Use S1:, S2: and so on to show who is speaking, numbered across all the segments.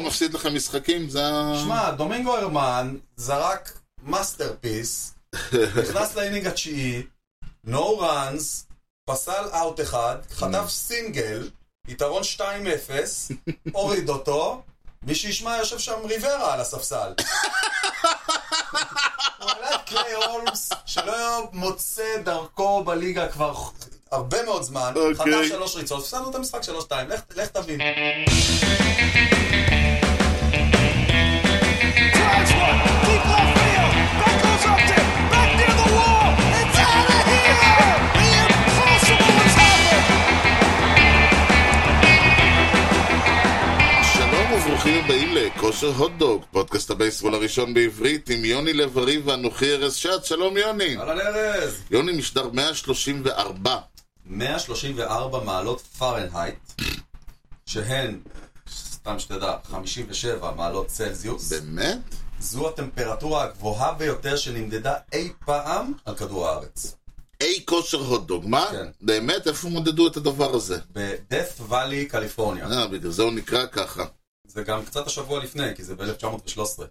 S1: מפסיד לכם משחקים, זה ה...
S2: שמע, דומינגו הרמן זרק מאסטרפיס, נכנס לאינינג התשיעי, no runs, פסל אאוט אחד, חטף סינגל, יתרון 2-0, הוריד אותו, מי שישמע יושב שם ריברה על הספסל. וואלה, קליי הולמס, שלא מוצא דרכו בליגה כבר הרבה מאוד זמן, חטף
S1: אוקיי.
S2: שלוש ריצות, הפסדנו את המשחק 3-2, לך- לך תבין.
S3: Drives one, deep left field. That goes up to, back near the wall. It's out of here. The impossible has happened.
S1: שלום וברוכים הבאים לכושר הוטדוג, פודקאסט הבייסבול הראשון בעברית עם יוני לב-ארי ואנוכי ארז שץ, שלום יוני.
S2: אהלן ארז.
S1: יוני משדר 134.
S2: 134 מעלות פרנהייט, שהן, סתם שתדע, 57 מעלות צלזיוס.
S1: באמת?
S2: זו הטמפרטורה הגבוהה ביותר שנמדדה אי פעם על כדור הארץ.
S1: אי כושר הוטדוג, מה?
S2: כן.
S1: באמת? איפה מדדו את הדבר הזה?
S2: בדף ואלי, קליפורניה.
S1: אה, בגלל זה הוא נקרא ככה.
S2: זה גם קצת השבוע לפני, כי זה ב-1913.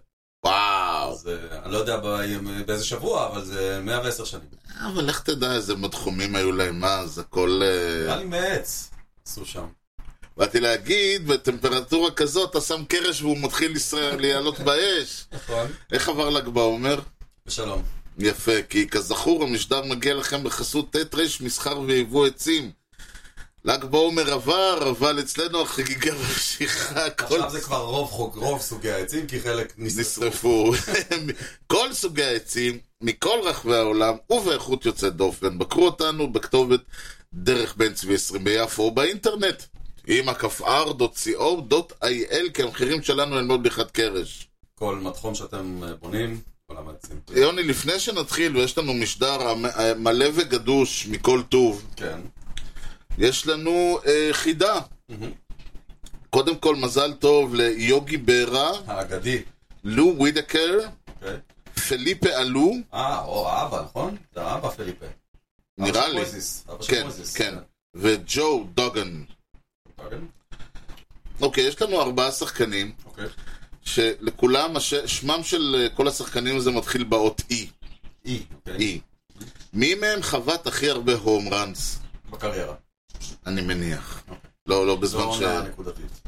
S1: וואו.
S2: אז אה, אני לא יודע ב- באיזה שבוע, אבל זה 110 שנים.
S1: אבל לך תדע איזה מדחומים היו להם אז, הכל... אה,
S2: נראה לי מעץ. עשו שם.
S1: באתי להגיד, בטמפרטורה כזאת אתה שם קרש והוא מתחיל לס- לעלות באש.
S2: נכון.
S1: איך עבר ל"ג בעומר?
S2: ושלום.
S1: יפה, כי כזכור המשדר מגיע לכם בחסות ט' ר' מסחר ויבוא עצים. ל"ג בעומר עבר, אבל אצלנו החגיגה ממשיכה. כל-
S2: עכשיו זה כבר רוב חוג, רוב סוגי העצים, כי חלק נשרפו.
S1: נשרפו. כל סוגי העצים, מכל רחבי העולם, ובאיכות יוצאת דופן. בקרו אותנו בכתובת דרך בן צבי 20 ביפו, או באינטרנט, עם הכפר.co.il, כי המחירים שלנו הם לא בדיחת קרש.
S2: כל מדחום שאתם אה, בונים, כל המעצים.
S1: יוני, לפני שנתחיל, ויש לנו משדר המ- מלא וגדוש מכל טוב,
S2: כן.
S1: יש לנו אה, חידה. קודם כל, מזל טוב ליוגי ברה,
S2: האגדי.
S1: לו ווידקר,
S2: אוקיי.
S1: פליפה אלו,
S2: אה, או האבא, נכון? זה האבא פליפה.
S1: נראה
S2: אבא של
S1: לי.
S2: מויזיס, אבא של
S1: כן,
S2: מויזיס.
S1: כן. וג'ו דוגן. אוקיי, יש לנו ארבעה שחקנים,
S2: אוקיי.
S1: שלכולם, הש... שמם של אה, כל השחקנים הזה מתחיל באות אי.
S2: אי, אוקיי.
S1: אי. מי מהם חבט הכי הרבה הום ראנס?
S2: בקריירה.
S1: אני מניח. לא, לא
S2: זו
S1: בזמן ש...
S2: עונה נקודתית.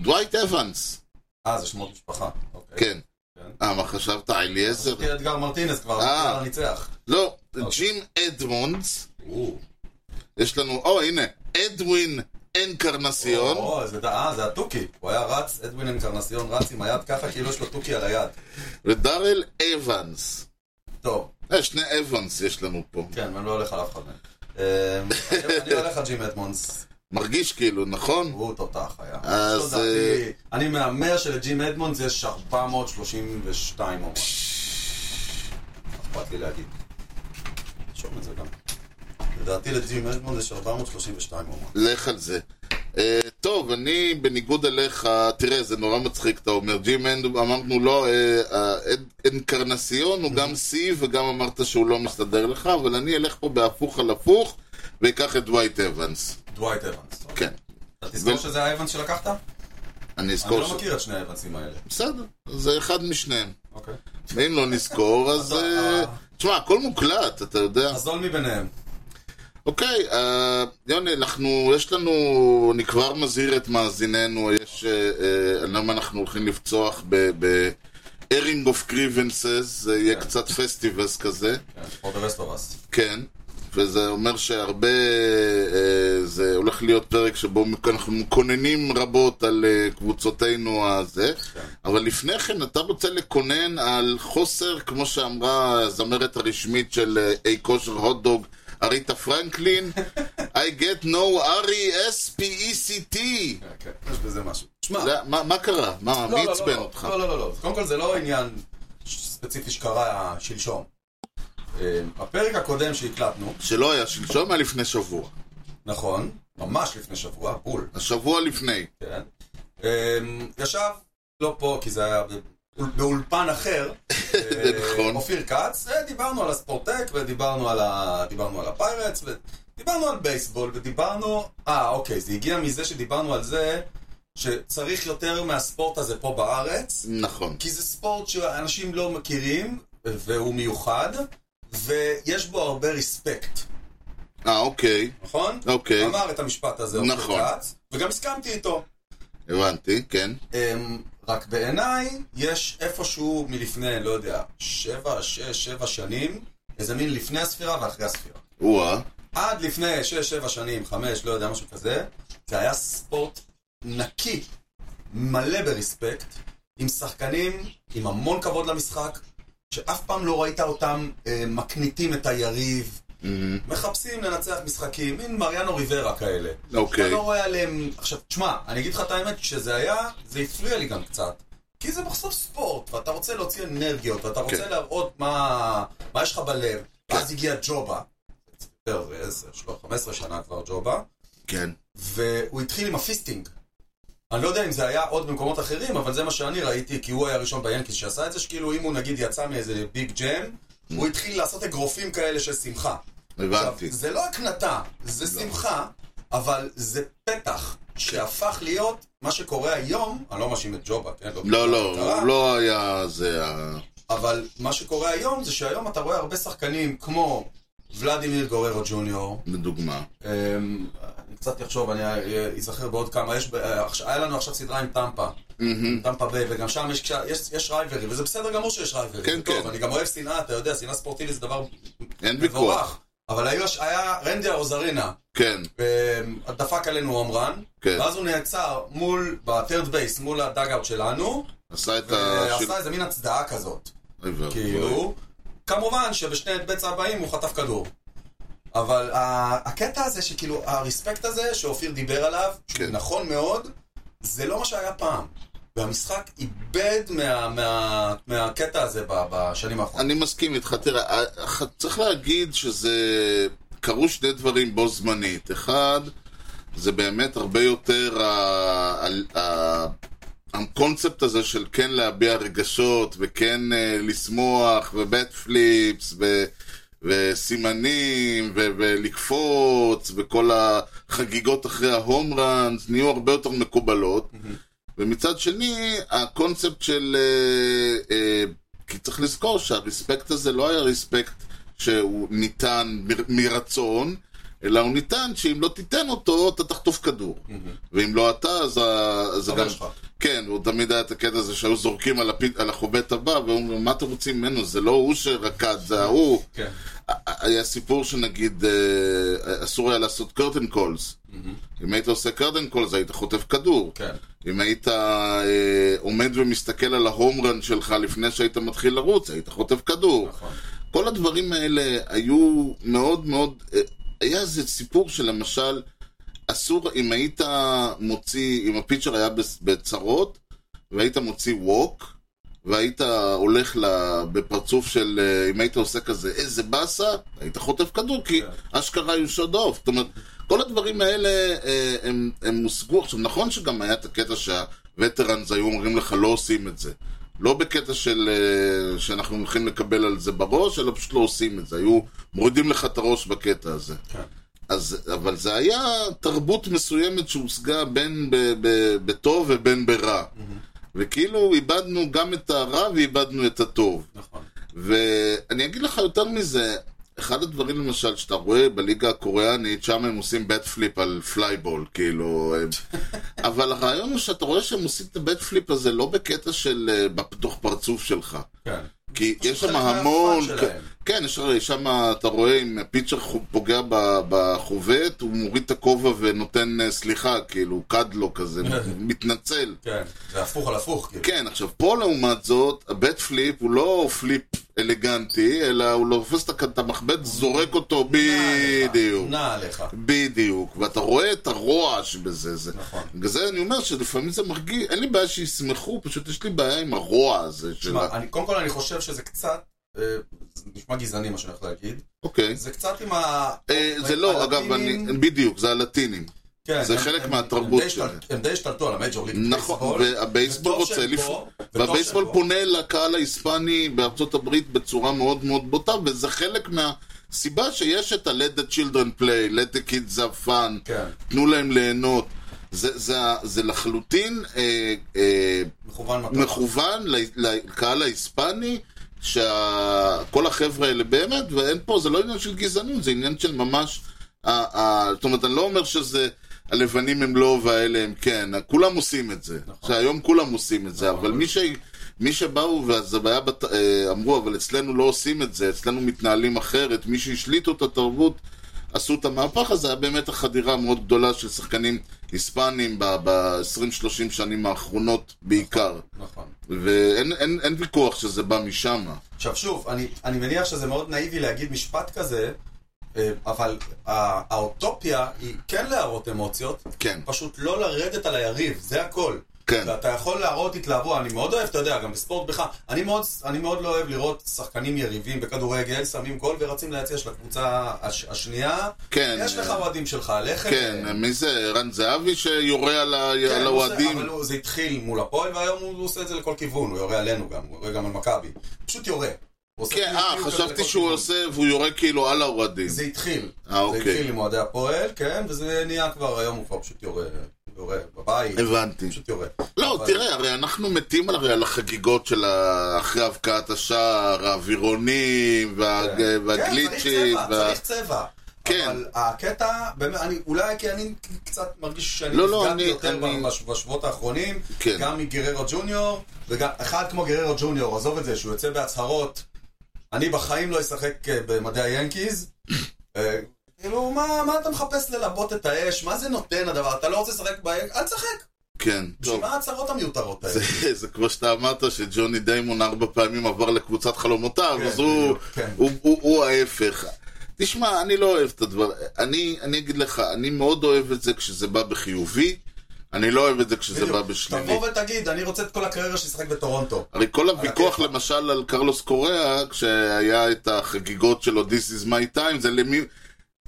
S1: דווייט אבנס,
S2: אה, זה שמות משפחה. אוקיי.
S1: כן.
S2: כן.
S1: אה, מה חשבת? אליעזר?
S2: חשבתי אדגר מרטינס כבר,
S1: אה.
S2: אדגר ניצח.
S1: לא,
S2: אוקיי.
S1: ג'ים אדמונדס.
S2: או,
S1: יש לנו, או הנה, אדווין אנקרנסיון.
S2: או, זה- אה, זה התוכי. הוא היה רץ, אדווין אנקרנסיון רץ עם היד ככה, כאילו יש לו תוכי על היד.
S1: ודארל אבנס.
S2: טוב,
S1: אה, שני אבנס יש לנו פה.
S2: כן, אני לא הולך על אף אחד מהם. אה, אני- אני הולך על ג'ים אדמונס,
S1: מרגיש כאילו, נכון?
S2: הוא תותח היה.
S1: אז, אה,
S2: לא דעתי, אני מהמר שלג'ים אדמונס יש 432 או משהו. אכפת לי להגיד. תרשום את זה גם. לדעתי לג'ים אדמונס יש 432 או משהו.
S1: לך על זה. אה, טוב, אני בניגוד אליך, תראה, זה נורא מצחיק, אתה אומר, ג'ים אנד, אמרנו לא, אה, האד- אנקרנסיון הוא גם שיא, וגם אמרת שהוא לא מסתדר לך, אבל אני אלך פה בהפוך על הפוך, ואקח את דווייט אבנס.
S2: דווייט אבנס. אוקיי.
S1: כן,
S2: אתה תזכור
S1: ו-
S2: שזה האבנס שלקחת?
S1: אני
S2: אני
S1: אזכור
S2: לא מכיר את שני האבנסים האלה.
S1: בסדר, זה אחד משניהם.
S2: אוקיי.
S1: ואם לא נזכור, אז...
S2: אז,
S1: אה,
S2: אה,
S1: תשמע, הכל מוקלט, אתה יודע.
S2: הזול מביניהם.
S1: אוקיי, אה, יוני, אנחנו, יש לנו, אני כבר מזהיר את מאזיננו, יש, אה, אה, למה אנחנו הולכים לפצוח ב-Airing of Grievances, זה יהיה קצת פסטיבס כזה,
S2: כן, for the rest of us.
S1: כן, וזה אומר שהרבה, אה, זה הולך להיות פרק שבו אנחנו כוננים רבות על אה, קבוצותינו הזה, אבל לפני כן אתה רוצה לקונן על חוסר, כמו שאמרה הזמרת הרשמית של אה, אי כושר הוטדוג, אריטה פרנקלין, I get no E R-E-S-P-E-C-T.
S2: כן, כן, יש בזה משהו. שמע,
S1: זה- מה מה קרה? מה,
S2: לא,
S1: מי
S2: לא, לא,
S1: עצבן
S2: לא.
S1: אותך?
S2: לא, לא, לא, לא. קודם כל זה לא עניין ש- ספציפי שקרה שלשום. אה, הפרק הקודם שהקלטנו,
S1: שלא היה שלשום, היה לפני שבוע.
S2: נכון, ממש לפני שבוע, בול,
S1: השבוע לפני.
S2: כן. אה, ישב, לא פה, כי זה היה באול- באולפן אחר, אה,
S1: נכון.
S2: אופיר כץ, אה, דיברנו על הספורטק, ודיברנו על ה- דיברנו על הפיירטס, ודיברנו על בייסבול, ודיברנו... אה, אוקיי, זה הגיע מזה שדיברנו על זה שצריך יותר מהספורט הזה פה בארץ,
S1: נכון.
S2: כי זה ספורט שאנשים לא מכירים, והוא מיוחד, ויש בו הרבה ריספקט,
S1: אה, אוקיי,
S2: נכון?
S1: אוקיי,
S2: אמר את המשפט הזה, אופיר
S1: נכון.
S2: כץ, וגם הסכמתי איתו.
S1: הבנתי, כן.
S2: אמ, רק בעיניי, יש איפשהו מלפני, לא יודע, שבע, שש, שבע שנים, איזה מין לפני הספירה ואחרי הספירה.
S1: או-אה,
S2: עד לפני שש, שבע שנים, חמש, לא יודע, משהו כזה, זה היה ספורט נקי, מלא ברספקט, עם שחקנים, עם המון כבוד למשחק, שאף פעם לא ראית אותם אה, מקניטים את היריב,
S1: אמ,
S2: מחפשים לנצח משחקים, מין מריאנו ריברה כאלה.
S1: אוקיי.
S2: אתה לא רואה עליהם... עכשיו, תשמע, אני אגיד לך את האמת, שזה היה, זה הפריע לי גם קצת. כי זה בסוף ספורט, ואתה רוצה להוציא אנרגיות, ואתה רוצה
S1: כן.
S2: להראות מה, מה יש לך בלב. ואז הגיע ג'ובה. יותר 10, 15 שנה כבר ג'ובה.
S1: כן.
S2: והוא התחיל עם הפיסטינג. אני לא יודע אם זה היה עוד במקומות אחרים, אבל זה מה שאני ראיתי, כי הוא היה הראשון ביאנקיס שעשה את זה, שכאילו אם הוא נגיד יצא מאיזה ביג ג'ם, הוא התחיל לעשות אגרופים כאלה של שמחה.
S1: הבנתי.
S2: זה לא הקנטה, זה שמחה, אבל זה פתח שהפך להיות מה שקורה היום, אני לא מאשים את ג'ובה, כן?
S1: לא, לא,
S2: קרה,
S1: הוא לא היה זה ה...
S2: אבל מה שקורה היום זה שהיום אתה רואה הרבה שחקנים כמו ולדימיר גוררו ג'וניור,
S1: לדוגמה.
S2: אמ, אני קצת אחשוב, אני אזכר בעוד כמה, יש, ב- אה, עכשיו- היה לנו עכשיו סדרה עם טמפה,
S1: מהמם.
S2: טמפה ביי, וגם שם יש, יש, יש רייברי, וזה בסדר גמור שיש רייברי,
S1: כן,
S2: זה טוב,
S1: כן.
S2: אני גם אוהב שנאה, אתה יודע, שנאה ספורטיבית זה דבר
S1: אין ויכוח.
S2: מבורך, אבל היו- היה רנדי ארוזרינה,
S1: כן,
S2: אה, דפק עלינו עמרן,
S1: כן.
S2: ואז הוא נעצר מול, בטרד בייס, מול הדאג-אאוט שלנו,
S1: עשה את ה...
S2: ועשה איזה מין הצדעה כזאת,
S1: אוי ואבוי.
S2: כאילו.
S1: אוקיי.
S2: כמובן שבשני בצע הבאים הוא חטף כדור. אבל ה- הקטע הזה שכאילו, הרספקט הזה שאופיר דיבר עליו, שהוא
S1: כן.
S2: נכון מאוד, זה לא מה שהיה פעם. והמשחק איבד מה- מה- מהקטע הזה ב- בשנים האחרונות.
S1: אני מסכים איתך, תראה, ה- ח- צריך להגיד שזה... קרו שני דברים בו זמנית. אחד, זה באמת הרבה יותר ה... ה... ה... הקונספט הזה של כן להביע רגשות, וכן אה, לשמוח, ובט פליפס, ו... וסימנים, ו... ולקפוץ, וכל החגיגות אחרי ההום ראנס, נהיו הרבה יותר מקובלות. ומצד שני, הקונספט של... אה, אה, כי צריך לזכור שהרספקט הזה לא היה רספקט שהוא ניתן מ- מרצון, אלא הוא ניתן שאם לא תיתן אותו, אתה תחטוף כדור. ואם לא אתה, אז ה- אז זה
S2: חבר
S1: גם...
S2: שלך.
S1: כן, הוא תמיד היה את הקטע הזה שהיו זורקים על, הפי... על החובט הבא, ואומרים, מה אתם רוצים ממנו? זה לא הוא שרקד, זה ההוא.
S2: כן.
S1: היה סיפור שנגיד, אה, אסור היה לעשות קרטן קולס. אם היית עושה קרטן קולס, היית חוטף כדור.
S2: כן.
S1: אם היית אה, עומד ומסתכל על ההום רן שלך לפני שהיית מתחיל לרוץ, היית חוטף כדור.
S2: נכון.
S1: כל הדברים האלה היו מאוד מאוד... אה, היה איזה סיפור שלמשל, אסור, אם היית מוציא, אם הפיצ'ר היה בס- בצרות, והיית מוציא ווק, והיית הולך ל- בפרצוף של, אה, אם היית עושה כזה, איזה באסה, היית חוטף כדור, כי
S2: כן.
S1: אשכרה היו שוד אוף. זאת אומרת, כל הדברים האלה, אה, הם, הם הושגו. עכשיו, נכון שגם היה את הקטע שהווטרנס היו אומרים לך, לא עושים את זה. לא בקטע של אה, שאנחנו הולכים לקבל על זה בראש, אלא פשוט לא עושים את זה. היו מורידים לך את הראש בקטע הזה.
S2: כן.
S1: אז, אבל זה היה תרבות מסוימת שהושגה בין ב, ב, בטוב ובין ברע. וכאילו איבדנו גם את הרע ואיבדנו את הטוב.
S2: נכון.
S1: ואני אגיד לך יותר מזה, אחד הדברים למשל שאתה רואה בליגה הקוריאנית, שם הם עושים בט פליפ על פלייבול, כאילו... הם- אבל הרעיון הוא שאתה רואה שהם עושים את הבט פליפ הזה לא בקטע של אה, בתוך פרצוף שלך.
S2: כן.
S1: כי יש שם
S2: חלק מהפאן
S1: המון...
S2: שלהם.
S1: כן, יש הרי שם, אתה רואה, אם הפיצ'ר חו- פוגע ב- בחובט, הוא מוריד את הכובע ונותן אה, סליחה, כאילו, קד לו כזה, מתנצל.
S2: כן. זה הפוך על הפוך, כאילו.
S1: כן, עכשיו, פה לעומת זאת, הבט פליפ הוא לא פליפ אלגנטי, אלא הוא תופס את הכ- את המחבט, זורק אותו בדיוק.
S2: נע עליך.
S1: בדיוק, ואתה רואה את הרוע שבזה. זה.
S2: נכון.
S1: בגלל זה אני אומר שלפעמים זה מרגיש, אין לי בעיה שישמחו, פשוט יש לי בעיה עם הרוע הזה של
S2: תשמע,
S1: ה...
S2: אני- קודם כל אני חושב שזה קצת, אה, זה נשמע גזעני מה שאני הולך להגיד,
S1: אוקיי.
S2: זה קצת עם ה...
S1: אה, זה לא, אגב,
S2: הלטינים-
S1: אני- בדיוק, זה הלטינים.
S2: כן,
S1: זה
S2: הם-
S1: חלק
S2: הם-
S1: מהתרבות
S2: הם די
S1: שלהם.
S2: השתל- הם די השתלטו על המייג'ור ליג.
S1: נכון, והבייסבול
S2: וטוב
S1: רוצה
S2: שהם
S1: לפ...
S2: פה, וטוב
S1: והבייסבול
S2: שהם פה.
S1: פונה לקהל ההיספני בארצות הברית בצורה מאוד מאוד בוטה, וזה חלק מהסיבה שיש את ה-Let the children play, let the kids have fun,
S2: כן.
S1: תנו להם ליהנות. זה, זה, ה- זה לחלוטין אה, אה,
S2: מכוון מטרה.
S1: מכוון ל- לקהל ההיספני, שכל החבר'ה האלה באמת, ואין פה, זה לא עניין של גזענות, זה עניין של ממש... ה- ה- זאת אומרת, אני לא אומר שזה... הלבנים הם לא והאלה הם כן, כולם עושים את זה.
S2: נכון.
S1: שהיום כולם עושים את זה, אבל מי, ש... מי שבאו, ואז הבעיה בת... אה, אמרו, אבל אצלנו לא עושים את זה, אצלנו מתנהלים אחרת, מי שהשליטו את התרבות עשו את המהפך הזה, היה באמת החדירה המאוד גדולה של שחקנים היספנים ב-20-30 שנים האחרונות בעיקר.
S2: נכון.
S1: ואין אין, אין ויכוח שזה בא משם.
S2: עכשיו שוב, אני, אני מניח שזה מאוד נאיבי להגיד משפט כזה, אה, אבל ה- האוטופיה היא כן להראות אמוציות,
S1: כן,
S2: פשוט לא לרדת על היריב, זה הכל.
S1: כן,
S2: ואתה יכול להראות התלהבות, אני מאוד אוהב, אתה יודע, גם בספורט בכלל, אני מאוד, אני מאוד לא אוהב לראות שחקנים יריבים בכדורגל, שמים גול ורצים ליציע של הקבוצה הש, השנייה,
S1: כן.
S2: יש לך אוהדים שלך, לך...
S1: כן, מי זה? ערן זהבי שיורה על ה-
S2: כן,
S1: על
S2: הוא עושה-
S1: האוהדים?
S2: אבל הוא- זה התחיל מול הפועל, והיום הוא עושה את זה לכל כיוון, הוא יורה עלינו גם, הוא יורה גם על מכבי. פשוט יורה. הוא עושה
S1: כן, אה,
S2: פיו-פיו כזה
S1: חשבתי
S2: לכל
S1: שהוא
S2: כיוון.
S1: עושה והוא יורה כאילו על האוהדים.
S2: זה התחיל.
S1: אה,
S2: זה
S1: אוקיי.
S2: התחיל עם אוהדי הפועל, כן, וזה נהיה כבר, היום הוא כבר פשוט יורה, יורה בבית,
S1: הבנתי.
S2: פשוט יורה.
S1: לא,
S2: אבל-
S1: תראה, הרי אנחנו מתים הרי על החגיגות של ה- אחרי הבקעת השער, האווירונים, וה-
S2: כן,
S1: והגליצ'ים.
S2: צריך צבע,
S1: וה-
S2: צריך צבע.
S1: כן.
S2: אבל הקטע, באמת, אני, אולי כי אני קצת מרגיש שאני
S1: לא, לא,
S2: נפגעתי
S1: אני-
S2: יותר
S1: אני-
S2: בש- בשבועות האחרונים,
S1: כן.
S2: גם מגררו ג'וניור, וגם אחד כמו גררו ג'וניור, עזוב את זה, שהוא יוצא בהצהרות, אני בחיים לא אשחק אה, במדי היאנקיז. אה, כאילו, מה, מה אתה מחפש ללבות את האש? מה זה נותן הדבר? אתה לא רוצה לשחק ביאנקיז? אל תשחק.
S1: כן,
S2: בשביל
S1: טוב.
S2: מה ההצהרות המיותרות האלה?
S1: זה- זה כמו שאתה אמרת שג'וני דיימון ארבע פעמים עבר לקבוצת חלומותיו,
S2: כן,
S1: אז הוא...
S2: בדיוק, כן.
S1: הוא, הוא, הוא ההפך. תשמע, אני לא אוהב את הדבר... אני, אני אגיד לך, אני מאוד אוהב את זה כשזה בא בחיובי, אני לא אוהב את זה כשזה בא
S2: בדיוק.
S1: בשלילי.
S2: תבוא ותגיד, אני רוצה את כל הקריירה שישחק בטורונטו.
S1: הרי כל הוויכוח
S2: הכיפאק.
S1: למשל על קרלוס קוריאה, כשהיה את החגיגות שלו This is my time, זה למי...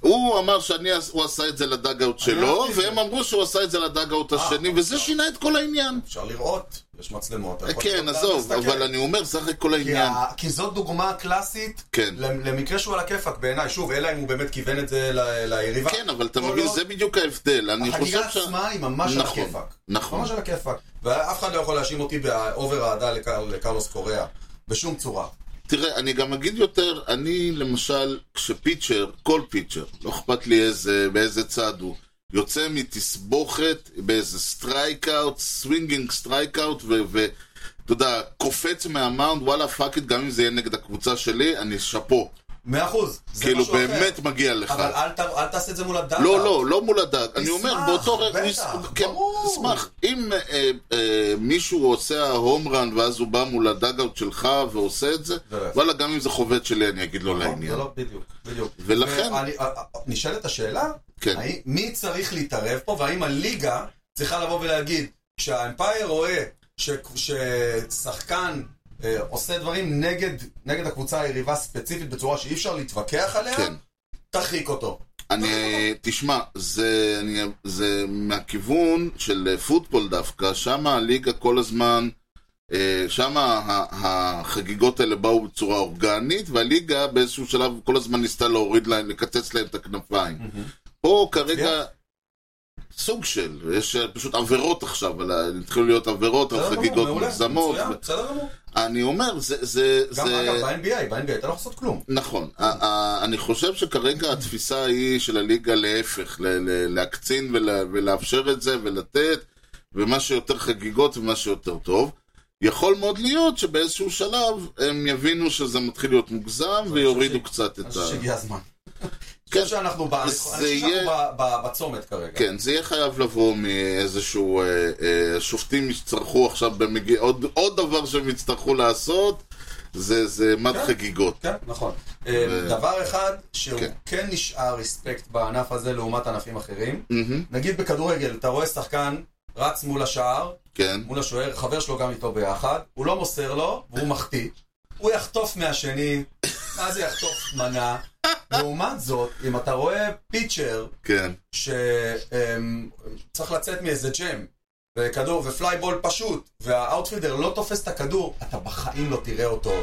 S1: הוא אמר שאני, הוא עשה את זה לדאגאוט שלו,
S2: אהבתי את זה.
S1: והם אמרו שהוא עשה את זה לדאגאוט
S2: אה,
S1: השני, וזה
S2: אוקיי.
S1: שינה את כל העניין.
S2: אפשר לראות, יש מצלמות. אתה יכול
S1: כן,
S2: לראות,
S1: עזוב,
S2: להסתכל.
S1: אבל אני אומר, זה אחרי כל
S2: כי,
S1: העניין.
S2: ה... כי זאת דוגמה קלאסית
S1: כן.
S2: למקרה שהוא על הכיפאק בעיניי, שוב, אלא אם הוא באמת כיוון את זה ל... ליריבה.
S1: כן, אבל אתה
S2: כל
S1: מבין,
S2: עוד-
S1: זה בדיוק ההבדל. אני חושב
S2: לא, החגיגה
S1: ש...
S2: עצמה היא ממש על
S1: נכון,
S2: הכיפאק.
S1: נכון.
S2: ממש על הכיפאק. ואף אחד לא יכול להאשים אותי באובר אהדה לקר... לקרלוס קוריאה, בשום צורה.
S1: תראה, אני גם אגיד יותר, אני למשל, כשפיצ'ר, כל פיצ'ר, לא אכפת לי איזה, באיזה צד הוא, יוצא מתסבוכת באיזה סטרייקאוט, סווינגינג סטרייקאוט, ואתה יודע, קופץ מהמאונד, וואלה פאק איט, גם אם זה יהיה נגד הקבוצה שלי, אני שאפו.
S2: מאה אחוז, זה
S1: כאילו,
S2: משהו אחר.
S1: באמת מגיע לך.
S2: אבל אל, ת... אל תעשה את זה מול הדאטה.
S1: לא, לא, לא מול הדג. אני אומר, באותו רגע...
S2: בטח,
S1: הוא- כן,
S2: ברור.
S1: תשמח, אם אה, אה, מישהו עושה ההום רן ואז הוא בא מול הדאגאוט שלך ועושה את זה,
S2: זה לא יפה.
S1: וואלה, גם אם זה חובד שלי, אני אגיד לו
S2: לא,
S1: לעניין.
S2: לא, בדיוק, בדיוק.
S1: ולכן-
S2: ואני- אה, אה, נשאלת השאלה,
S1: כן.
S2: האם- מי צריך להתערב פה, והאם הליגה צריכה לבוא ולהגיד, כשהאמפייר רואה ש- ששחקן אה, עושה דברים נגד, נגד הקבוצה היריבה ספציפית בצורה שאי אפשר להתווכח עליה,
S1: כן.
S2: תרחיק אותו.
S1: אני, תשמע, זה, אני, זה מהכיוון של אה, פוטבול דווקא, שם הליגה כל הזמן, אה, שם ה- ה- החגיגות האלה באו בצורה אורגנית, והליגה באיזשהו שלב כל הזמן ניסתה להוריד להם, לקצץ להם את הכנפיים. פה כרגע סוג של, יש אה, פשוט עבירות עכשיו, על ה- התחילו להיות עבירות על
S2: בסדר גמור,
S1: חגיגות
S2: לא, מעולה,
S1: מוגזמות.
S2: מצוין, בסדר גמור.
S1: אני אומר, זה... זה,
S2: גם
S1: זה...
S2: אגב ב-NBA, ב-NBA אתה לא יכול לעשות כלום.
S1: נכון, ה- ה- אני חושב שכרגע התפיסה היא של הליגה להפך, ל- ל- להקצין ולה- ולאפשר את זה ולתת, ומה שיותר חגיגות ומה שיותר טוב. יכול מאוד להיות שבאיזשהו שלב הם יבינו שזה מתחיל להיות מוגזם ויורידו
S2: ש-
S1: קצת
S2: אני
S1: את
S2: חושב
S1: ה...
S2: שהגיע הזמן. אני
S1: כן.
S2: חושב שאנחנו ב- אני
S1: זה
S2: חושב שאנחנו
S1: יהיה-
S2: ב- ב- בצומת כרגע.
S1: כן, זה יהיה חייב לבוא מאיזשהו... אה, אה, שופטים יצטרכו עכשיו במגיע... עוד, עוד דבר שהם יצטרכו לעשות, זה, זה מד
S2: כן.
S1: חגיגות.
S2: כן, נכון. אה, דבר אחד, שהוא
S1: כן.
S2: כן נשאר רספקט בענף הזה לעומת ענפים אחרים,
S1: מהמם,
S2: נגיד בכדורגל, אתה רואה שחקן רץ מול השער,
S1: כן,
S2: מול השוער, חבר שלו גם איתו ביחד, הוא לא מוסר לו, והוא מחטיא. הוא יחטוף מהשני, מה זה יחטוף מנה? לעומת זאת, אם אתה רואה פיצ'ר
S1: כן,
S2: שצריך לצאת מאיזה ג'ם, וכדור, ופליי בול פשוט, והאוטפילדר לא תופס את הכדור, אתה בחיים לא תראה אותו.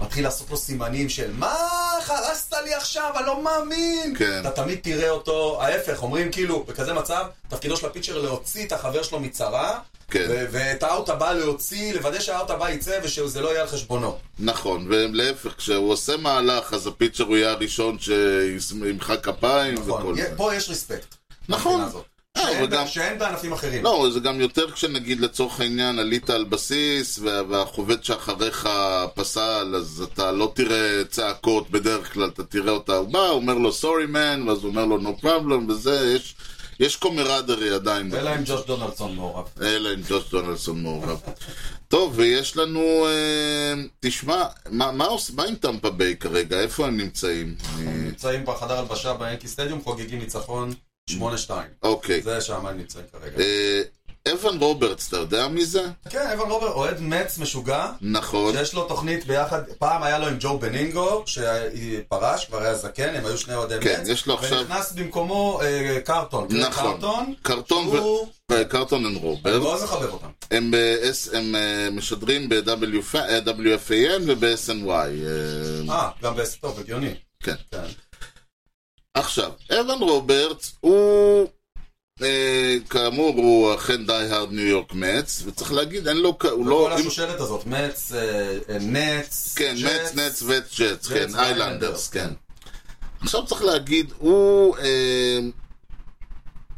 S2: מתחיל לעשות לו סימנים של מה חרסת לי עכשיו, אני לא מאמין.
S1: כן.
S2: אתה תמיד תראה אותו, ההפך, אומרים כאילו, בכזה מצב, תפקידו של הפיצ'ר להוציא את החבר שלו מצרה,
S1: כן.
S2: ו- ואת האאוט הבא להוציא, לוודא שהאאוט הבא יצא ושזה לא יהיה על חשבונו.
S1: נכון, ולהפך, כשהוא עושה מהלך, אז הפיצ'ר הוא יהיה הראשון שימחא כפיים
S2: נכון,
S1: וכל
S2: יה-
S1: זה.
S2: פה יש רספקט.
S1: נכון.
S2: מהבחינה הזאת.
S1: אה, אבל
S2: שאין ב-
S1: גם-
S2: שאין בענפים אחרים.
S1: לא, זה גם יותר כשנגיד לצורך העניין עלית על בסיס וה- והחובד שאחריך פסל, אז אתה לא תראה צעקות בדרך כלל, אתה תראה אותה, הוא בא, הוא אומר לו סורי מן, ואז הוא אומר לו נו פרבלם, וזה, יש, יש קומרדרי עדיין.
S2: אלא אם ג'וש דונלדסון מעורב.
S1: אלא אם ג'וש דונלדסון מעורב. טוב, ויש לנו, אה, תשמע, מה, מה, עוש- מה עם טמפה ביי כרגע? איפה הם נמצאים? אה,
S2: נמצאים בחדר הלבשה ביאנקי סטדיום, חוגגים ניצחון 8-2.
S1: אוקיי.
S2: זה שם הם נמצאים כרגע.
S1: אה, אבן רוברטס, אתה יודע מי זה?
S2: כן, אבן רובר, אוהד מצ משוגע,
S1: נכון.
S2: שיש לו תוכנית ביחד, פעם היה לו עם ג'ו בנינגו, שפרש, כבר היה זקן, הם היו שני אוהדי מצ.
S1: כן, יש לו עכשיו-
S2: ונכנס במקומו אה, קרטון. קרן
S1: נכון.
S2: קרטון,
S1: קרטון
S2: שהוא...
S1: וקרטון אנד
S2: אני
S1: רוברט,
S2: מאוד מחבב אותם.
S1: הם, ב-S- הם אה, משדרים אה, ב-WFAN וב-SNY.
S2: אה, גם בעסק טוב, הגיוני.
S1: כן.
S2: כן.
S1: עכשיו, אבן רוברטס הוא, אה, כאמור, הוא אכן די-הארד ניו יורק מצ, וצריך להגיד, אין לו, כ- הוא
S2: כל
S1: לא, אם-
S2: השושלת הזאת, מצ, אה, אה, נץ,
S1: כן,
S2: ג'טס.
S1: נץ, נץ וג'טס, כן, איילנדרס,
S2: ואיילנדרס,
S1: כן. עכשיו צריך להגיד, הוא... אה,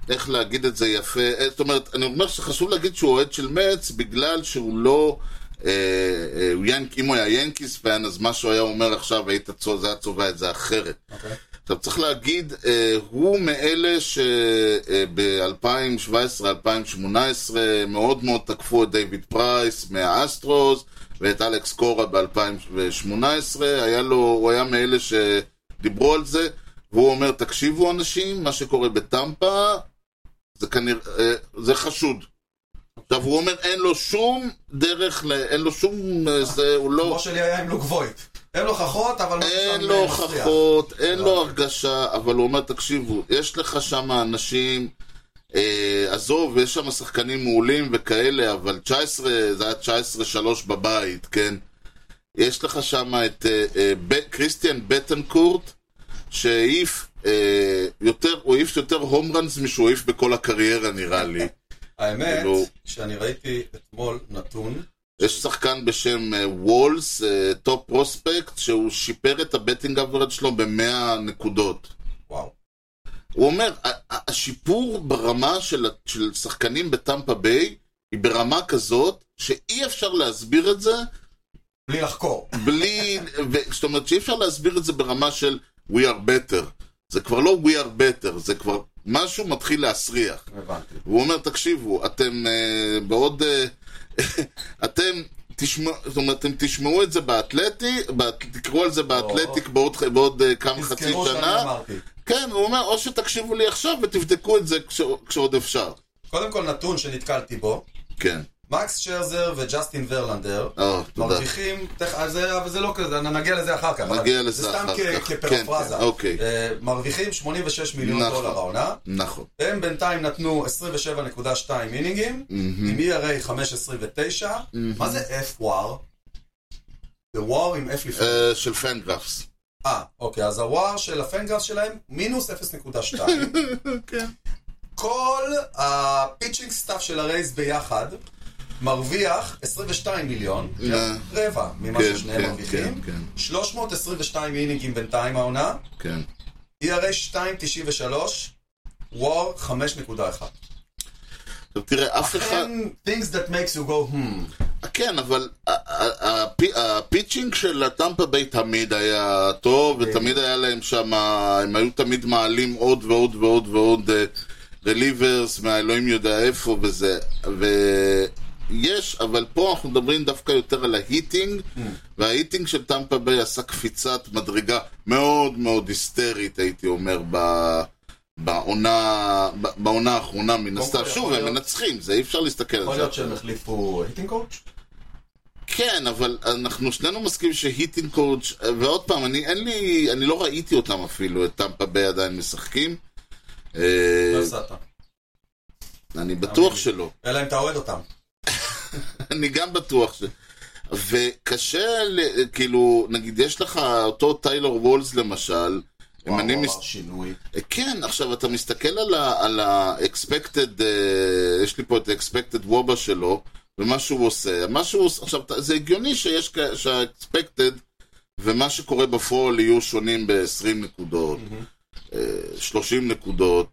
S1: איך להגיד את זה יפה? אה, זאת אומרת, אני אומר שחשוב להגיד שהוא אוהד של מצ בגלל שהוא לא... אה, אה, הוא ינק, אם הוא היה ינקיס פן, אז מה שהוא היה אומר עכשיו, היית צו- זה היה צובע את זה אחרת.
S2: אוקיי.
S1: עכשיו צריך להגיד, אה, הוא מאלה אה, שב-2017-2018 מאוד מאוד תקפו את דיוויד פרייס מהאסטרוס ואת אלכס קורה ב-2018, היה לו, הוא היה מאלה שדיברו על זה, והוא אומר, תקשיבו אנשים, מה שקורה בטמפה זה כנראה, אה, זה חשוד. עכשיו הוא אומר, אין לו שום דרך, ל- אין לו שום, אה, זה, הוא לא...
S2: כמו שלי היה עם לוק וויט. אין לו הוכחות, אבל... משהו
S1: אין
S2: שם
S1: לו
S2: מצליח.
S1: הוכחות, אין לו הרגשה, אבל הוא אומר, תקשיבו, יש לך שם אנשים, אה, עזוב, יש שם שחקנים מעולים וכאלה, אבל 19, זה היה 19-3 בבית, כן? יש לך שם את אה, אה, ב- כריסטיאן בטנקורט, שהעיף אה, יותר, הוא העיף יותר הום ראנס משהוא העיף בכל הקריירה, נראה לי.
S2: האמת,
S1: כאילו-
S2: שאני ראיתי אתמול נתון,
S1: יש שחקן בשם אה, וולס, אה, טופ פרוספקט, שהוא שיפר את הבטינג אברד שלו ב-100 נקודות.
S2: וואו.
S1: הוא אומר, "ה- ה- השיפור ברמה של, ה- של שחקנים בטמפה ביי היא ברמה כזאת שאי אפשר להסביר את זה
S2: בלי לחקור.
S1: בלי... ו- זאת אומרת שאי אפשר להסביר את זה ברמה של We are better. זה כבר לא We are better, זה כבר משהו מתחיל להסריח.
S2: הבנתי.
S1: והוא אומר, תקשיבו, אתם אה, בעוד... אה, אתם... תשמע, זאת אומרת, אתם תשמעו את זה באתלטי, באת, תקראו על זה באתלטיק בעוד, ח- בעוד אה, כמה חצי
S2: תזכרו שאני
S1: שנה,
S2: אמרתי.
S1: כן, הוא אומר, או שתקשיבו לי עכשיו ותבדקו את זה כש- כשעוד אפשר.
S2: קודם כל נתון שנתקלתי בו,
S1: כן.
S2: מקס שרזר וג'סטין ורלנדר
S1: או, תודה.
S2: מרוויחים, תכף- אבל זה- אבל זה לא כזה, נגיע לזה אחר כך.
S1: נגיע
S2: אבל
S1: לזה אחר
S2: זה סתם
S1: כך.
S2: כ- כפרפרזה.
S1: כן, כן, אוקיי.
S2: אה, מרוויחים 86 מיליון
S1: נכון.
S2: דולר העונה.
S1: נכון.
S2: הם בינתיים נתנו 27.2 אינינגים, עם E ERA 5.29, מה זה F-War? זה War עם F לפני.
S1: אה, של פנגרפס.
S2: אה, אוקיי, אז הוואר של הפנגרס שלהם, מינוס 0.2.
S1: כן.
S2: כל הפיצ'ינג סטאפ של הרייז ביחד מרוויח 22 מיליון,
S1: אה.
S2: רבע ממה
S1: כן,
S2: ששניהם
S1: כן,
S2: מרוויחים.
S1: כן,
S2: 322 אינינגים בינתיים העונה, E
S1: כן.
S2: ERA 2.93, וואר 5.1.
S1: עכשיו תראה, אף אחד...
S2: And things that makes you go, hmm.
S1: כן, אבל ה- ה- ה- הפי- הפיצ'ינג של הטמפה ביי תמיד היה טוב,
S2: כן.
S1: ותמיד היה להם שם, הם היו תמיד מעלים עוד ועוד ועוד ועוד אה, רליברס מהאלוהים יודע איפה וזה. ויש, אבל פה אנחנו מדברים דווקא יותר על ההיטינג,
S2: Mm.
S1: וההיטינג של טמפה ביי עשה קפיצת מדרגה מאוד מאוד היסטרית, הייתי אומר, ב... בעונה, ב- בעונה האחרונה מן
S2: קודם
S1: הסתם,
S2: כל,
S1: שוב,
S2: יכול
S1: הם
S2: להיות-
S1: מנצחים, זה אי אפשר להסתכל על זה.
S2: יכול להיות שהם החליפו היטינג קואוץ'?
S1: כן, אבל אנחנו שנינו מסכימים שהיטינג קואוץ', ועוד פעם, אני אין לי, אני לא ראיתי אותם אפילו, את טמפה ביי עדיין משחקים. אה,
S2: לא הפסדת.
S1: אני
S2: תאמין
S1: בטוח
S2: לי.
S1: שלא.
S2: אלא אם אתה אוהד אותם.
S1: אני גם בטוח ש... וקשה, ל- כאילו, נגיד, יש לך אותו טיילור וולס למשל, אם אני
S2: וואו,
S1: מס...
S2: עבר שינוי.
S1: כן, עכשיו אתה מסתכל על ה- על ה-expected, אה, יש לי פה את ה-expected וובה שלו, ומה שהוא עושה. מה שהוא עושה, עכשיו, אתה- זה הגיוני שיש, כ- שה-expected ומה שקורה בפועל יהיו שונים ב-20 נקודות, אה, 30 נקודות.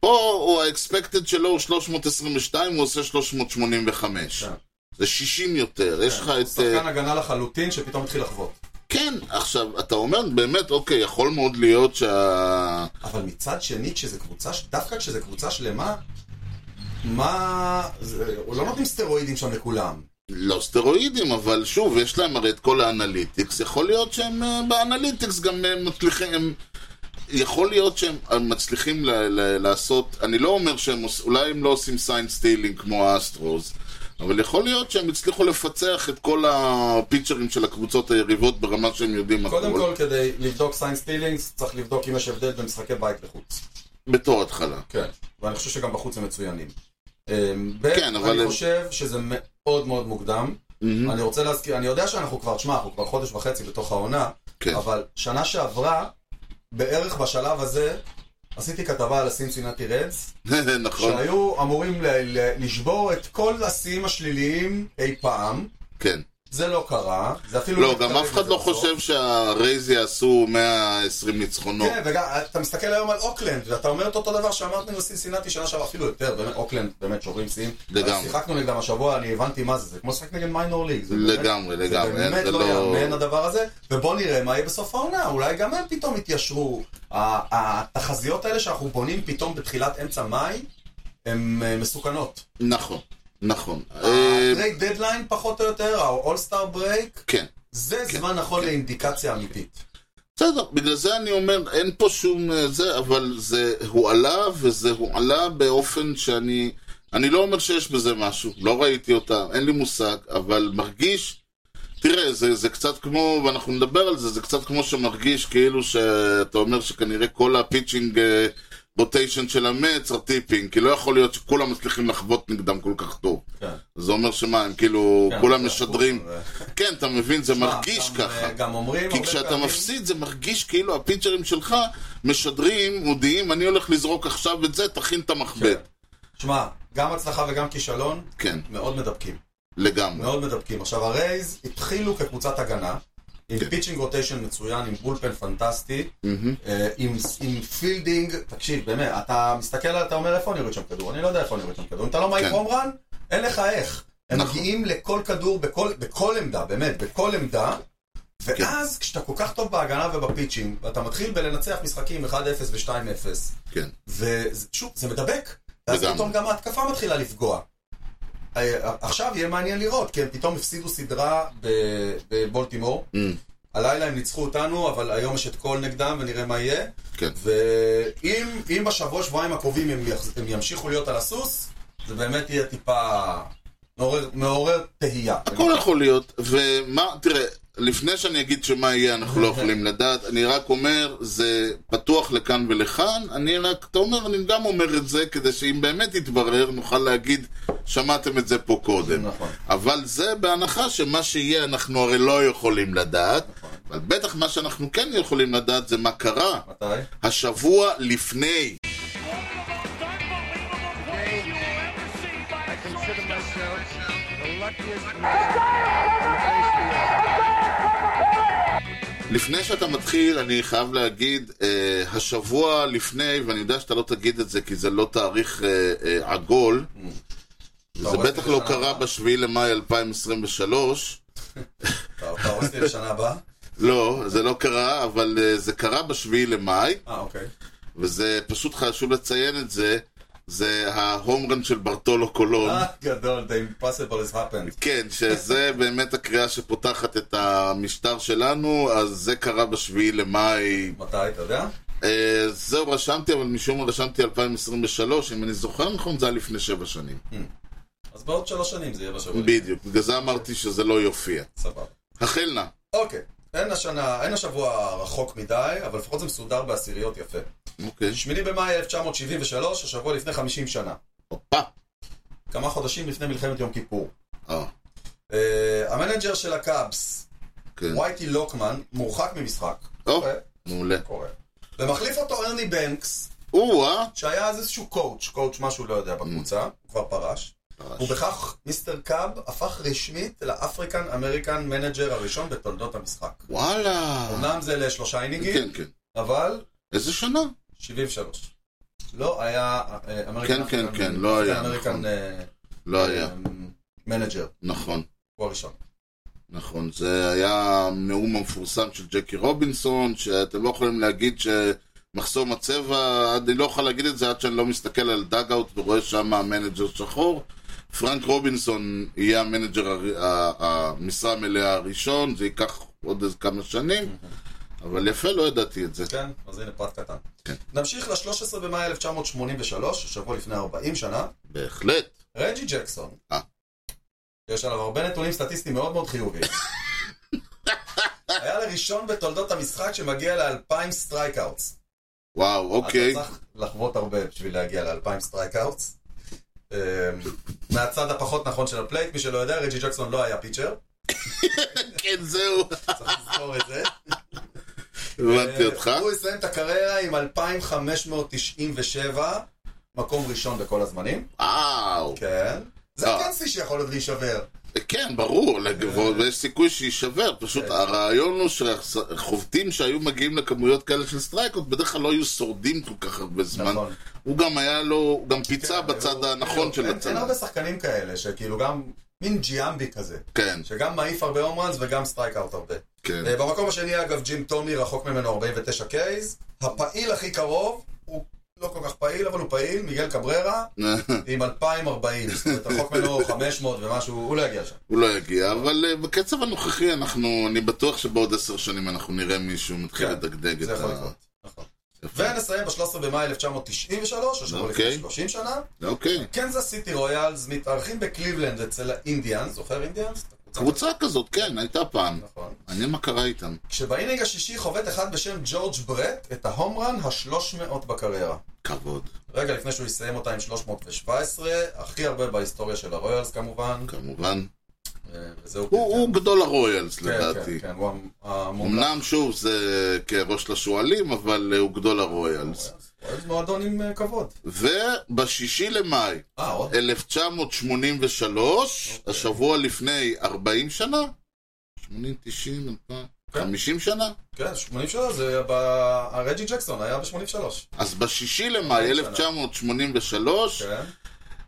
S1: פה הוא ה-expected שלו הוא 322, הוא עושה 385.
S2: כן.
S1: זה 60 יותר, יש לך
S2: הוא
S1: את... אה,
S2: שחקן הגנה לחלוטין שפתאום התחיל לחוות.
S1: כן, עכשיו, אתה אומר באמת, אוקיי, יכול מאוד להיות שה...
S2: אבל מצד שני, כשזה קבוצה, ש- דווקא כשזה קבוצה שלמה, מה... זה- לא נותנים סטרואידים שם לכולם.
S1: לא סטרואידים, אבל שוב, יש להם הרי את כל האנליטיקס. יכול להיות שהם אה, באנליטיקס גם אה, מצליחים... הם... יכול להיות שהם אה, מצליחים ל- ל- לעשות... אני לא אומר שהם עושים... אולי הם לא עושים סיין סטילינג כמו האסטרוס, אבל יכול להיות שהם הצליחו לפצח את כל הפיצ'רים של הקבוצות היריבות ברמה שהם יודעים הכל.
S2: קודם כל, כדי לבדוק סיינס טילינגס, צריך לבדוק אם יש הבדל בין משחקי בית לחוץ.
S1: בתור התחלה.
S2: כן. ואני חושב שגם בחוץ הם מצוינים. אמ, ב',
S1: כן, אבל
S2: אני
S1: הם- Mm.
S2: חושב שזה מאוד מאוד מוקדם.
S1: מהמם.
S2: אני רוצה להזכיר, אני יודע שאנחנו כבר, שמע, אנחנו כבר חודש וחצי בתוך העונה,
S1: כן.
S2: אבל שנה שעברה, בערך בשלב הזה, עשיתי כתבה על הסינסינטי רדס,
S1: נכון,
S2: שהיו אמורים ל- ל- לשבור את כל השיאים השליליים אי פעם.
S1: כן.
S2: זה לא קרה, זה אפילו
S1: לא,
S2: מתקרב
S1: גם אף אחד
S2: לזה
S1: לא
S2: בסוף.
S1: חושב שהרייז יעשו 120 ניצחונות.
S2: כן, וגם, אתה מסתכל היום על אוקלנד, ואתה אומר את אותו דבר שאמרתם לסינסינטי שנה שעברה, אפילו יותר, באמת, אוקלנד באמת שוברים שיאים.
S1: לגמרי.
S2: שיחקנו נגדם השבוע, אני הבנתי מה זה, זה כמו לשחק נגד מיינור ליג. זה באמת-
S1: לגמרי,
S2: זה
S1: לגמרי.
S2: באמת לא יאמן הדבר הזה, ובוא נראה מה יהיה בסוף העונה, אולי גם הם פתאום יתיישרו. ה- התחזיות האלה שאנחנו בונים פתאום בתחילת אמצע מאי, הן אה, מסוכנות.
S1: נכון, נכון. אה,
S2: ה-Trade Deadline פחות או יותר, ה-All-Star Break,
S1: כן.
S2: זה זמן נכון לאינדיקציה אמיתית.
S1: בסדר, בגלל זה אני אומר, אין פה שום אה, זה, אבל זה הועלה, וזה הועלה באופן שאני... אני לא אומר שיש בזה משהו, לא ראיתי אותה, אין לי מושג, אבל מרגיש... תראה, זה, זה קצת כמו, ואנחנו נדבר על זה, זה קצת כמו שמרגיש כאילו שאתה אומר שכנראה כל הפיצ'ינג אה, רוטיישן של המץ הטיפינג, כי לא יכול להיות שכולם מצליחים לחוות נגדם כל כך טוב.
S2: כן.
S1: זה אומר שמה, הם כאילו,
S2: כן,
S1: כולם
S2: זה
S1: משדרים.
S2: הפוך, זה-
S1: כן, אתה מבין, זה
S2: שמע,
S1: מרגיש
S2: גם,
S1: ככה.
S2: אה, גם אומרים...
S1: כי
S2: הרבה
S1: כשאתה
S2: פעמים-
S1: מפסיד זה מרגיש כאילו הפיצ'רים שלך משדרים, מודיעים, אני הולך לזרוק עכשיו את זה, תכין את המחבט.
S2: שמע, גם הצלחה וגם כישלון,
S1: כן,
S2: מאוד מדבקים.
S1: לגמרי.
S2: מאוד מדבקים. עכשיו, הרייז התחילו כקבוצת הגנה, עם
S1: כן.
S2: פיצ'ינג רוטיישן מצוין, עם בולפן פנטסטי,
S1: מהמם.
S2: אה, עם, עם פילדינג, תקשיב, באמת, אתה מסתכל, אתה אומר איפה אני אוריד שם כדור, אני לא יודע איפה אני אוריד שם כדור. אם אתה לא מייק
S1: כן.
S2: הומרן, אין לך איך. הם
S1: נכון.
S2: מגיעים לכל כדור, בכל, בכל עמדה, באמת, בכל עמדה.
S1: כן.
S2: ואז, כשאתה כל כך טוב בהגנה ובפיצ'ינג, ואתה מתחיל בלנצח משחקים 1-0 ו-2-0,
S1: כן.
S2: ושוב, זה מדבק. ואז
S1: לגמרי.
S2: פתאום גם ההתקפה מתחילה לפגוע. אה, עכשיו יהיה מעניין לראות, כי הם פתאום הפסידו סדרה ב- בבולטימור.
S1: אמ,
S2: הלילה הם ניצחו אותנו, אבל היום יש את קול נגדם ונראה מה יהיה.
S1: כן.
S2: ואם אם בשבוע שבועיים הקרובים הם, יחז- הם ימשיכו להיות על הסוס, זה באמת יהיה טיפה מעורר, מעורר תהייה.
S1: הכל יכול להיות, ומה, תראה, לפני שאני אגיד שמה יהיה, אנחנו לא יכולים לדעת, אני רק אומר, זה פתוח לכאן ולכאן, אני רק, אתה אומר, אני גם אומר את זה, כדי שאם באמת יתברר, נוכל להגיד, שמעתם את זה פה קודם.
S2: נכון.
S1: אבל זה בהנחה שמה שיהיה אנחנו הרי לא יכולים לדעת, אבל בטח מה שאנחנו כן יכולים לדעת זה מה קרה
S2: מתי?
S1: השבוע לפני.
S4: I consider myself the luckiest man.
S1: לפני שאתה מתחיל, אני חייב להגיד, אה, השבוע לפני, ואני יודע שאתה לא תגיד את זה כי זה לא תאריך אה, אה, עגול,
S2: אתה
S1: זה
S2: רואה
S1: בטח
S2: שזה
S1: לא
S2: שנה
S1: קרה
S2: הבאה?
S1: בשביעי למאי 2023.
S2: אתה אתה הורס לי לשנה הבאה?
S1: לא, זה לא קרה, אבל אה, זה קרה בשביעי למאי,
S2: אה, אוקיי.
S1: וזה פשוט חשוב לציין את זה, זה ההומרן של ברטולו קולון.
S2: אה, גדול, the impossible has happened.
S1: כן, שזה באמת הקריאה שפותחת את המשטר שלנו, אז זה קרה בשביעי למאי.
S2: מתי, אתה יודע?
S1: אה, זהו, רשמתי, אבל משום מה רשמתי 2023, אם אני זוכר נכון, זה היה לפני שבע שנים.
S2: אז בעוד שלוש שנים זה יהיה בשבוע.
S1: בדיוק, בגלל זה אמרתי שזה לא יופיע.
S2: סבבה.
S1: החל נא.
S2: אוקיי. אין השנה, אין השבוע רחוק מדי, אבל לפחות זה מסודר בעשיריות יפה.
S1: אוקיי.
S2: 8 במאי 1973, השבוע לפני 50 שנה.
S1: הופה.
S2: כמה חודשים לפני מלחמת יום כיפור.
S1: אה,
S2: אה, האמן המנג'ר של הקאבס,
S1: כן.
S2: וייטי לוקמן, מורחק ממשחק.
S1: או,
S2: קורה,
S1: מעולה.
S2: קורה. ומחליף אותו ארני בנקס,
S1: או-אה.
S2: שהיה אז איזשהו קואוצ', קואוצ' משהו לא יודע בקבוצה, הוא כבר פרש. ובכך מיסטר קאב הפך רשמית לאפריקן אמריקן מנג'ר הראשון בתולדות המשחק.
S1: וואלה.
S2: אמנם זה לשלושה אינינגים,
S1: כן, כן.
S2: אבל
S1: איזה שנה?
S2: 73. לא היה אה, אמריקן
S1: כן, כן, כן, לא היה,
S2: אמריקן אה,
S1: נכון. לא היה.
S2: מנג'ר,
S1: נכון.
S2: הוא הראשון.
S1: נכון, זה היה הנאום המפורסם של ג'קי רובינסון, שאתם לא יכולים להגיד שמחסום הצבע, אני לא יכול להגיד את זה עד שאני לא מסתכל על דאגאוט ורואה שם המנג'ר שחור. פרנק רובינסון יהיה המנג'ר, הר- ה- המשרה המלאה הראשון, זה ייקח עוד איזה כמה שנים, אבל יפה, לא ידעתי את זה.
S2: כן, אז הנה פרט קטן.
S1: כן.
S2: נמשיך ל-13 במאי 1983, שבוע לפני 40 שנה,
S1: בהחלט.
S2: רג'י ג'קסון.
S1: אה.
S2: יש עליו הרבה נתונים סטטיסטיים מאוד מאוד חיוביים. היה לראשון בתולדות המשחק שמגיע ל-2,000 סטרייקאוטס.
S1: וואו, אוקיי.
S2: אתה צריך לחוות הרבה בשביל להגיע ל-2,000 סטרייקאוטס. אמ, מהצד הפחות נכון של הפלייט, מי שלא יודע, רג'י ג'קסון לא היה פיצ'ר,
S1: כן, זהו.
S2: צריך לזכור את זה. אה,
S1: הבנתי אותך.
S2: הוא יסיים את הקריירה עם 2,597, מקום ראשון בכל הזמנים.
S1: וואו.
S2: כן. זה
S1: אה.
S2: כן שיא שיכול עוד להישבר.
S1: כן, ברור, לגבות, ויש סיכוי שיישבר, פשוט
S2: כן.
S1: הרעיון הוא שחובטים שהיו מגיעים לכמויות כאלה של סטרייקות, בדרך כלל לא היו שורדים כל כך הרבה זמן.
S2: נכון.
S1: הוא גם היה לו, הוא גם פיצה
S2: כן,
S1: בצד
S2: הוא-
S1: הנכון
S2: בדיוק.
S1: של
S2: אין- אין
S1: הצד.
S2: הרבה שחקנים כאלה, שכאילו גם מין ג'יאמבי כזה,
S1: כן,
S2: שגם מעיף הרבה הומרנס וגם סטרייק אאוט הרבה.
S1: כן.
S2: אה, במקום השני, אגב, ג'ים טומי רחוק ממנו 49 קייז. הפעיל הכי קרוב, הוא לא כל כך פעיל, אבל הוא פעיל, מיגל קבררה, עם 2040. זאת אומרת, רחוק ממנו 500 ומשהו, הוא לא יגיע שם.
S1: הוא לא יגיע, אבל אה, בקצב הנוכחי אנחנו, אני בטוח שבעוד עשר שנים אנחנו נראה מישהו מתחיל
S2: כן,
S1: לדגדג את
S2: זה יכול
S1: ה...
S2: לקרות. נכון.
S1: יפה.
S2: ונסיים ב-13 במאי 1993, השבוע לפני
S1: אוקיי.
S2: 30 שנה.
S1: אוקיי.
S2: קנזס סיטי רויאלס מתארחים בקליבלנד אצל האינדיאנס, זוכר אינדיאנס?
S1: קבוצה כזאת, כן, הייתה פעם.
S2: נכון.
S1: מעניין מה קרה איתם.
S2: כשבאינינג השישי חובט אחד בשם ג'ורג' ברט את ההומרן ה-300 בקריירה.
S1: כבוד,
S2: רגע לפני שהוא יסיים אותה עם 317, הכי הרבה בהיסטוריה של הרויאלס כמובן,
S1: כמובן.
S2: אה, וזהו.
S1: הוא הוא גדול הרויאלס,
S2: כן,
S1: לדעתי.
S2: כן, כן, הוא המ- המומלץ.
S1: אמנם שוב זה כראש לשועלים, אבל אה, הוא גדול הרויאלס.
S2: רויאלס מועדון עם אה, כבוד.
S1: ובשישי למאי
S2: אה, עוד?
S1: 1983,
S2: אוקיי.
S1: השבוע לפני 40 שנה, 80, 90, 2000,
S2: כן.
S1: 50 שנה,
S2: כן, 83, זה ב... הרג'י ג'קסון היה ב-83.
S1: אז בשישי למאי
S2: 40 שנה.
S1: 1983,
S2: כן.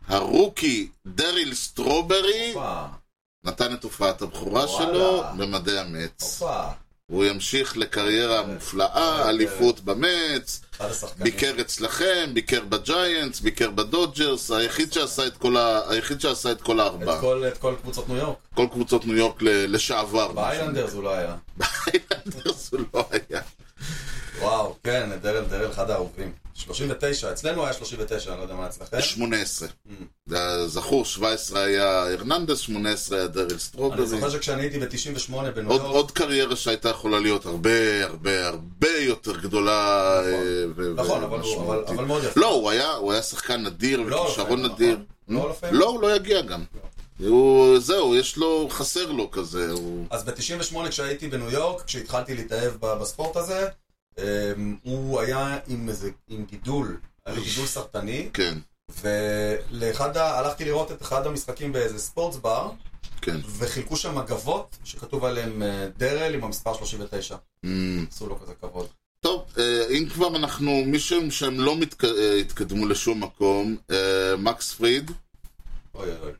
S1: הרוקי דריל סטרוברי
S2: הופה,
S1: נתן את הופעת הבכורה
S2: וואלה. אוקיי.
S1: שלו במדי המץ.
S2: הופה.
S1: הוא ימשיך לקריירה מופלאה,
S2: אה,
S1: אליפות במץ,
S2: אחד השחקנים.
S1: ביקר אצלכם, ביקר בג'יינטס, ביקר בדודג'רס, היחיד שעשה את כל, ה... היחיד שעשה את כל
S2: את
S1: הארבעה. כל...
S2: כל- את כל קבוצות ניו יורק.
S1: כל קבוצות ניו יורק ל... לשעבר.
S2: באיילנדרס הוא לא היה.
S1: באיילנדרס הוא לא היה.
S2: וואו, כן, דרל דרל אחד האהובים. 39, אצלנו היה 39, אני לא יודע מה אצלכם.
S1: 18.
S2: Mm.
S1: זה זכור, 17 היה הרננדס, 18 היה דרל
S2: אני
S1: סטרוברי.
S2: זוכר שכשאני הייתי ב-98 בניו
S1: עוד,
S2: יורק,
S1: עוד קריירה שהייתה יכולה להיות הרבה הרבה הרבה יותר גדולה אה, ו-
S2: נכון, אבל הוא-
S1: ומשמעותית.
S2: אבל- אבל מאוד יפה.
S1: לא, הוא היה, הוא היה שחקן נדיר
S2: לא
S1: וכישרון
S2: לפעמים,
S1: נדיר.
S2: נכון. לא לפעמים.
S1: לא, הוא לא יגיע גם. הוא, זהו, יש לו, חסר לו כזה, הוא...
S2: אז ב-98 כשהייתי בניו יורק, כשהתחלתי להתאהב ב- בספורט הזה, אמ, הוא היה עם איזה, עם גידול, היה לו גידול סרטני,
S1: כן,
S2: ולאחד ה... הלכתי לראות את אחד המשחקים באיזה ספורטס בר,
S1: כן.
S2: וחילקו שם מגבות שכתוב עליהם אה, דרל עם המספר 39.
S1: Mm.
S2: עשו לו כזה כבוד.
S1: טוב, אה, אם כבר אנחנו, מישהו שהם לא מתק... אה, התקדמו לשום מקום, אה, מקס פריד,
S2: אוי אוי אוי.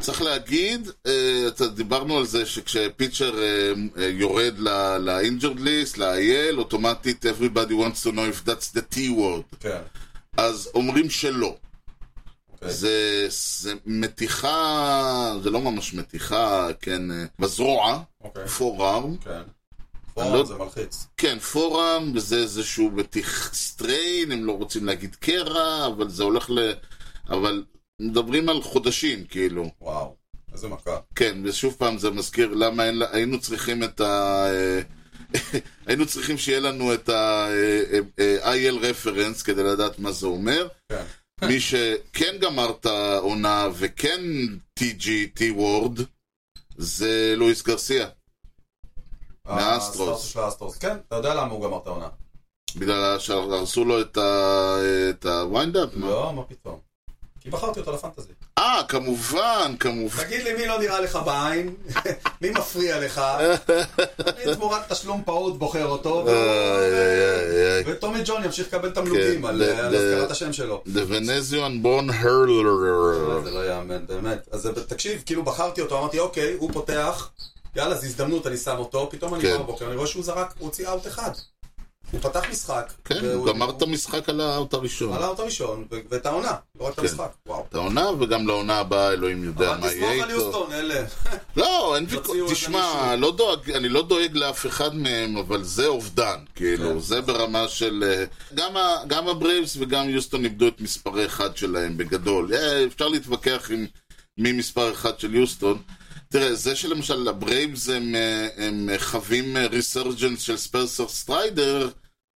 S1: צריך להגיד, אה, אתה- דיברנו על זה שכשפיצ'ר אה, אה, יורד לאינג'רד ליסט, ל-IL, אוטומטית everybody wants to know if that's the T-word.
S2: כן.
S1: אז אומרים שלא.
S2: אוקיי.
S1: זה, זה מתיחה, זה לא ממש מתיחה, כן, אה, בזרוע,
S2: אוקיי.
S1: forearm,
S2: כן.
S1: אני לא-
S2: פורם זה מלחיץ.
S1: כן, פורם, וזה איזשהו מתיך סטריין, הם לא רוצים להגיד קרע, אבל זה הולך ל... אבל מדברים על חודשים, כאילו.
S2: וואו. איזה מכה.
S1: כן, ושוב פעם זה מזכיר למה אין, לה- היינו צריכים את ה... אה, היינו צריכים שיהיה לנו את אה, ה-IL רפרנס כדי לדעת מה זה אומר.
S2: כן.
S1: מי שכן גמר את העונה וכן TG, T-Word, זה לואיס גרסיה, מהאסטרוס.
S2: הסטארט של האסטרוס. כן, אתה יודע למה הוא גמר את העונה.
S1: בגלל שהרסו לו את ה- את הוויינדאפ. מה?
S2: לא, מה פתאום. כי בחרתי אותו לפנטזי.
S1: אה, כמובן, כמובן.
S2: תגיד לי, מי לא נראה לך בעין? מי מפריע לך? אני תמורת תשלום פעוט בוחר אותו,
S1: איי,
S2: והוא-
S1: איי, איי, איי.
S2: וטומי ג'ון ימשיך לקבל תמלוגים
S1: כן,
S2: על אה,
S1: ל-
S2: על
S1: ל-
S2: הזכרת השם שלו.
S1: The Venezuelan born hurler.
S2: זה לא יאמן, באמת. אז זה- תקשיב, כאילו בחרתי אותו, אמרתי, אוקיי, הוא פותח, יאללה, זו הזדמנות, אני שם אותו, פתאום אני
S1: כן.
S2: בא בבוקר, אני רואה שהוא זרק, הוא הוציא אאוט אחד. הוא פתח משחק.
S1: כן, הוא גמר את המשחק על האאוט הראשון.
S2: על האאוט הראשון, ו- ואת העונה, לא רק את המשחק. וואו.
S1: את העונה, וגם לעונה הבאה, אלוהים כן. יודע
S2: אבל
S1: מה
S2: תסמוך
S1: יהיה
S2: על
S1: איתו.
S2: יוסטון, אלה.
S1: לא, אין ויכוח.
S2: יוציאו את
S1: תשמע,
S2: המישהו.
S1: לא דואג, אני לא דואג לאף אחד מהם, אבל זה אובדן.
S2: כן.
S1: כאילו, זה ברמה של... אה, גם ה- גם הברייבס וגם יוסטון איבדו את מספר אחד שלהם, בגדול. אה, אפשר להתווכח עם מי מספר אחד של יוסטון. תראה, זה שלמשל הברייבס הם, אה, הם אה, חווים ריסרג'נס של ספרסר סטריידר,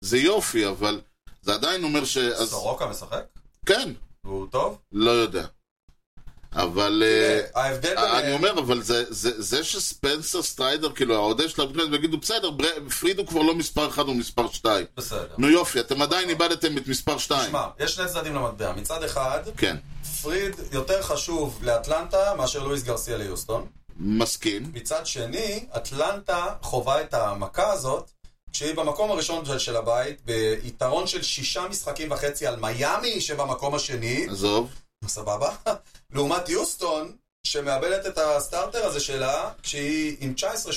S1: זה יופי, אבל זה עדיין אומר ש... אז-
S2: סורוקה משחק?
S1: כן,
S2: והוא טוב?
S1: לא יודע. אבל... אה,
S2: תראה, ההבדל
S1: אני
S2: ביניהם...
S1: אומר, אבל זה, זה, זה שספנסר סטריידר, כאילו, האוהדי של הבריאות, יגידו, בסדר, בר- פריד הוא כבר לא מספר 1, הוא מספר 2.
S2: בסדר.
S1: נו יופי, אתם עדיין איבדתם את מספר 2.
S2: תשמע, יש שני צדדים למטבע. מצד אחד,
S1: כן,
S2: פריד יותר חשוב לאטלנטה מאשר לואיס גרסיה ליוסטון.
S1: מסכים.
S2: מצד שני, אטלנטה חווה את המכה הזאת כשהיא במקום הראשון של, של הבית, ביתרון של שישה משחקים וחצי על מיאמי שבמקום השני,
S1: עזוב.
S2: סבבה? לעומת יוסטון, שמאבדת את הסטארטר הזה שלה, כשהיא עם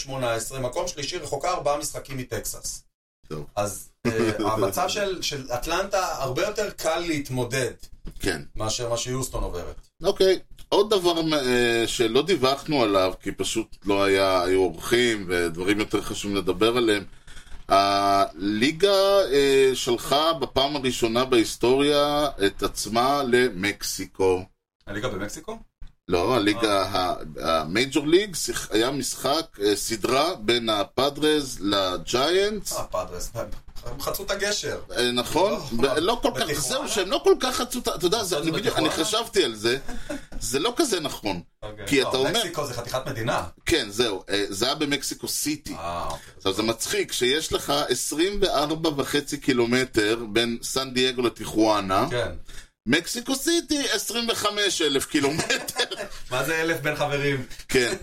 S2: 19-18, מקום שלישי, רחוקה ארבעה משחקים מטקסס.
S1: טוב.
S2: אז אה, המצב של, של אטלנטה הרבה יותר קל להתמודד
S1: כן.
S2: מאשר מה שיוסטון עוברת.
S1: אוקיי. עוד דבר אה, שלא דיווחנו עליו, כי פשוט לא היה, היו אורחים ודברים יותר חשובים לדבר עליהם. הליגה אה, שלחה בפעם הראשונה בהיסטוריה את עצמה למקסיקו.
S2: הליגה במקסיקו?
S1: לא, הליגה, ה- המייג'ור ליג, שיח- היה משחק, אה, סדרה בין הפאדרז לג'יינטס.
S2: אה, פאדרס, הם חצו את הגשר.
S1: אה, נכון?
S2: לא.
S1: ב- לא כל כך,
S2: בטיחואנה?
S1: זהו, שהם לא כל כך חצו את ה... אתה יודע, זה-
S2: חצו
S1: אני בדיוק- אני
S2: בטיחואנה?
S1: חשבתי על זה, זה לא כזה נכון. כי
S2: לא,
S1: אתה אומר-
S2: מקסיקו זה חתיכת מדינה.
S1: כן, זהו, אה, זה היה במקסיקו סיטי.
S2: אה,
S1: עכשיו, זה מצחיק שיש לך 24 וחצי קילומטר בין סן דייגו לטיחואנה,
S2: כן.
S1: מקסיקו סיטי 25 אלף קילומטר.
S2: מה זה אלף בין חברים?
S1: כן,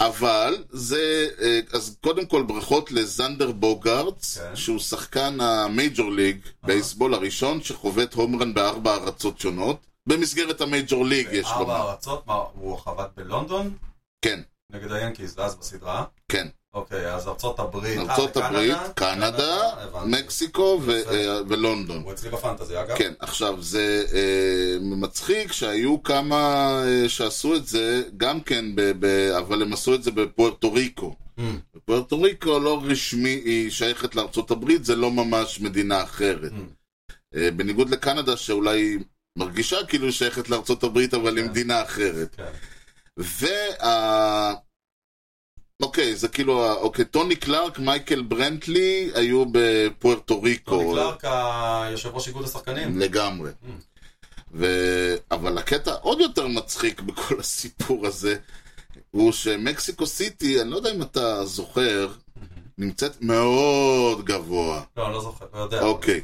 S1: אבל זה, אה, אז קודם כל ברכות לזנדר בוגארדס,
S2: כן.
S1: שהוא שחקן המייג'ור ליג, בייסבול הראשון, שחובט הומרן בארבע ארצות שונות, במסגרת המייג'ור ליג, יש
S2: ארבע
S1: לומר.
S2: ארצות, מה, הוא חבט בלונדון?
S1: כן.
S2: נגד היאנקיז, אז בסדרה.
S1: כן.
S2: אוקיי, אז ארצות הברית. אה,
S1: ארצות
S2: וקנדה?
S1: הברית, קנדה,
S2: הבנתי.
S1: מקסיקו ו-
S2: יפה.
S1: אה, ולונדון.
S2: הוא אצלי בפנטזי, אגב.
S1: כן, עכשיו זה אה, מצחיק שהיו כמה אה, שעשו את זה, גם כן, ב- ב- אבל הם עשו את זה בפוארטו ריקו.
S2: Mm.
S1: פוארטו ריקו לא רשמי, היא שייכת לארצות הברית, זה לא ממש מדינה
S2: mm,
S1: אחרת. אה, בניגוד לקנדה, שאולי היא מרגישה כאילו היא שייכת לארצות הברית, אבל היא
S2: כן.
S1: מדינה אחרת.
S2: כן.
S1: וה... אוקיי, זה כאילו, ה- אוקיי, טוני קלארק, מייקל ברנטלי, היו בפוארטו ריקו.
S2: טוני קלארק, היושב ראש איגוד השחקנים.
S1: לגמרי.
S2: Mm.
S1: ו... אבל הקטע עוד יותר מצחיק בכל הסיפור הזה, הוא שמקסיקו סיטי, אני לא יודע אם אתה זוכר,
S2: Mm-hmm.
S1: נמצאת מאוד גבוה.
S2: לא, אני לא זוכר, לא יודע.
S1: אוקיי.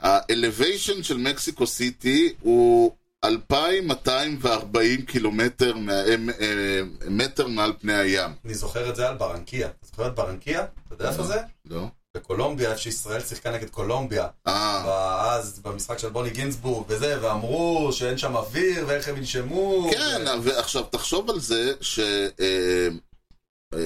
S1: האלוויישן של מקסיקו סיטי הוא 2,240 קילומטר מה... אמ- אמ- מטר מעל פני הים.
S2: אני זוכר את זה על ברנקיה. אתה זוכר את ברנקיה? אתה יודע איפה זה?
S1: לא?
S2: בקולומביה, איפה שישראל שיחקה נגד קולומביה.
S1: אה,
S2: אז במשחק של בוני גינזבורג וזה, ואמרו שאין שם אוויר ואיך הם ינשמו.
S1: כן,
S2: ו-
S1: ועכשיו תחשוב על זה אה,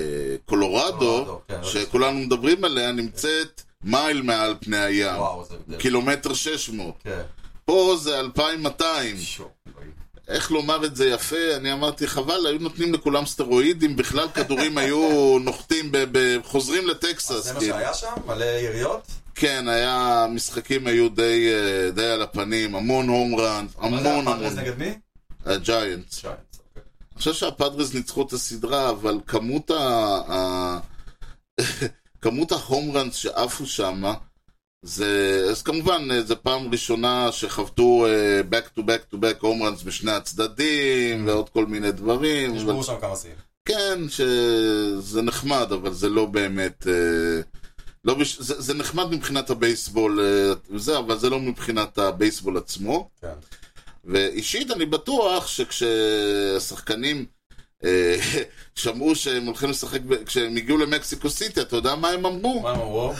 S1: שקולורדו,
S2: קולורדו, כן,
S1: שכולנו מדברים עליה, נמצאת מייל מעל פני הים.
S2: וואו, זה הבדל.
S1: קילומטר 600.
S2: כן.
S1: פה זה 2,200.
S2: שו,
S1: אוקיי.
S2: אלוהים.
S1: איך לומר את זה יפה? אני אמרתי, חבל, היו נותנים לכולם סטרואידים, בכלל כדורים היו נוחתים, ב- ב- חוזרים
S2: אז
S1: לטקסס.
S2: אה, זה מה
S1: כאילו.
S2: שהיה שם? מלא יריות?
S1: כן, היה, המשחקים היו די אה, די על הפנים, המון הום ראנס,
S2: מה זה,
S1: המון
S2: הפאדרס
S1: המון.
S2: נגד מי?
S1: הג'יינטס.
S2: ג'יינטס, אוקיי.
S1: אני חושב שהפאדרס ניצחו את הסדרה, אבל כמות ה... ה... כמות ההום ראנס שעפו שמה, זה... אז כמובן, אה, זו פעם ראשונה שחבטו אה,
S2: Mm.
S1: back to back to back הום ראנס בשני הצדדים, ועוד כל מיני דברים. אבל...
S2: נשברו שם כמה שיאים.
S1: כן, שזה נחמד, אבל זה לא באמת... אה, לא בש... זה, זה נחמד מבחינת הבייסבול, אה, זה, אבל זה לא מבחינת הבייסבול עצמו.
S2: כן.
S1: ואישית אני בטוח שכשהשחקנים אה, שמעו שהם הולכים לשחק, ב... כשהם הגיעו למקסיקו סיטי, אתה יודע מה הם אמרו?
S2: מה הם אמרו?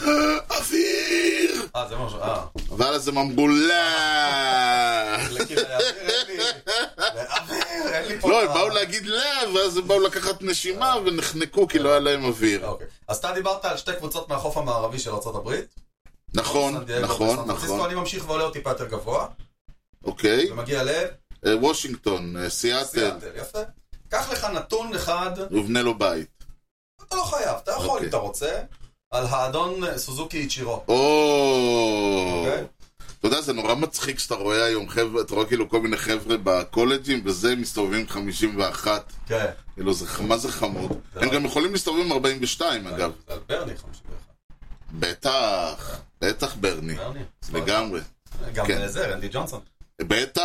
S1: אוויר!
S2: אה, זה מה ש... אה.
S1: ואז הם אמרו לה!
S2: לכאילו, לאוויר אין לי... לאוויר, אין לי פה...
S1: לא, הם באו להגיד לה, ואז הם באו לקחת נשימה ונחנקו כי לא היה להם אוויר.
S2: אוקיי. אז אתה דיברת על שתי קבוצות מהחוף המערבי של ארה"ב.
S1: נכון,
S2: סן דייגו וסן
S1: נכון,
S2: פרנסיסקו,
S1: נכון.
S2: אני ממשיך ועולה עוד טיפה יותר גבוה,
S1: אוקיי.
S2: ומגיע לסיאטל.
S1: אה, וושינגטון, אה, סיאטל,
S2: יפה. קח לך נתון אחד,
S1: ובנה לו בית.
S2: אתה לא חייב, אתה יכול
S1: אוקיי.
S2: אם אתה רוצה, על האדון אה, סוזוקי איצ'ירו.
S1: או...
S2: אוקיי?
S1: אתה יודע, זה נורא מצחיק שאתה רואה היום חבר'ה, אתה רואה כאילו כל מיני חבר'ה בקולג'ים, וזה מסתובבים 51.
S2: כן.
S1: כאילו, זה, מה זה חמוד?
S2: זה
S1: הם
S2: לא-
S1: גם יכולים להסתובב עם 42, אגב.
S2: זה על ברני 51.
S1: בטח, בטח, ברני.
S2: ברני.
S1: לגמרי.
S2: גם
S1: כן.
S2: אה, זה, רנדי ג'ונסון.
S1: בטח,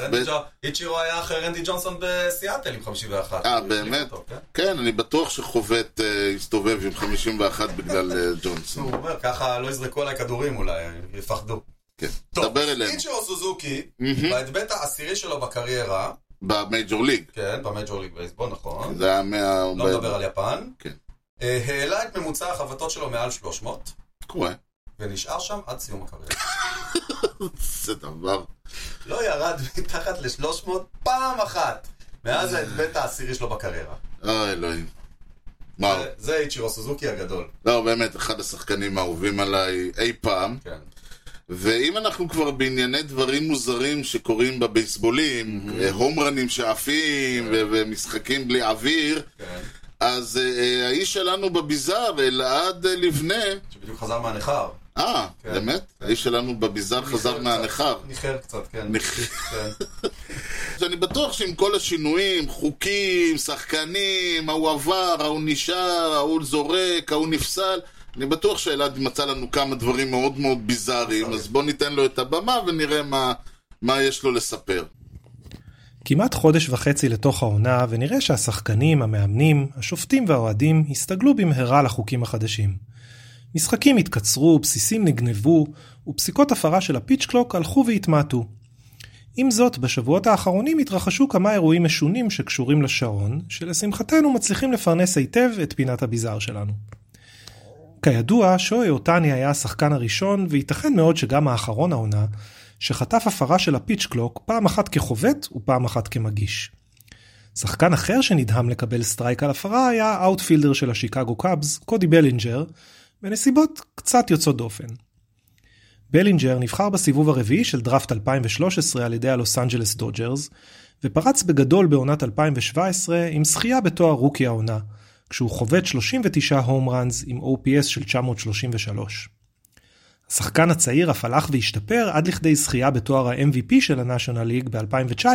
S2: רנדי
S1: בטח.
S2: ג'ו- איצ'ירו היה אחרי רנדי ג'ונסון בסיאטל עם 51.
S1: אה,
S2: הוא החליף
S1: באמת?
S2: אותו, כן.
S1: כן, אני בטוח שחובט אה, הסתובב עם 51 בגלל אה, ג'ונסון.
S2: הוא אומר, ככה לא יזרקו עליי כדורים אולי, יפחדו.
S1: כן,
S2: טוב,
S1: דבר אלינו.
S2: איצ'ירו סוזוקי,
S1: מהמם.
S2: בהדבט העשירי שלו בקריירה,
S1: במייג'ור ליג.
S2: כן, במייג'ור ליג בייסבול, נכון.
S1: זה היה מה...
S2: לא מדבר על יפן.
S1: כן.
S2: אה, העלה את ממוצע החבטות שלו מעל 300,
S1: קורה.
S2: ונשאר שם עד סיום הקריירה.
S1: זה דבר.
S2: לא ירד מתחת ל-300 פעם אחת, מאז ההדבט העשירי שלו בקריירה.
S1: אה, אלוהים. וואו.
S2: זה- זה איצ'ירו סוזוקי הגדול.
S1: לא, באמת, אחד השחקנים האהובים עליי אי פעם.
S2: כן.
S1: ואם אנחנו כבר בענייני דברים מוזרים שקורים בבייסבולים, אה, הומרנים שעפים ו- ומשחקים בלי אוויר,
S2: כן.
S1: אז אה, אה, האיש שלנו בביזאר, אלעד אה, לבנה,
S2: שבדיוק חזר מהניכר.
S1: אה,
S2: כן.
S1: באמת? האיש שלנו בביזאר חזר
S2: ניחר
S1: מהנכר.
S2: קצת, ניחר קצת, כן.
S1: נכ-
S2: כן.
S1: אני בטוח שעם כל השינויים, חוקים, שחקנים, ההוא עבר, ההוא נשאר, ההוא זורק, ההוא נפסל, אני בטוח שאלעד מצא לנו כמה דברים מאוד מאוד ביזאריים, אז בוא ניתן לו את הבמה ונראה מה, מה יש לו לספר.
S5: כמעט חודש וחצי לתוך העונה, ונראה שהשחקנים, המאמנים, השופטים והאוהדים הסתגלו במהרה לחוקים החדשים. משחקים התקצרו, בסיסים נגנבו, ופסיקות הפרה של הפיץ' קלוק הלכו והתמעטו. עם זאת, בשבועות האחרונים התרחשו כמה אירועים משונים שקשורים לשעון, שלשמחתנו מצליחים לפרנס היטב את פינת הביזאר שלנו. כידוע, שוי אותני היה השחקן הראשון, וייתכן מאוד שגם האחרון העונה, שחטף הפרה של הפיץ' קלוק פעם אחת כחובט ופעם אחת כמגיש. שחקן אחר שנדהם לקבל סטרייק על הפרה היה האוטפילדר של השיקגו קאבס, קודי בלינג'ר, בנסיבות קצת יוצאות דופן. בלינג'ר נבחר בסיבוב הרביעי של דראפט 2013 על ידי הלוס אנג'לס דודג'רס, ופרץ בגדול בעונת 2017 עם זכייה בתואר רוקי העונה, כשהוא חובט 39 הום ראנס עם OPS של 933. השחקן הצעיר אף הלך והשתפר עד לכדי זכייה בתואר ה-MVP של ה-National League ב-2019,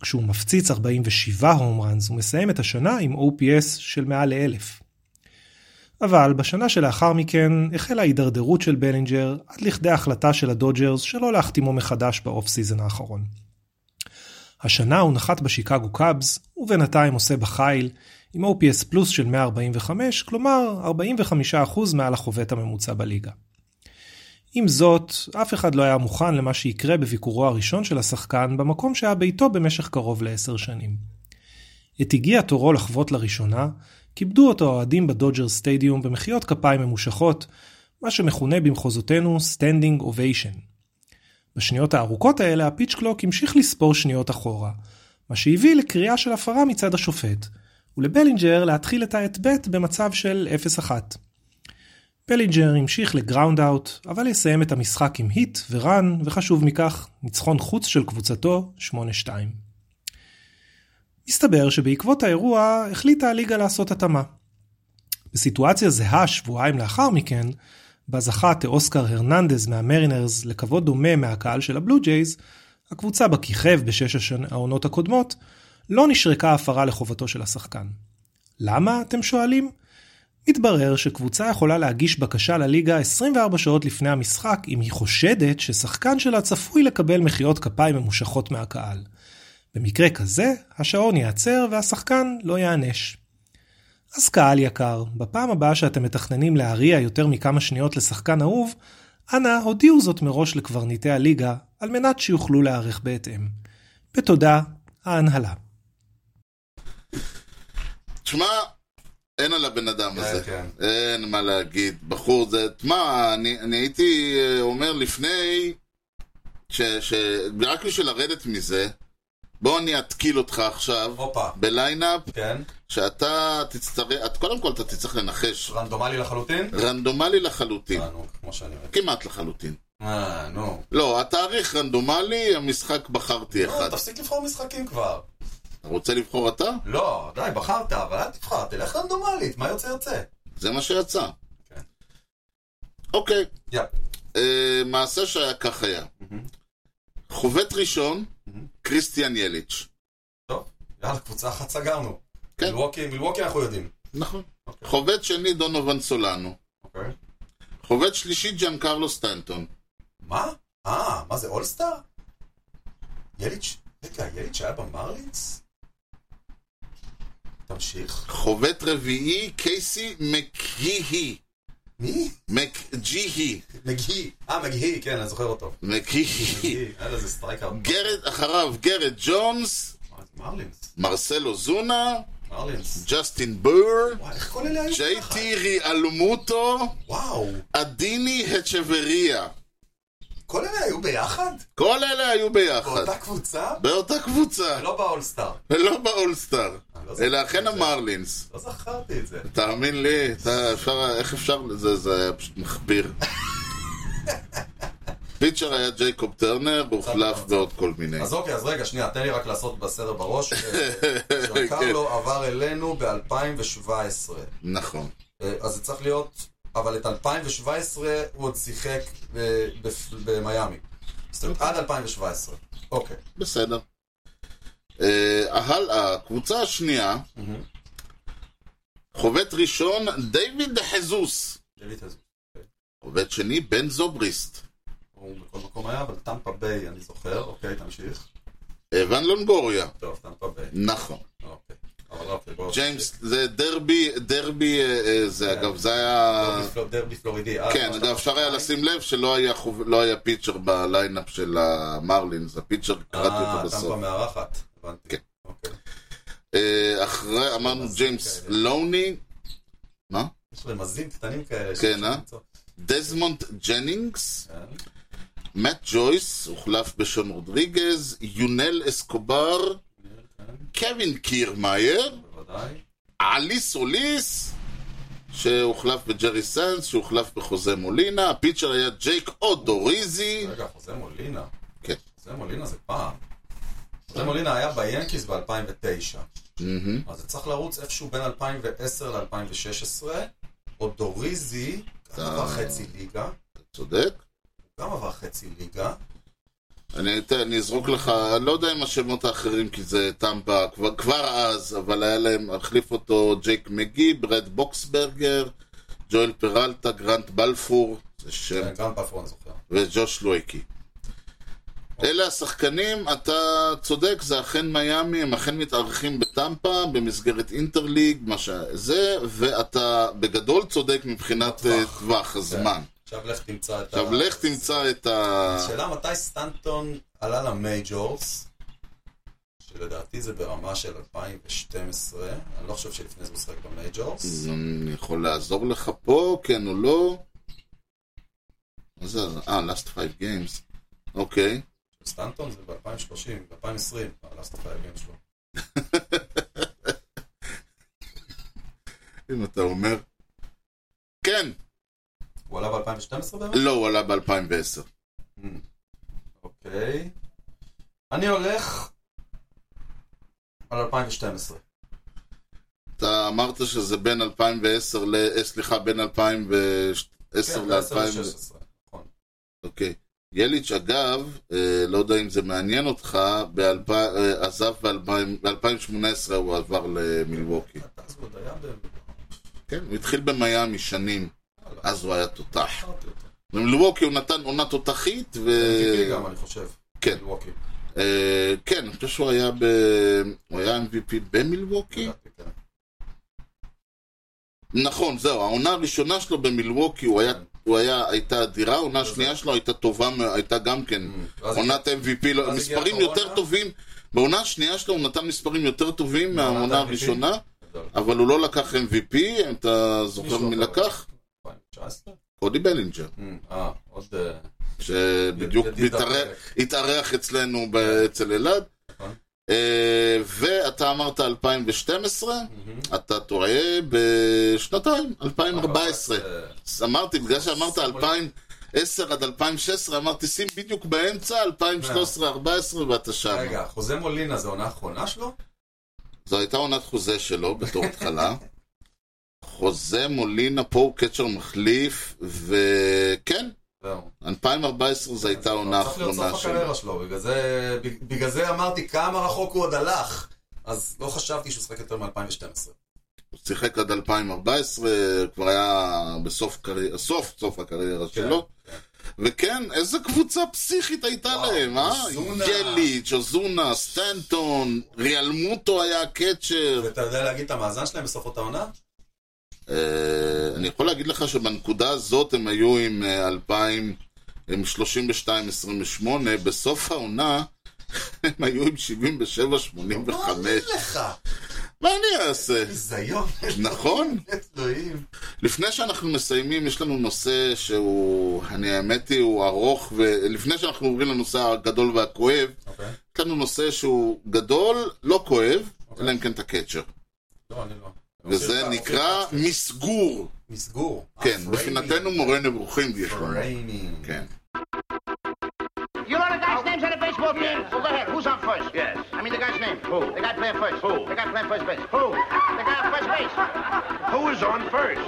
S5: כשהוא מפציץ 47 הום ראנס ומסיים את השנה עם OPS של מעל ל-1000. אבל בשנה שלאחר מכן החלה הידרדרות של בלינג'ר עד לכדי החלטה של הדודג'רס שלא להחתימו מחדש באוף סיזן האחרון. השנה הוא נחת בשיקגו קאבס, ובינתיים עושה בחיל, עם OPS פלוס של 145, כלומר 45% מעל החובט הממוצע בליגה. עם זאת, אף אחד לא היה מוכן למה שיקרה בביקורו הראשון של השחקן במקום שהיה ביתו במשך קרוב לעשר שנים. עת הגיע תורו לחוות לראשונה, כיבדו אותו האוהדים בדודג'ר סטדיום במחיאות כפיים ממושכות, מה שמכונה במחוזותינו Standing Ovation. בשניות הארוכות האלה הפיץ' קלוק המשיך לספור שניות אחורה, מה שהביא לקריאה של הפרה מצד השופט, ולבלינג'ר להתחיל את ההטבט במצב של 0-1. פלינג'ר המשיך לגראונד אאוט, אבל יסיים את המשחק עם היט ורן, וחשוב מכך, ניצחון חוץ של קבוצתו 8-2. מסתבר שבעקבות האירוע החליטה הליגה לעשות התאמה. בסיטואציה זהה שבועיים לאחר מכן, בה זכה תאוסקר הרננדז מהמרינרס לכבוד דומה מהקהל של הבלו ג'ייז, הקבוצה בה כיכב בשש השנ- העונות הקודמות, לא נשרקה הפרה לחובתו של השחקן. למה, אתם שואלים? מתברר שקבוצה יכולה להגיש בקשה לליגה 24 שעות לפני המשחק אם היא חושדת ששחקן שלה צפוי לקבל מחיאות כפיים ממושכות מהקהל. במקרה כזה, השעון ייעצר והשחקן לא ייענש. אז קהל יקר, בפעם הבאה שאתם מתכננים להריע יותר מכמה שניות לשחקן אהוב, אנא הודיעו זאת מראש לקברניטי הליגה, על מנת שיוכלו להיערך בהתאם. בתודה, ההנהלה.
S1: תשמע, אין על הבן אדם
S2: כן,
S1: הזה.
S2: כן.
S1: אין מה להגיד. בחור זה... תשמע, אני, אני הייתי אה, אומר לפני, ש, ש... רק בשביל לרדת מזה, בוא אני אתקיל אותך עכשיו,
S2: הופה.
S1: בליינאפ,
S2: כן,
S1: שאתה תצטרך... את, קודם כל אתה תצטרך לנחש.
S2: רנדומלי לחלוטין?
S1: רנדומלי לחלוטין.
S2: אה, נו, כמו שאני רואה.
S1: כמעט לחלוטין.
S2: אה, נו.
S1: לא, התאריך רנדומלי, המשחק בחרתי אחד.
S2: לא, תפסיק לבחור משחקים כבר.
S1: אתה רוצה לבחור אתה?
S2: לא, די, בחרת, אבל אל תבחר, תלך רנדומלית, מה יוצא יוצא.
S1: זה מה שיצא.
S2: כן.
S1: אוקיי.
S2: יא.
S1: אה, מעשה שהיה כך היה.
S2: מהמם.
S1: חובט ראשון,
S2: מהמם.
S1: קריסטיאן יליץ'.
S2: יאללה, קבוצה אחת סגרנו.
S1: כן.
S2: מילווקי, מילווקי אנחנו יודעים.
S1: נכון.
S2: אוקיי.
S1: חובט שני, דונובן סולנו.
S2: אוקיי.
S1: חובט שלישי, ג'אן קרלו סטנטון.
S2: מה? אה, מה זה אולסטאר? יליץ', רגע, יליץ' היה במרלינס? תמשיך.
S1: חובט רביעי, קייסי מקהי.
S2: מי?
S1: מקג'יהי.
S2: מגהי. אה, מגהי, כן, אני זוכר אותו.
S1: מקהי.
S2: מגהי, יאללה, זה סטרייקר.
S1: גרד, אחריו גרד ג'ונס,
S2: מה, זה מרלינס,
S1: מרסלו זונה,
S2: מרלינס.
S1: ג'סטין בור,
S2: וואי, איך כל אלה היו
S1: ג'יי
S2: ככה?
S1: טירי אלמוטו,
S2: וואו,
S1: עדיני הצ'בריה.
S2: כל אלה היו ביחד?
S1: כל אלה היו ביחד.
S2: באותה קבוצה?
S1: באותה קבוצה,
S2: לא באולסטאר.
S1: ולא באולסטאר,
S2: אני לא זוכר
S1: אלא
S2: את
S1: אכן
S2: זה.
S1: המרלינס.
S2: לא זכרתי את זה.
S1: תאמין לי, אתה אפשר, איך אפשר לזה? זה היה פשוט מחפיר. פיצ'ר היה ג'ייקוב טרנר, הוחלף בעוד כל מיני.
S2: אז אוקיי, אז רגע, שנייה, תן לי רק לעשות בסדר בראש. קרלו עבר אלינו ב-2017.
S1: נכון.
S2: אה, אז זה צריך להיות, אבל את 2017 הוא עוד שיחק ב- ב- במיאמי. זאת אומרת, עד 2017. אוקיי.
S1: בסדר. אה, הלאה, הקבוצה השנייה,
S2: מהמם.
S1: חובט ראשון, דיוויד חזוס.
S2: דוד הזו.
S1: חובט שני, בן זובריסט.
S2: הוא בכל מקום היה, אבל טמפה ביי, אני זוכר. אוקיי, תמשיך.
S1: ון לונגוריה.
S2: טוב, טמפה ביי.
S1: נכון.
S2: אוקיי. אבל רפי, בואו.
S1: ג'יימס, זה דרבי, דרבי, אה, אה, זה
S2: אוקיי. כן.
S1: אגב, זה היה...
S2: דרבי פלו- דרבי פלורידי. אה,
S1: אה, כן,
S2: לא,
S1: זה אפשר היה לשים לב שלא היה חוב- לא היה פיצ'ר בליינאפ של המרלינס, הפיצ'ר, קראתי
S2: אה,
S1: אותו
S2: טמפה
S1: בסוף.
S2: מארחת. הבנתי.
S1: כן.
S2: אוקיי.
S1: אה, אחרי, אמרנו ג'יימס
S2: כאלה.
S1: לוני,
S2: יש רמזים קטנים כאלה.
S1: כן,
S2: שאפשר
S1: אה?
S2: למצוא.
S1: דזמונד ג'נינגס,
S2: כן.
S1: מאט ג'ויס, הוחלף בשון רודריגז, יונל אסקובר,
S2: כן,
S1: קווין קירמאייר,
S2: בוודאי.
S1: עלי סוליס, שהוחלף בג'רי סנס, שהוחלף בחוזה מולינה, הפיצ'ר היה ג'ייק אודוריזי,
S2: רגע, חוזה מולינה.
S1: כן.
S2: חוזה מולינה זה פעם. חוזה מולינה היה ביאנקיס ב-2009.
S1: מהמם.
S2: אז זה צריך לרוץ איפשהו בין 2010 ל-2016. עוד דוריזי, גם
S1: אה.
S2: עבר חצי ליגה.
S1: צודק.
S2: גם עבר חצי ליגה.
S1: אני, אתן- אני אזרוק לך, אני לא יודע אם השמות האחרים כי זה טמפה כבר, כבר אז, אבל היה להם, החליף אותו ג'ייק מגי, ברד בוקסברגר, ג'ואל פרלטה, גרנט בלפור, זה שם,
S2: כן, גם בפרון זוכר.
S1: וג'וש לואיקי. אלה השחקנים, אתה צודק, זה אכן מיאמי, הם אכן מתארחים בטמפה במסגרת אינטרליג, מה שזה, ואתה בגדול צודק מבחינת אה,
S2: טווח. אה,
S1: טווח הזמן.
S2: עכשיו לך תמצא את ה...
S1: עכשיו לך תמצא את ה...
S2: השאלה מתי סטנטון עלה למייג'ורס, שלדעתי זה ברמה של 2012, אני לא חושב שלפני זה הוא משחק במייג'ורס.
S1: אז אני יכול לעזור לך פה, כן או לא? מה זה? אה, last five games. אוקיי.
S2: סטנטון זה ב-2030, ב-2020, הלכת את הימים לא, שלו.
S1: אם אתה אומר. כן.
S2: הוא עלה ב-2012 באמת?
S1: לא, הוא עלה ב-2010.
S2: אוקיי. אני הולך על 2012.
S1: אתה אמרת שזה בין 2010 ל... אה, סליחה, בין 2010
S2: כן,
S1: ל-2000...
S2: ב-2016.
S1: אוקיי. יליץ', אגב, אה, לא יודע אם זה מעניין אותך, באלפ- אה, עזב ב-2018 הוא עבר למילווקי.
S2: אז הוא עוד היה ב...
S1: כן, הוא התחיל במיאמי שנים,
S2: וואלה,
S1: אז הוא היה תותח.
S2: הכרתי אותו.
S1: במילווקי הוא נתן עונה תותחית, ו...
S2: MVP גם, אני חושב.
S1: אה, כן.
S2: מילווקי,
S1: אה, כן, אני חושב שהוא היה ב... הוא היה MVP במילווקי?
S2: לדעתי, כן.
S1: נכון, זהו, העונה הראשונה שלו במילווקי, הוא היה, הוא היה, הייתה אדירה, העונה השנייה שלו הייתה טובה, מאוד, הייתה גם כן
S2: ואז
S1: עונת MVP, לא,
S2: הגיעה
S1: מספרים
S2: הקורונה.
S1: יותר טובים, בעונה השנייה שלו הוא נתן מספרים יותר טובים מהעונה
S2: MVP?
S1: הראשונה,
S2: גדול.
S1: אבל הוא לא לקח MVP, אם אתה זוכר
S2: מישהו
S1: מי
S2: אחר.
S1: לקח?
S2: 2019?
S1: קודי בלינג'ר,
S2: אה, עוד... אה,
S1: שבדיוק
S2: ידיד
S1: מתארח-
S2: הפרק.
S1: התארח אצלנו ב- אצל אלעד.
S2: נכון.
S1: אה, ואתה אמרת 2012, אתה טועה בשנתיים, 2014.
S2: אה,
S1: אז אמרתי, בגלל שאמרת 2010 עד 2016, אמרתי שים בדיוק באמצע 2013-2014 ואתה שם.
S2: אה. רגע, חוזה מולינה זה עונה אחרונה שלו?
S1: זו הייתה עונת חוזה שלו בתור התחלה. חוזה מולינה פה הוא קצ'ר מחליף, וכן,
S2: זהו.
S1: 2014 זו הייתה העונה
S2: צריך להיות
S1: האחרונה
S2: סוף
S1: שלו.
S2: הקריירה שלו, בגלל זה- בג- בגלל זה אמרתי כמה רחוק הוא עוד הלך. אז לא חשבתי שהוא שחק יותר מ-2012.
S1: הוא שיחק עד 2014, כבר היה בסוף קריירה, סוף סוף
S2: כן,
S1: הקריירה שלו. וכן, איזה קבוצה פסיכית הייתה
S2: וואו,
S1: להם, אה?
S2: אוזונה.
S1: יליץ', אוזונה, סטנטון, ריאלמוטו היה הקצ'ר.
S2: ואתה יודע להגיד את המאזן שלהם בסוף אותה עונה?
S1: אה, אני יכול להגיד לך שבנקודה הזאת הם היו עם אה, 2,000, עם 32-28, בסוף העונה הם היו עם 77-85.
S2: לא עונה לך!
S1: מה אני אעשה?
S2: ביזיון.
S1: נכון?
S2: אלוהים.
S1: לפני שאנחנו מסיימים, יש לנו נושא שהוא, אני האמת היא, הוא ארוך, ולפני שאנחנו עוברים לנושא הגדול והכואב,
S2: אוקיי.
S1: יש לנו נושא שהוא גדול, לא כואב, אלא אם כן את הקצ'ר.
S2: לא, אני לא.
S1: וזה
S2: אופיר,
S1: נקרא
S2: אופיר,
S1: מסגור.
S2: מסגור.
S1: כן,
S2: הפריימינג.
S1: מבחינתנו מורה נבוכים יש לנו.
S2: פריימינג.
S1: כן.
S6: You know the guy's names on the baseball team? Well, go ahead. Who's on first? Yes. I mean the guy's name. Who? The guy playing first. Who? The guy playing first base. Who? The guy on first base. Who is on first?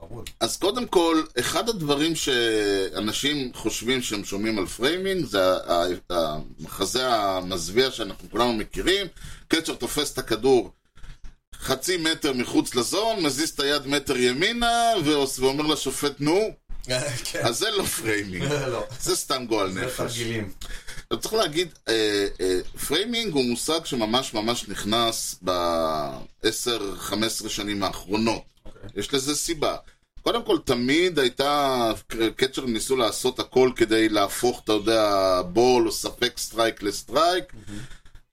S2: חמוד.
S1: אז קודם כל, אחד הדברים שאנשים חושבים שהם שומעים על פריימינג זה ה- ה- המחזה המזוויע שאנחנו כולנו מכירים. קצ'ר תופס את הכדור חצי מטר מחוץ לזון, מזיז את היד מטר ימינה ועוש- ואומר לשופט נו,
S2: כן.
S1: אז זה לא פריימינג.
S2: לא.
S1: זה סתם גועל
S2: זה
S1: נפש.
S2: תרגילים.
S1: אבל צריך להגיד, אה, אה, פריימינג הוא מושג שממש ממש נכנס ב-10-15 שנים האחרונות.
S2: אוקיי.
S1: יש לזה סיבה. קודם כל, תמיד הייתה, קצ'ר ניסו לעשות הכל כדי להפוך, אתה יודע, בול או ספק סטרייק לסטרייק,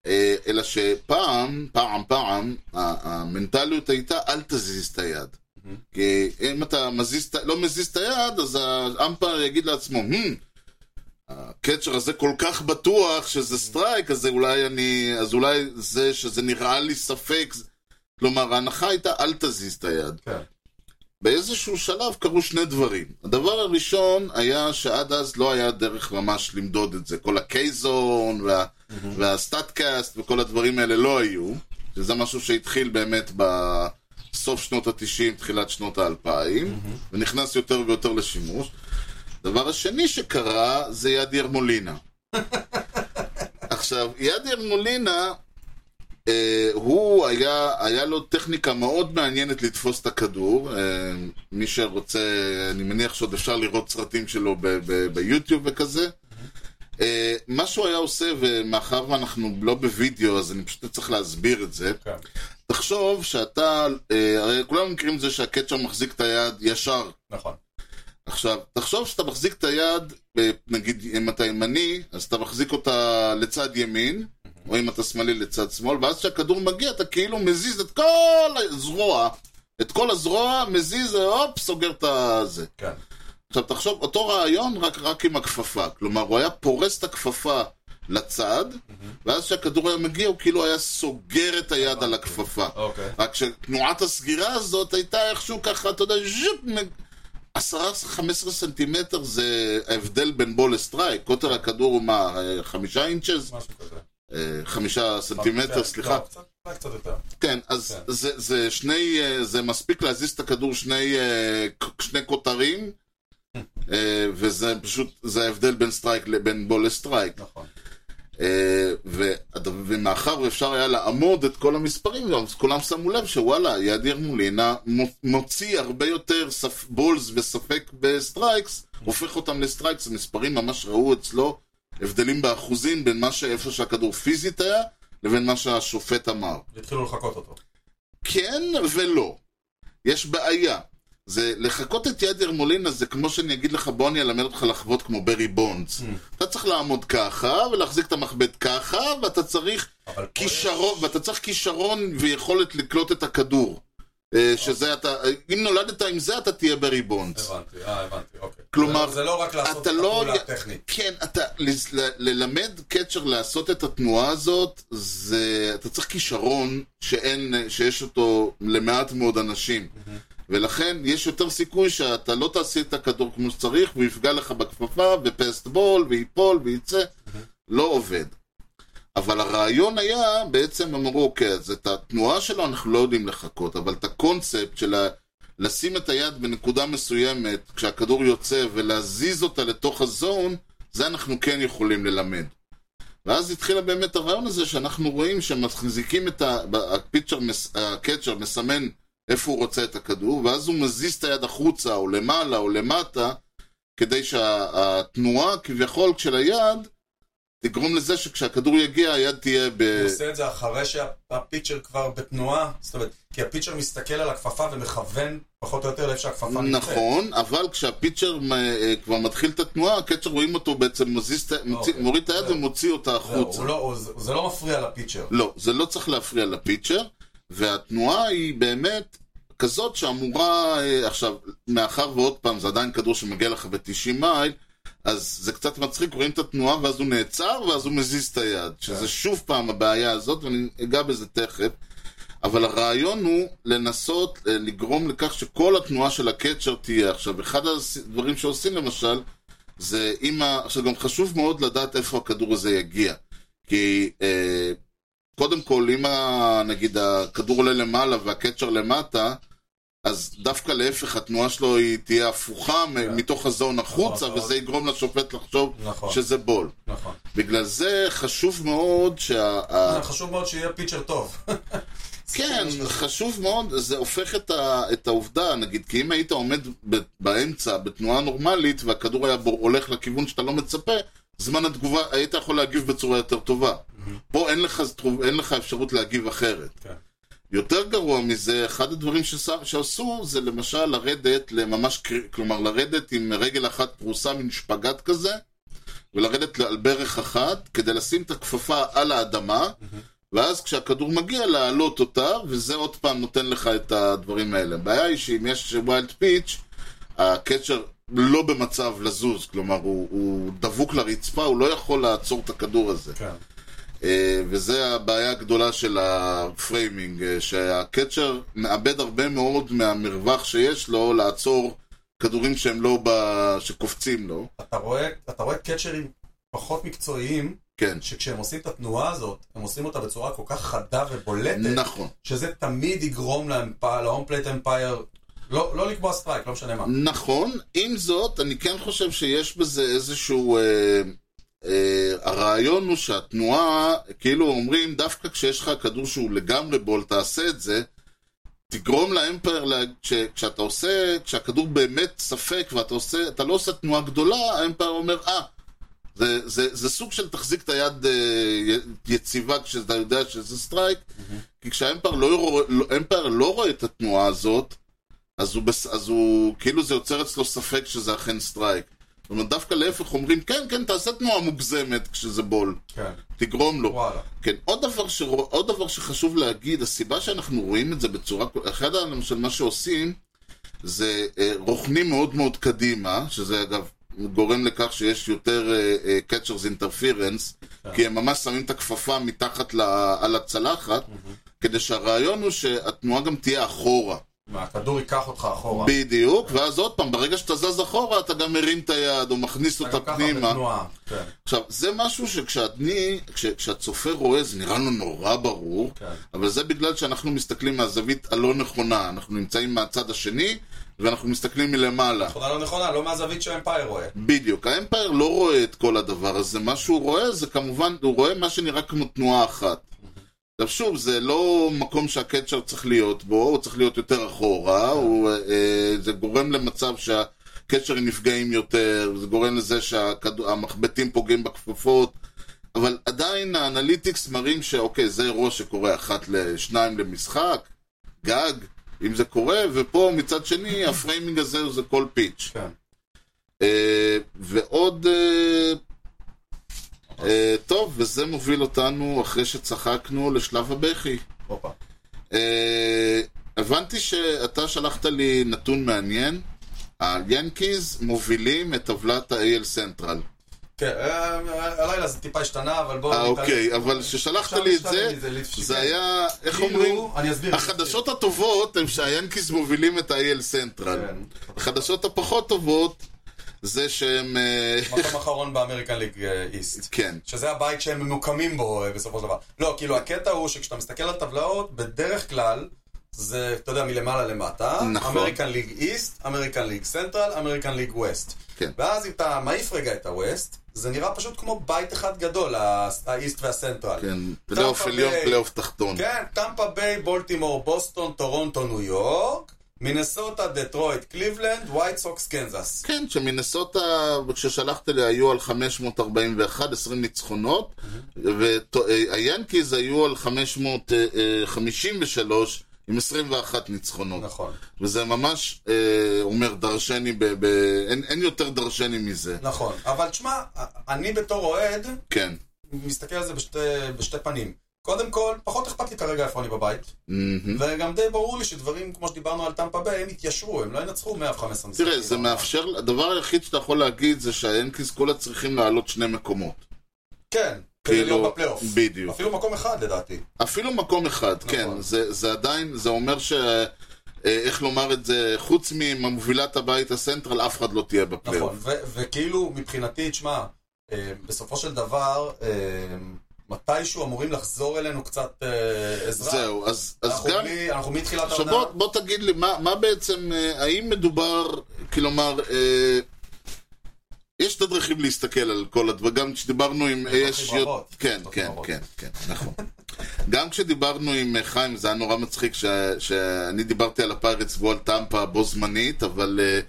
S1: אה, אלא שפעם, פעם, פעם, ה- המנטליות הייתה, אל תזיז את היד. כי אם אתה מזיז, את- לא מזיז את היד, אז האמפר יגיד לעצמו, "Hmm, "הם, הקצ'ר הזה כל כך בטוח שזה סטרייק, אז אולי אני, אז אולי זה שזה נראה לי ספק. כלומר, ההנחה הייתה, אל תזיז את היד.
S2: כן.
S1: באיזשהו שלב קרו שני דברים. הדבר הראשון היה שעד אז לא היה דרך ממש למדוד את זה. כל הקייזון וה, והסטאטקאסט וכל הדברים האלה לא היו. שזה משהו שהתחיל באמת בסוף שנות ה-90, תחילת שנות ה-2000, ונכנס יותר ויותר לשימוש. הדבר השני שקרה זה ידיאר מולינה. עכשיו, ידיאר מולינה, אה, הוא היה, היה לו טכניקה מאוד מעניינת לתפוס את הכדור. אה, מי שרוצה, אני מניח שעוד אפשר לראות סרטים שלו ב- ב- ביוטיוב וכזה. אה, מה שהוא היה עושה, ומאחר ואנחנו לא בווידאו, אז אני פשוט צריך להסביר את זה.
S2: כן.
S1: תחשוב שאתה, אה, הרי כולם מכירים את זה שהקצ'ר מחזיק את היד ישר
S2: נכון.
S1: עכשיו, תחשוב שאתה מחזיק את היד, אה, נגיד אם אתה ימני, אז אתה מחזיק אותה לצד ימין, או אם אתה שמאלי לצד שמאל, ואז כשהכדור מגיע אתה כאילו מזיז את כל הזרוע, את כל הזרוע, מזיז, הופ, סוגר את הזה.
S2: כן.
S1: עכשיו תחשוב, אותו רעיון רק, רק עם הכפפה. כלומר, הוא היה פורס את הכפפה לצד, ואז כשהכדור היה מגיע, הוא כאילו היה סוגר את היד על הכפפה.
S2: אוקיי.
S1: רק שתנועת הסגירה הזאת הייתה איכשהו ככה, אתה יודע, ז'יפ, מג- עשרה, חמש עשרה סנטימטר זה ההבדל בין בול לסטרייק. קוטר הכדור הוא מה, אה, חמישה אינצ'ס?
S2: משהו כזה.
S1: אה, חמישה סנטימטר,
S2: כן,
S1: סליחה.
S2: לא, קצת- אולי קצת יותר.
S1: כן, אז
S2: כן.
S1: זה- זה שני, אה, זה מספיק להזיז את הכדור שני אה, ק- שני כותרים, אה, וזה פשוט, זה ההבדל בין סטרייק לבין בול לסטרייק.
S2: נכון.
S1: אה, והד- ומאחר ואפשר היה לעמוד את כל המספרים, אז כולם שמו לב שוואלה, ידיר מולינה מו- מוציא הרבה יותר ספ... בולס וספק בסטרייקס, הופך אותם לסטרייקס, המספרים ממש ראו אצלו הבדלים באחוזים בין מה שאיפה שהכדור פיזית היה, לבין מה שהשופט אמר.
S2: והתחילו לחקות אותו.
S1: כן ולא. יש בעיה. זה לחקות את ידייר מולינה זה כמו שאני אגיד לך בוא אני אלמד אותך לחוות כמו ברי בונדס. אתה צריך לעמוד ככה ולהחזיק את המכבד ככה ואתה צריך
S2: אבל פה יש-
S1: כישרון ואתה צריך כישרון ויכולת לקלוט את הכדור. אה, שזה אתה, אם נולדת עם זה אתה תהיה ברי בונדס.
S2: הבנתי, אה, הבנתי, אוקיי.
S1: כלומר,
S2: זה לא- זה לא רק לעשות את
S1: אתה לא...
S2: הפעולה הטכנית.
S1: כן, אתה... לז- ל- ללמד קצ'ר לעשות את התנועה הזאת, זה... אתה צריך כישרון שאין... שיש אותו למעט מאוד אנשים. ולכן יש יותר סיכוי שאתה לא תעשה את הכדור כמו שצריך, הוא יפגע לך בכפפה, ופסטבול, וייפול, וייצא. לא עובד. אבל הרעיון היה, בעצם אמרו, אוקיי, אז את התנועה שלו אנחנו לא יודעים לחקות, אבל את הקונספט של ה... לשים את היד בנקודה מסוימת כשהכדור יוצא ולהזיז אותה לתוך הזון, זה אנחנו כן יכולים ללמד. ואז התחילה באמת הרעיון הזה שאנחנו רואים שמחזיקים את ה... ב- הפיצ'ר, מס- הקצ'ר מסמן איפה הוא רוצה את הכדור, ואז הוא מזיז את היד החוצה או למעלה או למטה, כדי שהתנועה כביכול של היד תגרום לזה שכשהכדור יגיע היד תהיה ב...
S2: הוא עושה את זה אחרי שהפיצ'ר כבר בתנועה, זאת אומרת, כי הפיצ'ר מסתכל על הכפפה ומכוון פחות או יותר לאיפה שהכפפה נמצאת.
S1: נכון, אבל כשהפיצ'ר מ- אה, כבר מתחיל את התנועה, הקצ'ר רואים אותו בעצם מזיז, את ה- מוציא-
S2: אוקיי.
S1: מוריד את היד
S2: זהו.
S1: ומוציא אותה
S2: זהו,
S1: החוצה.
S2: הוא לא- הוא- זה לא מפריע לפיצ'ר.
S1: לא, זה לא צריך להפריע לפיצ'ר, והתנועה היא באמת כזאת שאמורה, אה, עכשיו, מאחר ועוד פעם, זה עדיין כדור שמגיע לך ב-90 מייל, אז זה קצת מצחיק, רואים את התנועה ואז הוא נעצר ואז הוא מזיז את היד,
S2: כן.
S1: שזה שוב פעם הבעיה הזאת, ואני אגע בזה תכף. אבל הרעיון הוא לנסות אה, לגרום לכך שכל התנועה של הקצ'ר תהיה. עכשיו, אחד הדברים שעושים למשל, זה אם ה... עכשיו, גם חשוב מאוד לדעת איפה הכדור הזה יגיע. כי אה, קודם כל, אם ה... נגיד הכדור עולה למעלה והקצ'ר למטה, אז דווקא להפך, התנועה שלו היא תהיה הפוכה מ- מתוך הזון החוצה,
S2: כן. נכון.
S1: וזה יגרום לשופט לחשוב
S2: נכון.
S1: שזה בול.
S2: נכון.
S1: בגלל זה חשוב מאוד שה... ה-
S2: חשוב מאוד שיהיה פיצ'ר טוב.
S1: כן, חשוב מאוד, זה הופך את, ה, את העובדה, נגיד, כי אם היית עומד ב, באמצע, בתנועה נורמלית, והכדור היה בור, הולך לכיוון שאתה לא מצפה, זמן התגובה, היית יכול להגיב בצורה יותר טובה. פה אין לך, זתרו- אין לך אפשרות להגיב אחרת.
S2: כן.
S1: יותר גרוע מזה, אחד הדברים שס- שעשו זה למשל לרדת לממש, קר- כלומר לרדת עם רגל אחת פרוסה, מין שפגאט כזה, ולרדת על ברך אחת, כדי לשים את הכפפה על האדמה, ואז כשהכדור מגיע להעלות אותה, וזה עוד פעם נותן לך את הדברים האלה. הבעיה היא שאם יש ווילד פיץ', הקצ'ר לא במצב לזוז, כלומר הוא, הוא דבוק לרצפה, הוא לא יכול לעצור את הכדור הזה.
S2: כן.
S1: אה, וזה הבעיה הגדולה של הפריימינג, אה, שהקצ'ר מאבד הרבה מאוד מהמרווח שיש לו לעצור כדורים שהם לא ב... שקופצים לו.
S2: אתה רואה, אתה רואה קצ'רים פחות מקצועיים,
S1: כן,
S2: שכשהם עושים את התנועה הזאת, הם עושים אותה בצורה כל כך חדה ובולטת,
S1: נכון.
S2: שזה תמיד יגרום להום פלייט אמפייר, לא לא לקבוע סטרייק, לא משנה מה.
S1: נכון, עם זאת, אני כן חושב שיש בזה איזשהו... אה, אה, הרעיון הוא שהתנועה, כאילו אומרים, דווקא כשיש לך כדור שהוא לגמרי בול, תעשה את זה, תגרום לאמפייר, לה- כש, כשאתה עושה, כשהכדור באמת ספק ואתה עושה, אתה לא עושה תנועה גדולה, האמפייר אומר, אה, זה, זה, זה סוג של תחזיק את היד אה, י- יציבה כשאתה יודע שזה סטרייק, כי כשהאמפייר לא, רוא- לא, האמפייר לא רואה את התנועה הזאת, אז הוא, בס- אז הוא, כאילו זה יוצר אצלו ספק שזה אכן סטרייק. זאת אומרת, דווקא להפך אומרים, כן, כן, תעשה תנועה מוגזמת כשזה בול,
S2: כן,
S1: תגרום לו.
S2: וואלה.
S1: כן, עוד דבר, ש... עוד דבר שחשוב להגיד, הסיבה שאנחנו רואים את זה בצורה... כל- אחד ה- למשל מה שעושים, זה אה, רוכנים מאוד מאוד קדימה, שזה אגב גורם לכך שיש יותר אה, אה, catchers interference, כי הם ממש שמים את הכפפה מתחת ל... על הצלחת, כדי שהרעיון הוא שהתנועה גם תהיה אחורה.
S2: מה, הכדור ייקח אותך אחורה.
S1: בדיוק, ואז עוד פעם, ברגע שאתה זז אחורה, אתה גם מרים את היד או מכניס
S2: אתה גם
S1: אותה
S2: ככה
S1: פנימה.
S2: בתנועה, כן,
S1: עכשיו, זה משהו שכשאני, כש, כשהצופה רואה זה נראה לנו נורא ברור,
S2: כן.
S1: אבל זה בגלל שאנחנו מסתכלים מהזווית הלא נכונה, אנחנו נמצאים מהצד השני, ואנחנו מסתכלים מלמעלה.
S2: נכונה לא נכונה, לא מהזווית שהאמפייר רואה.
S1: בדיוק, האמפייר לא רואה את כל הדבר הזה, מה שהוא רואה זה כמובן, הוא רואה מה שנראה כמו תנועה אחת. עכשיו שוב, זה לא מקום שהקצ'ר צריך להיות בו, הוא צריך להיות יותר אחורה, הוא, אה, זה גורם למצב שהקצ'רים נפגעים יותר, זה גורם לזה שהמחבטים פוגעים בכפפות, אבל עדיין האנליטיקס מראים שאוקיי, זה אירוע שקורה אחת לשניים למשחק, גג, אם זה קורה, ופה מצד שני הפריימינג הזה הוא זה כל פיץ'.
S2: כן.
S1: אה, ועוד... אה, אה, טוב, וזה מוביל אותנו, אחרי שצחקנו, לשלב הבכי.
S2: הופה.
S1: אה, הבנתי שאתה שלחת לי נתון מעניין. היאנקיז מובילים את טבלת ה-AL סנטרל.
S2: כן, אה, אה, הלילה זה טיפה השתנה, אבל בואו...
S1: אה,
S2: נתעלם.
S1: אוקיי, אבל כששלחת לי את
S2: אפשר להשתלם
S1: זה,
S2: מזה, לפ-
S1: זה
S2: כן.
S1: היה, איך
S2: כאילו,
S1: אומרים?
S2: אני אסביר.
S1: החדשות הטובות הן שהיאנקיז מובילים את ה-AL סנטרל.
S2: כן.
S1: החדשות הפחות טובות זה שהם... אה,
S2: מקום אחרון באמריקה ליג אה, איסט.
S1: כן.
S2: שזה הבית שהם ממוקמים בו אה, בסופו של דבר. לא, כאילו הקטע הוא שכשאתה מסתכל על טבלאות, בדרך כלל זה, אתה יודע, מלמעלה למטה.
S1: נכון.
S2: אמריקן ליג איסט, אמריקן ליג סנטרל, אמריקן ליג ווסט.
S1: כן.
S2: ואז אם אתה מעיף רגע את הווסט, זה נראה פשוט כמו בית אחד גדול, ה- האיסט והסנטרל.
S1: כן, פלייאוף
S2: טמפה
S1: עליון,
S2: ביי.
S1: פלייאוף תחתון.
S2: כן, טמפה ביי, בולטימור, בוסטון, טורונטו, ניו יורק, מינסוטה, דטרויט, קליבלנד, ווייט סוקס, קנזס.
S1: כן, שמינסוטה, כששלחת לי, היו על 541, 20 ניצחונות, והיאנקיז היו על 553 עם 21 ניצחונות.
S2: נכון.
S1: וזה ממש אה, אומר דרשני, ב, ב, אין, אין יותר דרשני מזה.
S2: נכון, אבל תשמע, אני בתור אוהד
S1: כן.
S2: מסתכל על זה בשתי, בשתי פנים. קודם כל, פחות אכפת לי כרגע איפה אני בבית,
S1: מהמם.
S2: וגם די ברור לי שדברים כמו שדיברנו על טמפה ביי, הם יתיישרו, הם לא ינצחו 115 משחקים.
S1: תראה, זה מאפשר, הדבר היחיד שאתה יכול להגיד זה שהיאנקיז כולה צריכים לעלות שני מקומות.
S2: כן, כדי
S1: כאילו,
S2: להיות בפלייאוף.
S1: בדיוק.
S2: אפילו מקום אחד לדעתי.
S1: אפילו מקום אחד,
S2: נכון.
S1: כן. זה, זה עדיין, זה אומר ש... אה, איך לומר את זה, חוץ ממובילת הבית הסנטרל, אף אחד לא תהיה בפלייאוף.
S2: נכון, ו- וכאילו מבחינתי, תשמע, אה, בסופו של דבר, אה, מתישהו אמורים לחזור אלינו קצת אה, עזרה.
S1: זהו, אז, אז
S2: אנחנו
S1: גם...
S2: בלי- אנחנו מתחילת
S1: עכשיו
S2: העונה...
S1: בוא, בוא תגיד לי, מה, מה בעצם, אה, האם מדובר, כלומר, אה, יש שתי דרכים להסתכל על כל הדברים, גם כשדיברנו עם...
S2: דרכים
S1: יש יו-
S2: רבות.
S1: כן,
S2: דרכים
S1: כן,
S2: רבות.
S1: כן, כן, נכון. גם כשדיברנו עם אה, חיים, זה היה נורא מצחיק ש- שאני דיברתי על הפיירטס ועל טמפה בו זמנית, אבל אה,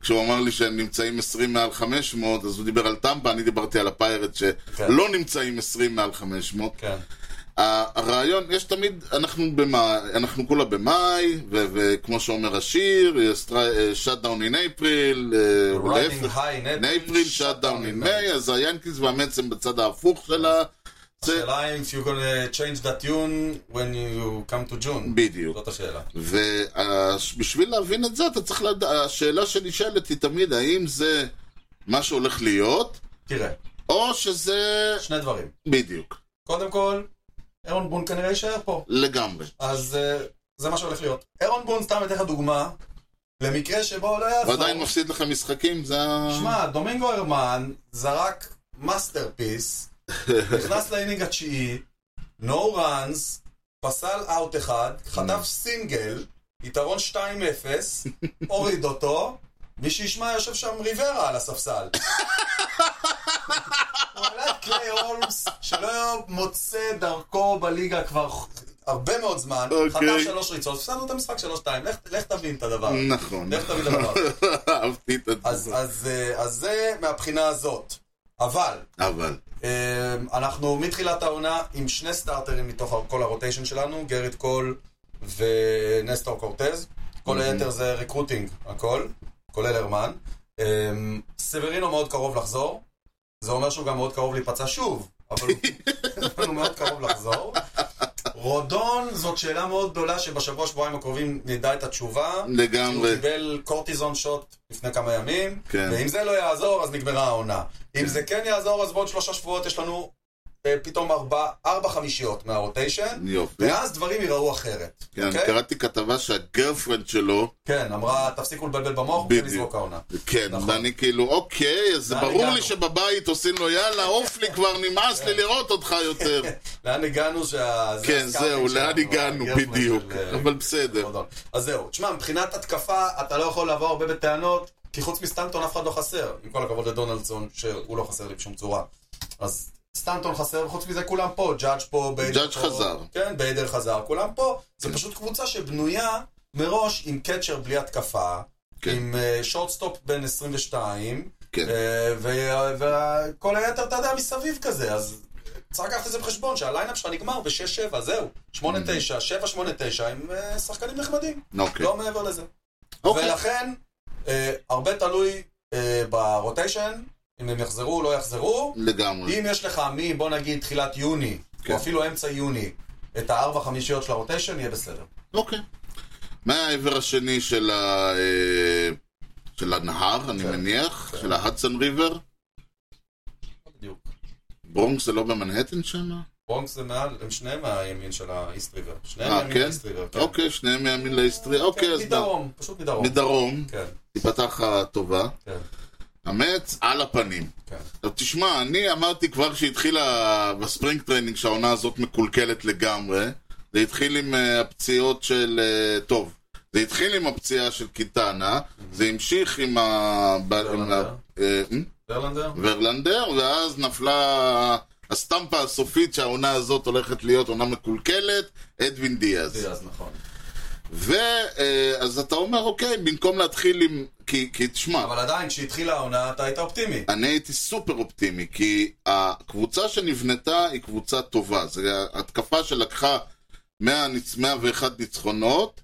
S1: כשהוא אמר לי שהם נמצאים 20 מעל 500, אז הוא דיבר על טמפה, אני דיברתי על הפיירטס שלא נמצאים 20 מעל 500.
S2: כן,
S1: הרעיון, יש תמיד, אנחנו במאי, אנחנו כולה במאי, ו- וכמו שאומר השיר, shut down in April, אה, או
S2: running
S1: להפך,
S2: high
S1: in
S2: in
S1: April, shut down in May, אז היאנקיז והמץ הם בצד ההפוך שלה, זה
S2: השאלה אם you're gonna change that tune when you come to June.
S1: בדיוק.
S2: זאת השאלה.
S1: ובשביל להבין את זה, אתה צריך לדעת, השאלה שנשאלת היא תמיד, האם זה מה שהולך להיות,
S2: תראה,
S1: או שזה...
S2: שני דברים.
S1: בדיוק,
S2: קודם כל, אירון בון כנראה יישאר פה.
S1: לגמרי.
S2: אז אה, זה מה שהולך להיות. אירון בון, סתם אתן לך דוגמה, למקרה שבו הוא לא יעזור.
S1: ועדיין מפסיד לך משחקים, זה ה...
S2: שמע, דומינגו הרמן זרק מאסטרפיס, נכנס לאינינג התשיעי, נו ראנס, פסל אאוט אחד, חטף סינגל, יתרון 2-0, הוריד אותו, מי שישמע יושב שם ריברה על הספסל. וואלה, קליי הולמס, שלא מוצא דרכו בליגה כבר הרבה מאוד זמן,
S1: אוקיי.
S2: חטף שלוש ריצות, הפסדנו את המשחק 3-2, לך- לך תבין את הדבר. הזה.
S1: נכון.
S2: לך תבין את הדבר. הזה.
S1: אהבתי את
S2: אז,
S1: התגובה.
S2: אז, אה, אז זה מהבחינה הזאת. אבל
S1: אבל,
S2: אה, אנחנו מתחילת העונה עם שני סטארטרים מתוך כל הרוטיישן שלנו, גרד קול ונסטור קורטז. כל היתר זה ריקרוטינג, הכל, כולל הרמן. אה, סברינו מאוד קרוב לחזור. זה אומר שהוא גם מאוד קרוב להיפצע שוב, אבל הוא- אבל הוא מאוד קרוב לחזור. רודון זאת שאלה מאוד גדולה שבשבוע שבועיים הקרובים נדע את התשובה. הוא
S1: לגמרי.
S2: קיבל קורטיזון שוט לפני כמה ימים,
S1: כן.
S2: ואם זה לא יעזור, אז נגמרה העונה. אם זה כן יעזור, אז בעוד שלושה שבועות יש לנו אה, פתאום ארבע, ארבע חמישיות מהרוטיישן,
S1: יופי.
S2: ואז דברים ייראו אחרת.
S1: כן,
S2: אוקיי?
S1: קראתי כתבה שהגרפרנד שלו,
S2: כן, אמרה, תפסיקו לבלבל במוח,
S1: בדיוק.
S2: ונזרוק העונה.
S1: כן,
S2: נכון. אה,
S1: ואני כאילו, אוקיי, אז זה
S2: לאן
S1: ברור לי
S2: הגענו?
S1: שבבית עושים לו יאללה, עוף לי כבר, נמאס לי לראות אותך יותר.
S2: לאן הגענו שה... זה
S1: כן,
S2: הסקאוטינג
S1: זהו,
S2: שלנו,
S1: לאן הגענו,
S2: הגרפלנד
S1: בדיוק.
S2: של, אה,
S1: אבל בסדר.
S2: רודון. אז זהו, תשמע, מבחינת התקפה, אתה לא יכול לבוא הרבה בטענות, כי חוץ מסטנטון אף אחד לא חסר. עם כל הכבוד לדונלדסון, שהוא לא חסר לי בשום צורה. אז סטנטון חסר, וחוץ מזה כולם פה, ג'אדג' פה, ביידר
S1: ג'אדג'
S2: פה.
S1: חזר. כן.
S2: כן, ביידר חזר, כולם פה. זה פשוט קבוצה שבנויה מראש עם קצ'ר בלי התקפה,
S1: כן.
S2: עם אה, שורטסטופ בן 22,
S1: כן.
S2: אה, ו- וכל היתר, אתה יודע, מסביב כזה, אז... צריך לקחת את זה בחשבון, שהליינאפ שלך נגמר ב-6-7, זהו. 8-9,
S1: Mm-hmm.
S2: 7-8-9 הם אה, שחקנים נחמדים.
S1: אוקיי.
S2: לא מעבר לזה.
S1: אוקיי.
S2: ולכן, אה, הרבה תלוי אה, ברוטיישן, אם הם יחזרו או לא יחזרו.
S1: לגמרי.
S2: אם יש לך מי, בוא נגיד, תחילת יוני,
S1: Mm-hmm. כן.
S2: או אפילו אמצע יוני, את הארבע חמישיות של הרוטיישן, יהיה בסדר.
S1: אוקיי. מהעבר השני של ה... אה, של הנהר, אני
S2: כן.
S1: מניח, של ההדסון ריבר.
S2: בדיוק.
S1: ברונקס זה לא במנהטן שם?
S2: ברונקס זה מעל, הם שניהם מהימין של האיסט ריבר. שניהם
S1: אה,
S2: מהימין
S1: כן?
S2: האיסט ריבר. כן.
S1: אוקיי, שניהם מימין להיסטרי. אוקיי, אז נ-
S2: מדרום, פשוט מדרום.
S1: מדרום,
S2: כן,
S1: תיפתח הטובה.
S2: כן,
S1: המץ על הפנים.
S2: כן.
S1: עכשיו תשמע, אני אמרתי כבר שהתחילה בספרינג טריינינג שהעונה הזאת מקולקלת לגמרי. זה התחיל עם אה, הפציעות של... אה, טוב, זה התחיל עם הפציעה של קיטנה, זה המשיך עם ה... ב- עם ה- אה, מ?
S2: דרלנדר?
S1: ורלנדר, ואז נפלה הסטמפה הסופית שהעונה הזאת הולכת להיות עונה מקולקלת, אדווין דיאז.
S2: אז נכון.
S1: ואז אתה אומר, אוקיי, במקום להתחיל עם... כי, כי תשמע,
S2: אבל עדיין, כשהתחילה העונה, אתה היית אופטימי.
S1: אני הייתי סופר אופטימי, כי הקבוצה שנבנתה היא קבוצה טובה. זו התקפה שלקחה 100, ניצ- 101 ניצחונות,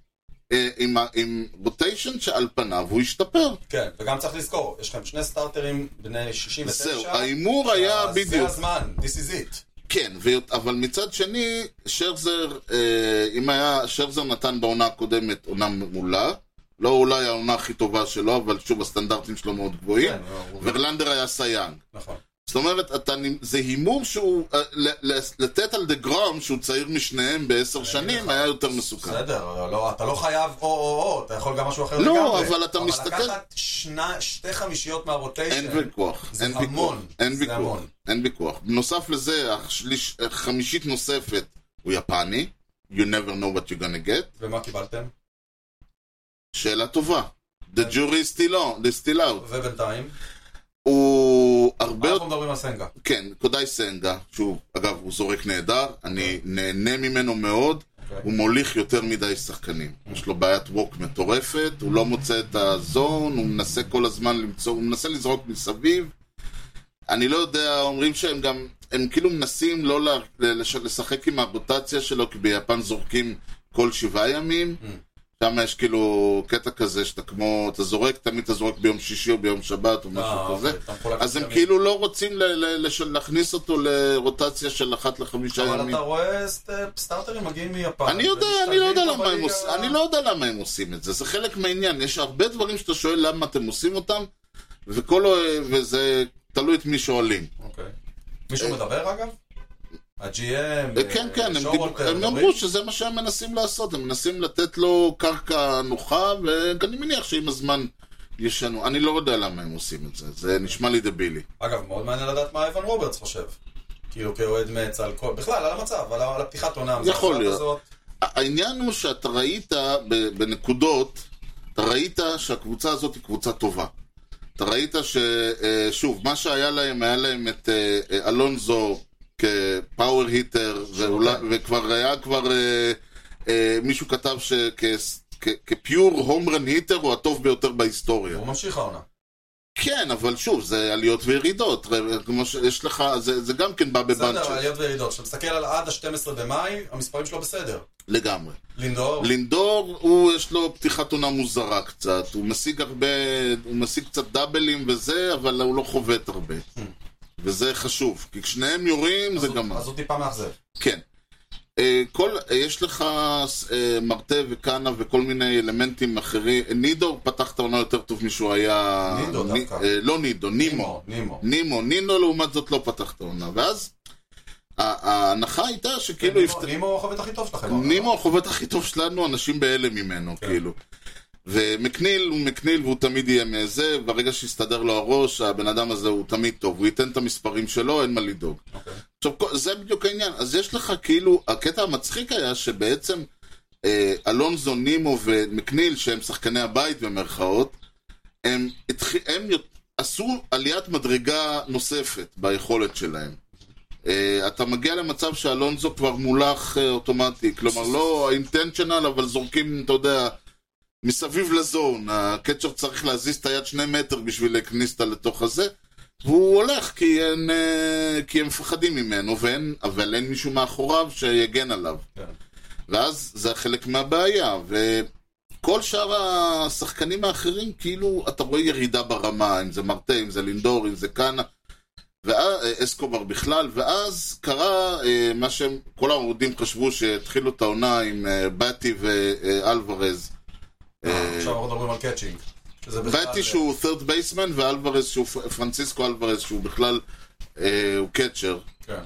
S1: אה, עם, ה- עם רוטיישן שעל פניו הוא השתפר.
S2: כן, וגם צריך לזכור, יש לכם שני סטארטרים בני 69.
S1: זהו, ההימור היה
S2: אז זה
S1: בדיוק.
S2: הזמן, this is it.
S1: כן, ו... אבל מצד שני, שרזר, אה, אם היה, שרזר נתן בעונה הקודמת עונה מעולה, לא אולי העונה הכי טובה שלו, אבל שוב, הסטנדרטים שלו מאוד גבוהים,
S2: כן, הוא-
S1: ורלנדר היה סייאנג.
S2: נכון.
S1: זאת אומרת, אתה, נ- זה הימור שהוא, אה, ל- ל- לתת על דה גרום שהוא צעיר משניהם בעשר שנים, היה יותר מסוכן.
S2: בסדר, לא, אתה לא חייב או או או, אתה יכול גם משהו אחר
S1: לא,
S2: לגמרי.
S1: אבל אתה מסתכל-
S2: אבל לקחת שני- שתי חמישיות מהרוטיישן,
S1: אין ויכוח,
S2: זה
S1: אין ויכוח,
S2: המון,
S1: אין
S2: זה
S1: ויכוח,
S2: המון.
S1: אין ויכוח. בנוסף לזה, השליש- החמישית נוספת הוא יפני, you never know what you're gonna get.
S2: ומה קיבלתם?
S1: שאלה טובה. The jury is still on, is still out.
S2: ובינתיים,
S1: הוא הרבה
S2: אנחנו
S1: יותר...
S2: מדברים על סנגה.
S1: כן, קודאי סנגה, שהוא, אגב, הוא זורק נהדר, אני נהנה ממנו מאוד,
S2: אוקיי.
S1: הוא מוליך יותר מדי שחקנים. יש לו בעיית ווק מטורפת, הוא לא מוצא את הזון, הוא מנסה כל הזמן למצוא, הוא מנסה לזרוק מסביב. אני לא יודע, אומרים שהם גם, הם כאילו מנסים לא ל- ל- לש- לשחק עם הרוטציה שלו, כי ביפן זורקים כל שבעה ימים.
S2: Mm.
S1: שם יש כאילו קטע כזה שאתה כמו, אתה זורק, תמיד אתה זורק ביום שישי או ביום שבת או
S2: אה,
S1: משהו כזה.
S2: אוקיי, אתה מחולק
S1: אז הם
S2: לשלבים.
S1: כאילו לא רוצים ל- ל- לש- להכניס אותו לרוטציה של אחת לחמישה
S2: אבל
S1: ימים.
S2: אתה רואה סט- סטארטרים מגיעים מיפן.
S1: אני יודע, אני לא
S2: ומשתלבים
S1: יודע למה הם
S2: בליגה.
S1: עושים, אני לא יודע למה הם עושים את זה, זה חלק מהעניין, יש הרבה דברים שאתה שואל למה אתם עושים אותם, וכל, ה- וזה תלוי את מי שואלים.
S2: אוקיי. מישהו מדבר אגב? ה-GM,
S1: אה, כן, כן, הם דיברו- הם אמרו שזה מה שהם מנסים לעשות, הם מנסים לתת לו קרקע נוחה, ואני מניח שעם הזמן ישנו. אני לא יודע למה הם עושים את זה, זה נשמע לי דבילי.
S2: אגב, מאוד מעניין לדעת מה אבן רוברטס חושב. כאילו, כאוהד מצ, על כל... בכלל, על המצב, על ה- על הפתיחת עונה.
S1: יכול
S2: המזעזעת
S1: להיות.
S2: הזאת.
S1: העניין הוא שאתה ראית ב- בנקודות, אתה ראית שהקבוצה הזאת היא קבוצה טובה. אתה ראית ש... אה, שוב, מה שהיה להם, היה להם את אה, אה, אלונזו כפאוור היטר, ואולי- וכבר היה כבר... אה, אה, מישהו כתב שכפיור הומרן היטר הוא הטוב ביותר בהיסטוריה.
S2: הוא ממשיך העונה.
S1: כן, אבל שוב, זה עליות וירידות. ר- כמו שיש לך, זה, זה גם כן בא
S2: בסדר,
S1: בבנצ'ה.
S2: עליות וירידות. כשאתה מסתכל על עד ה-12 במאי, המספרים שלו בסדר.
S1: לגמרי.
S2: לינדור,
S1: לינדור, הוא יש לו פתיחת עונה מוזרה קצת, הוא משיג הרבה, הוא משיג קצת דאבלים וזה, אבל הוא לא חובט הרבה. וזה חשוב, כי כששניהם יורים זה
S2: אז הוא-
S1: גמר.
S2: אז הוא טיפה מאכזב.
S1: כן. אה, כל, אה, יש לך אה, מרטה וקאנה וכל מיני אלמנטים אחרים. נידו פתח את העונה יותר טוב משהוא היה...
S2: נידו
S1: ני-
S2: דווקא.
S1: אה, לא נידו, נימו.
S2: נימו, נימו.
S1: נימו, נינו לעומת זאת לא פתח את העונה, ואז ה- ההנחה הייתה שכאילו...
S2: נימו-
S1: יפת-
S2: נימו הוא החובד הכי טוב שלכם.
S1: כאילו
S2: אוקיי.
S1: נימו החובט הכי טוב שלנו, אנשים בהלם ממנו, כאילו. ומקניל הוא מקניל והוא תמיד יהיה מזה, ברגע שיסתדר לו הראש, הבן אדם הזה הוא תמיד טוב, הוא ייתן את המספרים שלו, אין מה לדאוג.
S2: אוקיי.
S1: עכשיו, כל- זה בדיוק העניין. אז יש לך כאילו, הקטע המצחיק היה שבעצם אה, אלונזו, נימו ומקניל, שהם שחקני הבית במרכאות, הם, התח- הם יות- עשו עליית מדרגה נוספת ביכולת שלהם. אה, אתה מגיע למצב שאלונזו כבר מולך אה, אוטומטי, כלומר לא האינטנשיונל, אבל זורקים, אתה יודע, מסביב לזון, הקצ'ר צריך להזיז את היד שני מטר בשביל להכניס אותה לתוך הזה. והוא הולך כי, אין, אה, כי הם מפחדים ממנו, ואין, אבל אין מישהו מאחוריו שיגן עליו.
S2: כן.
S1: ואז זה חלק מהבעיה, וכל שאר השחקנים האחרים, כאילו, אתה רואה ירידה ברמה, אם זה מרטה, אם זה לינדור, אם זה קאנה, ואז, אה, אסקובר בכלל, ואז קרה אה, מה שהם, כל האוהדים חשבו שהתחילו את העונה עם אה, באטי אה, ואלוורז.
S2: עכשיו אנחנו מדברים על קאצ'ינג. שזה בכלל- לא.
S1: באטי שהוא third baseman ואלוורז שהוא פרנסיסקו אלוורז שהוא בכלל אה, הוא קצ'ר
S2: כן.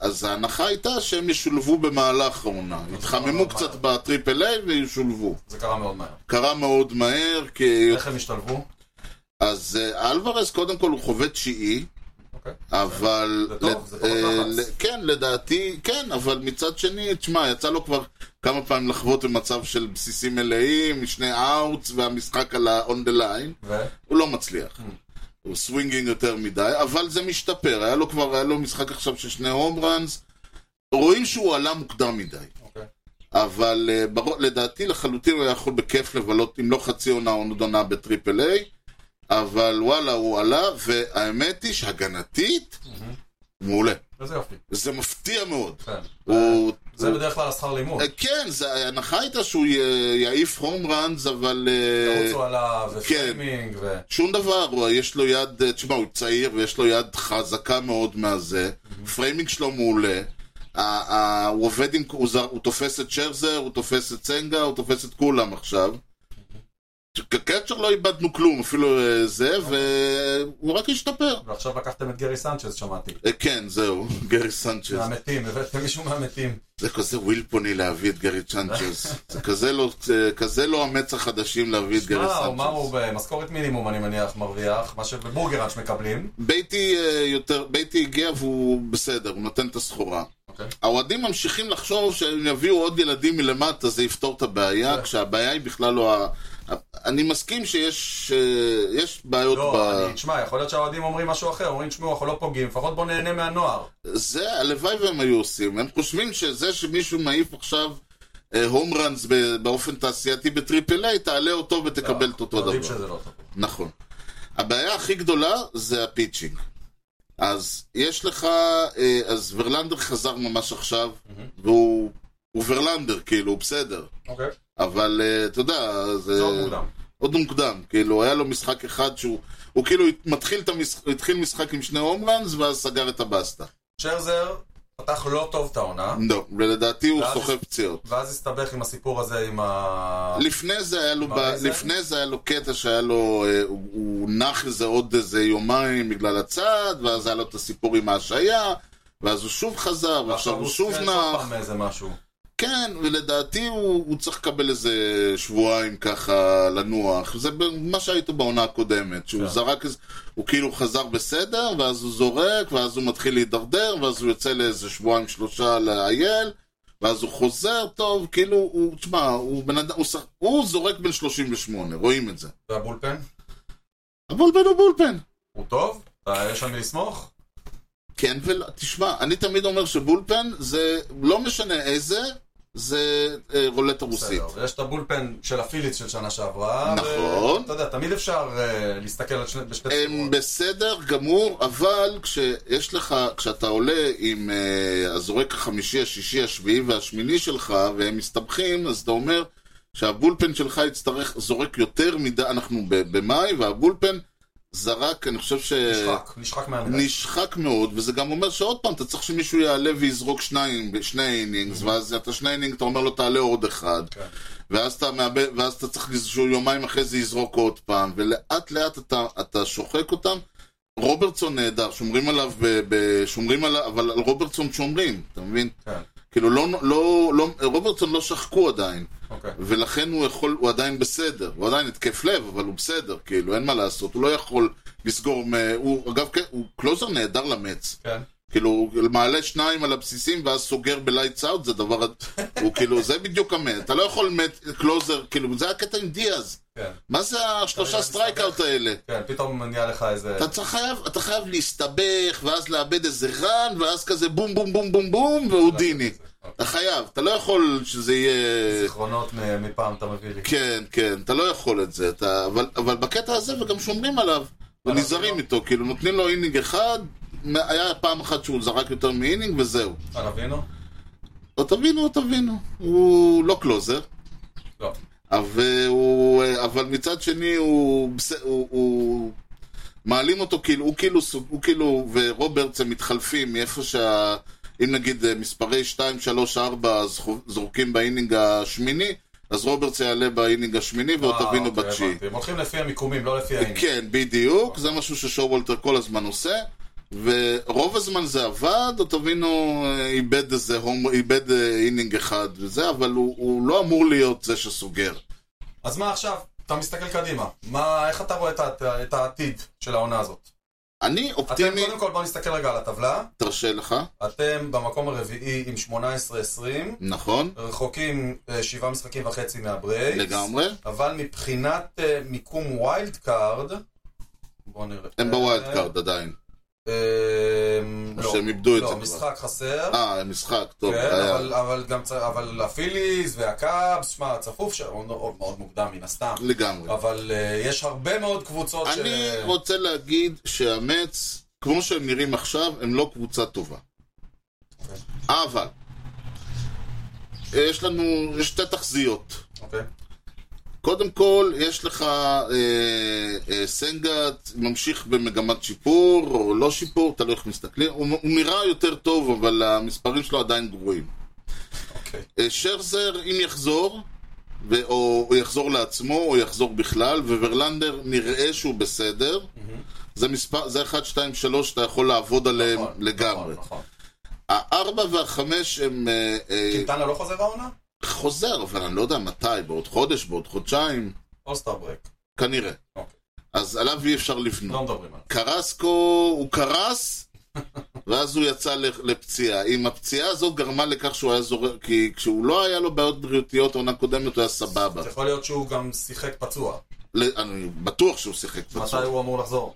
S1: ואז ההנחה הייתה שהם ישולבו במהלך העונה
S2: נכון.
S1: התחממו קצת בטריפל איי וישולבו
S2: זה קרה מאוד מהר.
S1: קרה מאוד מהר כי
S2: איך הם השתלבו?
S1: אז אה, אלוורז קודם כל הוא חווה תשיעי
S2: אוקיי.
S1: אבל...
S2: זה טוב,
S1: לד-
S2: זה פחות
S1: אה,
S2: לחץ.
S1: ל- כן, לדעתי, כן, אבל מצד שני, תשמע, יצא לו כבר כמה פעמים לחוות במצב של בסיסים מלאים, שני אאוטס והמשחק על ה-on the line.
S2: ו?
S1: הוא לא
S2: כן.
S1: מצליח. הוא סווינגינג יותר מדי, אבל זה משתפר. היה לו כבר, היה לו משחק עכשיו של שני הום ראנס. רואים שהוא עלה מוקדם מדי.
S2: אוקיי.
S1: אבל אה, בר... לדעתי לחלוטין הוא היה יכול בכיף לבלות, אם לא חצי עונה, עוד עונה בטריפל איי. אבל וואלה, הוא עלה, והאמת היא שהגנתית, מעולה.
S2: וזה יופי.
S1: זה מפתיע מאוד.
S2: כן.
S1: הוא...
S2: זה בדרך כלל השכר לימוד.
S1: אה, כן, זה- ההנחה הייתה שהוא י- יעיף הום ראנס, אבל... אה,
S2: ירוצו לא עליו,
S1: כן.
S2: ופיימינג, ו...
S1: שום דבר, הוא, יש לו יד, אה, תשמע, הוא צעיר ויש לו יד חזקה מאוד מהזה, פריימינג שלו מעולה, ה- ה- הוא עובד עם, הוא זר- הוא תופס את שרזר, הוא תופס את סנגה, הוא תופס את כולם עכשיו. כקצ'ר לא איבדנו כלום, אפילו אה, זה, והוא רק השתפר.
S2: ועכשיו לקחתם את גרי סנצ'ז, שמעתי.
S1: אה, כן, זהו, גרי סנצ'ס.
S2: מהמתים, הבאתם מישהו מהמתים.
S1: זה כזה ווילפוני להביא את גרי סנצ'ס. זה כזה לא- זה כזה לא אמץ החדשים להביא את גרי
S2: מה, אה, הוא- מה הוא
S1: סנצ'ס.
S2: במשכורת מינימום, אני מניח, מרוויח, מה שבבורגראנץ' מקבלים.
S1: ביתי אה, יותר, ביתי הגיע והוא בסדר, הוא נותן את הסחורה.
S2: אוקיי.
S1: האוהדים ממשיכים לחשוב שהם יביאו עוד ילדים מלמטה, זה יפתור את
S2: כן.
S1: הבעיה, כשהבעיה היא בכלל לא ה... ה- אני מסכים שיש אה, יש בעיות ב...
S2: לא, אני, תשמע, יכול להיות שהאוהדים אומרים משהו אחר, אומרים, תשמעו, אנחנו לא פוגעים, לפחות בוא נהנה מהנוער.
S1: זה, הלוואי והם היו עושים. הם חושבים שזה שמישהו מעיף עכשיו אה, הום ראנס ב- באופן תעשייתי בטריפל איי, תעלה אותו ותקבל את אותו
S2: יודעים
S1: דבר.
S2: שזה לא טוב.
S1: נכון. הבעיה הכי גדולה זה הפיצ'ינג. אז יש לך, אה, אז ורלנדר חזר ממש עכשיו, והוא הוא ורלנדר, כאילו, הוא בסדר.
S2: אוקיי,
S1: אבל אה, אתה יודע, זה... לא
S2: זה עוד מוקדם.
S1: עוד מוקדם. כאילו, היה לו משחק אחד שהוא... הוא כאילו מתחיל את המשחק, התחיל משחק עם שני הומרנס, ואז סגר את הבסטה.
S2: שרזר פתח לא טוב את העונה,
S1: לא, ולדעתי הוא
S2: ואז-
S1: סוחב פציעות.
S2: ואז הסתבך עם הסיפור הזה עם ה...
S1: לפני זה היה לו, ב...
S2: מה זה?
S1: לפני זה היה לו קטע שהיה לו, אה, הוא, הוא נח איזה עוד איזה יומיים בגלל הצד, ואז היה לו את הסיפור עם ההשעיה, ואז הוא שוב חזר, ועכשיו הוא שוב
S2: כן,
S1: נח.
S2: פעם איזה משהו.
S1: כן, ולדעתי הוא, הוא צריך לקבל איזה שבועיים ככה לנוח. זה ב- מה שהיה איתו בעונה הקודמת, שהוא
S2: כן.
S1: זרק איזה... הוא כאילו חזר בסדר, ואז הוא זורק, ואז הוא מתחיל להידרדר, ואז הוא יוצא לאיזה שבועיים שלושה לאייל, ואז הוא חוזר טוב, כאילו, הוא, תשמע, הוא בן אדם, הוא, שח... הוא זורק בן 38, רואים את זה.
S2: והבולפן?
S1: הבולפן הוא בולפן.
S2: הוא טוב? אה, יש על מי לסמוך?
S1: כן ולא, תשמע, אני תמיד אומר שבולפן זה לא משנה איזה, זה אה, רולטה רוסית.
S2: בסדר, יש את הבולפן של הפיליץ של שנה שעברה.
S1: נכון.
S2: ו- אתה יודע, תמיד אפשר אה, להסתכל על שני- בשתי
S1: הם
S2: צורות.
S1: בסדר גמור, אבל כשיש לך, כשאתה עולה עם אה, הזורק החמישי, השישי, השביעי והשמיני שלך, והם מסתבכים, אז אתה אומר שהבולפן שלך יצטרך זורק יותר מדי, אנחנו ב- במאי, והבולפן זרק, אני חושב ש...
S2: נשחק, נשחק מהמילה.
S1: נשחק מאוד, וזה גם אומר שעוד פעם, אתה צריך שמישהו יעלה ויזרוק שניים, שני אינינגס, ואז אתה שני אינינג, אתה אומר לו תעלה עוד אחד.
S2: כן.
S1: ואז אתה, מאבד, ואז אתה צריך שהוא יומיים אחרי זה יזרוק עוד פעם, ולאט לאט אתה, אתה שוחק אותם. רוברטסון נהדר, שומרים עליו, ב, ב, שומרים עליו, אבל על רוברטסון שומרים, אתה מבין?
S2: כן,
S1: כאילו, לא, לא, לא, רוברטסון לא שחקו עדיין,
S2: אוקיי.
S1: ולכן הוא יכול, הוא עדיין בסדר, הוא עדיין התקף לב, אבל הוא בסדר, כאילו, אין מה לעשות, הוא לא יכול לסגור, מ- הוא אגב, כן, הוא קלוזר נהדר למץ.
S2: כן.
S1: כאילו, הוא מעלה שניים על הבסיסים ואז סוגר בלייטס אאוט, זה דבר... הוא כאילו, זה בדיוק המת. אתה לא יכול מת, קלוזר, כאילו, זה הקטע עם דיאז.
S2: כן,
S1: מה זה השלושה
S2: אתה
S1: סטרייקאוט האלה?
S2: כן, פתאום נהיה לך איזה...
S1: אתה צריך חייב, אתה חייב להסתבך, ואז לאבד איזה רן, ואז כזה בום בום בום בום בום, והודיני. אתה חייב, אתה לא יכול שזה יהיה...
S2: זיכרונות מ- מפעם אתה מביא לי.
S1: כן, כן, אתה לא יכול את זה, אתה... אבל, אבל בקטע הזה, וגם שומרים עליו. ונזהרים איתו, כאילו נותנים לו אינינג אחד, מה- היה פעם אחת שהוא זרק יותר מאינינג וזהו.
S2: על אבינו?
S1: לא תבינו, לא תבינו, הוא לא קלוזר.
S2: לא.
S1: אבל, הוא, אבל מצד שני הוא, בס- הוא, הוא מעלים אותו כאילו, הוא כאילו, סוג- הוא כאילו ורוברטס הם מתחלפים מאיפה שה... אם נגיד אה, מספרי 2, 3, 4 זורקים באינינג השמיני, אז רוברטס יעלה באינינג השמיני ועוד
S2: אה,
S1: לא, תבינו
S2: אוקיי,
S1: בתשיעי.
S2: הבנתי. הם הולכים לפי המיקומים, לא לפי העניין.
S1: כן, בדיוק, זה משהו ששואוולטר כל הזמן עושה, ורוב הזמן זה עבד, או תבינו, אה, איבד איזה הום, איבד אה, אינינג אחד וזה, אבל הוא, הוא לא אמור להיות זה שסוגר.
S2: אז מה עכשיו? אתה מסתכל קדימה. מה, איך אתה רואה את ה- את העתיד של העונה הזאת?
S1: אני
S2: אתם,
S1: אופטימי,
S2: קודם כל, בואו נסתכל רגע על הטבלה.
S1: תרשה לך,
S2: אתם במקום הרביעי עם 18-20,
S1: נכון,
S2: רחוקים אה, שבעה משחקים וחצי מהברייס.
S1: לגמרי.
S2: אבל מבחינת אה, מיקום ווילד קארד, בואו נראה.
S1: הם בווילד קארד עדיין.
S2: אה,
S1: או
S2: לא.
S1: שהם איבדו את זה
S2: לא,
S1: כבר.
S2: משחק חסר.
S1: אה, משחק, טוב,
S2: כן,
S1: היה.
S2: אבל, אבל גם צ... אבל הפיליז והקאבס, שמע, צפוף שם, עוד, עוד מאוד מוקדם מן הסתם.
S1: לגמרי.
S2: אבל אה, יש הרבה מאוד קבוצות אה, ש...
S1: אני רוצה להגיד שהמץ, כמו שהם נראים עכשיו, הם לא קבוצה טובה. אבל, יש לנו שתי תחזיות.
S2: אוקיי.
S1: קודם כל, יש לך אה, אה, סנגאט ממשיך במגמת שיפור, או לא שיפור, תלוי איך מסתכלים. הוא, הוא נראה יותר טוב, אבל המספרים שלו עדיין גרועים.
S2: אוקיי.
S1: אה, שרזר, אם יחזור, ו- או הוא יחזור לעצמו, או יחזור בכלל, וורלנדר נראה שהוא בסדר. זה מספר, זה 1, 2, 3, אתה יכול לעבוד עליהם
S2: נכון,
S1: אה, לגמרי.
S2: נכון, נכון.
S1: הארבע והחמש הם... אה, אה,
S2: קינטנה לא חוזר העונה?
S1: חוזר, אבל אני לא יודע מתי, בעוד חודש, בעוד חודשיים,
S2: אולסטאר ברק.
S1: כנראה.
S2: אוקיי.
S1: אז עליו אי אפשר לבנות.
S2: לא מדברים עליו.
S1: קרסקו, הוא קרס, ואז הוא יצא ל- לפציעה. אם הפציעה הזאת גרמה לכך שהוא היה זורק, כי כשהוא לא היה לו בעיות בריאותיות עונה קודמת, הוא היה סבבה.
S2: יכול להיות שהוא גם שיחק פצוע.
S1: ל- אני בטוח שהוא שיחק
S2: מתי
S1: פצוע.
S2: הוא אמור לחזור?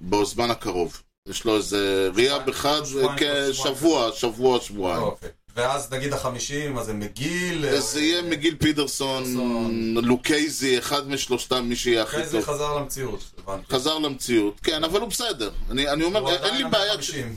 S1: בזמן הקרוב. יש לו איזה ריאב אחד,
S2: שבועיים, שבועיים.
S1: כשבוע, שבוע, שבועיים.
S2: אוקיי. ואז נגיד החמישים, אז הם מגיל... אה,
S1: זה יהיה מגיל פידרסון,
S2: פידרסון.
S1: לוקייזי, אחד משלושתם, מי שיהיה הכי
S2: אחרי זה
S1: טוב.
S2: חזר למציאות, הבנתי.
S1: חזר למציאות, כן, אבל הוא בסדר. אני, אני
S2: הוא
S1: אומר, אין
S2: עדיין
S1: לי
S2: אמר
S1: בעיה...
S2: 50.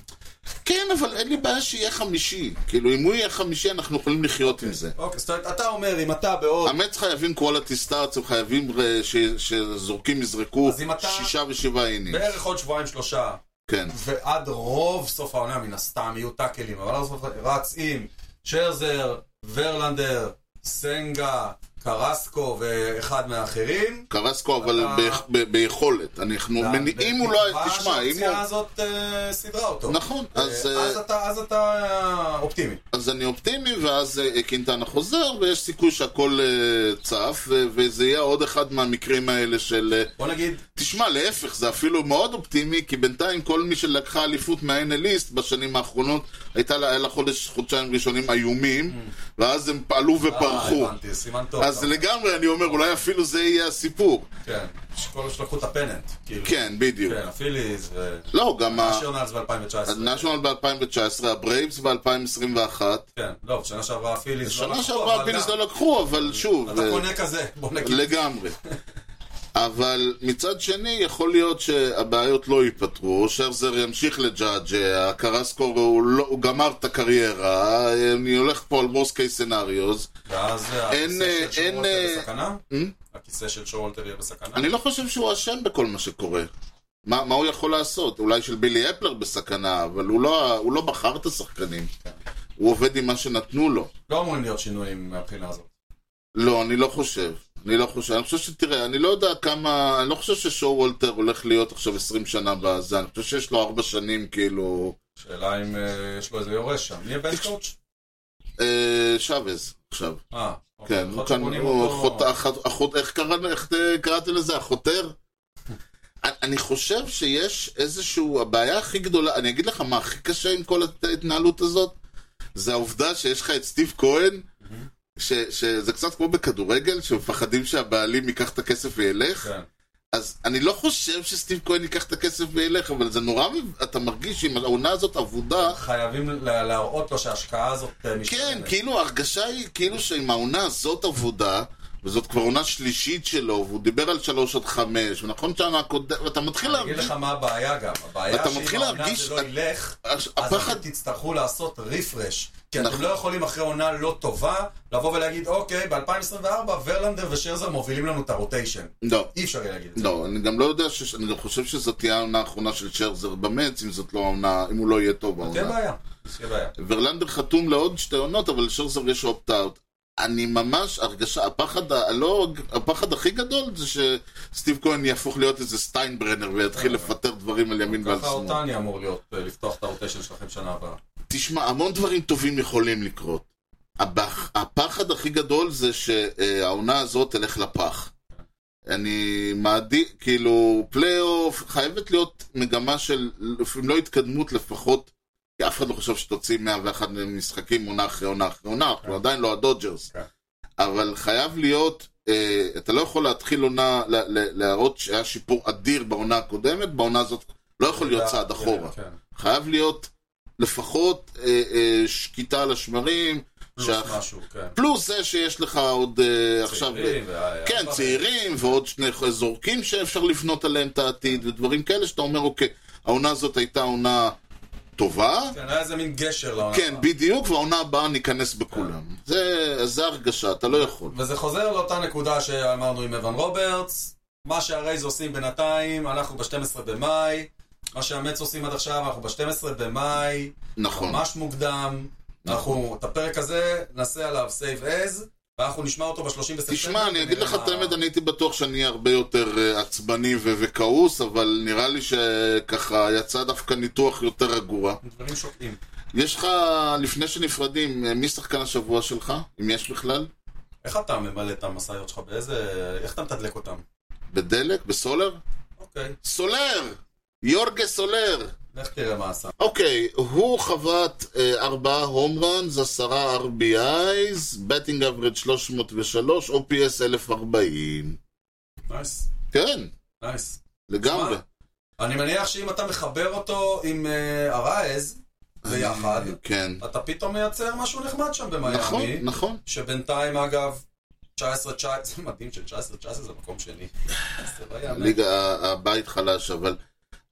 S1: כן, אבל אין לי בעיה שיהיה חמישי. כאילו, אם הוא יהיה חמישי, אנחנו יכולים לחיות עם זה.
S2: אוקיי, זאת אומרת, אתה אומר, אם אתה בעוד...
S1: המץ חייבים quality starts, הם חייבים אה, ש- שזורקים יזרקו
S2: אז אם אתה-
S1: שישה ושבעה אינינג.
S2: בערך עוד שבועיים שלושה,
S1: כן.
S2: ועד רוב סוף העונה מן הסתם יהיו טאקלים, אבל אז רץ עם שרזר, ורלנדר, סנגה, קרסקו ואחד מהאחרים.
S1: קרסקו, אבל
S2: אתה-
S1: ביכ- ב- ביכולת. אנחנו... מנ- אם הוא לא...
S2: בתקווה
S1: תשמע, אם
S2: שהפציעה
S1: הוא...
S2: הזאת אה, סידרה אותו.
S1: נכון, אז,
S2: אה,
S1: אה,
S2: אז אתה- אז אתה אה, אופטימי.
S1: אז אני אופטימי, ואז אה, קינטנה חוזר, ויש סיכוי שהכל אה, צף, ו- וזה יהיה עוד אחד מהמקרים האלה של... אה,
S2: בוא נגיד,
S1: תשמע, להפך, זה אפילו מאוד אופטימי, כי בינתיים כל מי שלקחה אליפות מה-NLיסט בשנים האחרונות, הייתה לה, היה לה חודש, חודשיים ראשונים איומים, ואז הם פעלו
S2: אה,
S1: ופרחו.
S2: הבנתי, סימן טוב.
S1: אז
S2: אבל-
S1: לגמרי, אני אומר, אולי אפילו זה יהיה הסיפור.
S2: כן, כל שלקחו את הפננט. כאילו.
S1: כן, בדיוק.
S2: כן, הפיליז ו...
S1: לא, גם ה...
S2: השרנלס ב-2019.
S1: נשיונל ב-2019, הברייבס ב-2021.
S2: כן, לא, בשנה שעברה הפיליז לא
S1: שנה
S2: לקחו,
S1: שעברה
S2: אבל
S1: הפינס
S2: גם-
S1: לא לקחו, אה. אבל שוב...
S2: אתה
S1: אה,
S2: קונה כזה, בוא נגיד.
S1: לגמרי. אבל מצד שני, יכול להיות שהבעיות לא ייפתרו, שרזר ימשיך לג'עג'ע, קרסקו הוא, לא, הוא גמר את הקריירה, אני הולך פה על worst case scenarios.
S2: ואז
S1: אין,
S2: הכיסא של
S1: אה,
S2: שורולטר
S1: אין,
S2: יהיה
S1: אה,
S2: בסכנה?
S1: Hmm?
S2: הכיסא של שורולטר יהיה בסכנה?
S1: אני לא חושב שהוא אשם בכל מה שקורה. מה, מה הוא יכול לעשות? אולי של בילי אפלר בסכנה, אבל הוא לא, הוא לא בחר את השחקנים. הוא עובד עם מה שנתנו לו.
S2: לא אמורים להיות שינויים מהבחינה הזאת.
S1: לא, אני לא חושב. אני לא חושב. אני חושב שתראה, אני לא יודע כמה... אני לא חושב ששואו וולטר הולך להיות עכשיו 20 שנה בזה. אני חושב שיש לו 4 שנים, כאילו...
S2: שאלה אם אה, יש לו איזה יורש שם. מי הבן קואוץ'?
S1: אה, שוויז, עכשיו.
S2: אה,
S1: כן,
S2: יכול
S1: הוא
S2: להיות
S1: כאן...
S2: שבונים
S1: הוא
S2: אותו-
S1: חות- אחות- אחות- איך קראנו- איך אה, קראתי לזה? החותר? אני- אני חושב שיש איזשהו... הבעיה הכי גדולה... אני אגיד לך מה הכי קשה עם כל הת- ההתנהלות הזאת? זה העובדה שיש לך את סטיב כהן, ש- שזה קצת כמו בכדורגל, שמפחדים שהבעלים ייקח את הכסף וילך.
S2: כן.
S1: אז אני לא חושב שסטיב כהן ייקח את הכסף וילך, אבל זה נורא, מב- אתה מרגיש שעם העונה הזאת עבודה,
S2: חייבים לה- להראות לו שההשקעה הזאת אה,
S1: כן,
S2: משתלמת.
S1: כאילו ההרגשה היא כאילו שעם העונה הזאת עבודה, וזאת כבר עונה שלישית שלו, והוא דיבר על שלוש עד חמש, ונכון שנה הקודמת, ואתה מתחיל
S2: אני אגיד
S1: להרגיש...
S2: לך מה הבעיה גם, הבעיה
S1: אתה
S2: שאם
S1: מתחיל
S2: העונה
S1: להרגיש-
S2: זה לא ילך,
S1: הש-
S2: אז
S1: הפחד,
S2: אתם תצטרכו לעשות רפרש. כי
S1: נכון.
S2: אתם לא יכולים אחרי עונה לא טובה, לבוא ולהגיד, אוקיי, ב-2024 ורלנדר ושרזר מובילים לנו את הרוטיישן.
S1: לא,
S2: אי אפשר יהיה להגיד את זה.
S1: לא, אני גם לא יודע, ש... אני גם חושב שזאת תהיה העונה האחרונה של שרזר במץ, אם זאת לא העונה, אם הוא לא יהיה טוב
S2: תהיה
S1: העונה.
S2: בעיה. תהיה בעיה.
S1: ורלנדר חתום לעוד שתי עונות, אבל לשרזר יש אופט-אאוט. אני ממש, הרגשה, הפחד, ה- הלא, הפחד הכי גדול זה שסטיב כהן יהפוך להיות איזה סטיינברנר ויתחיל לפטר דברים על ימין ועל
S2: ככה
S1: שמאל.
S2: אותני אמור להיות, אה, לפתוח את הרוטיישן שלכם שנה הבאה.
S1: תשמע, המון דברים טובים יכולים לקרות. הבח, הפחד הכי גדול זה שהעונה הזאת תלך לפח. אני מעדיף, כאילו, פלייאוף, חייבת להיות מגמה של, אם לא התקדמות לפחות, כי אף אחד לא חושב שתוציא 101 משחקים עונה אחרי עונה אחרי עונה, אנחנו עדיין לא הדודג'רס.
S2: כן.
S1: אבל חייב להיות, אה, אתה לא יכול להתחיל עונה, ל- ל- להראות שהיה שיפור אדיר בעונה הקודמת, בעונה הזאת לא יכול להיות צעד אחורה.
S2: כן.
S1: חייב להיות לפחות אה, אה, שקיטה על השמרים.
S2: פלוס
S1: שאח-
S2: משהו, כן.
S1: פלוס זה שיש לך עוד אה, עכשיו...
S2: צעירים, וה-
S1: כן,
S2: הדברים.
S1: צעירים ועוד שני ח- זורקים שאפשר לבנות עליהם את העתיד ודברים כאלה שאתה אומר, אוקיי, העונה הזאת הייתה עונה טובה.
S2: כן, היה איזה מין גשר לעונה.
S1: כן,
S2: הבאה.
S1: בדיוק, והעונה הבאה ניכנס בכולם.
S2: כן.
S1: זה, זה הרגשה, אתה לא יכול.
S2: וזה חוזר לאותה נקודה שאמרנו עם אבן רוברטס, מה שהרייז עושים בינתיים, אנחנו ב-12 במאי, מה שהמץ עושים עד עכשיו, אנחנו ב-12 במאי,
S1: נכון.
S2: ממש מוקדם, אנחנו, את הפרק הזה נעשה עליו סייב אז, ואנחנו נשמע אותו ב-30 בספטמבר.
S1: תשמע, אני אגיד
S2: ונראה
S1: לך
S2: מה-
S1: את האמת, אני הייתי בטוח שאני אהיה הרבה יותר אה, עצבני ו- וכעוס, אבל נראה לי שככה יצא דווקא ניתוח יותר רגוע.
S2: דברים שוקעים.
S1: יש לך, לפני שנפרדים, מי שחקן השבוע שלך? אם יש בכלל?
S2: איך אתה ממלא את המשאיות שלך? באיזה... איך אתה מתדלק אותם?
S1: בדלק? בסולר?
S2: אוקיי,
S1: סולר! יורגה סולר!
S2: לך תראה מה עשה.
S1: אוקיי, הוא חבט אה, ארבעה הום ראנס, עשרה RBIs, בטינג אברד 303, OPS 1040.
S2: נייס,
S1: כן,
S2: נייס.
S1: לגמרי.
S2: אני מניח שאם אתה מחבר אותו עם אה, הרייז, ביחד,
S1: כן.
S2: אתה פתאום מייצר משהו נחמד שם במיאמי.
S1: נכון, נכון.
S2: שבינתיים אגב, 19-19, זה מדהים ש-19-19 זה מקום שני. זה לא יאמן.
S1: הליגה, ה- הבית חלש, אבל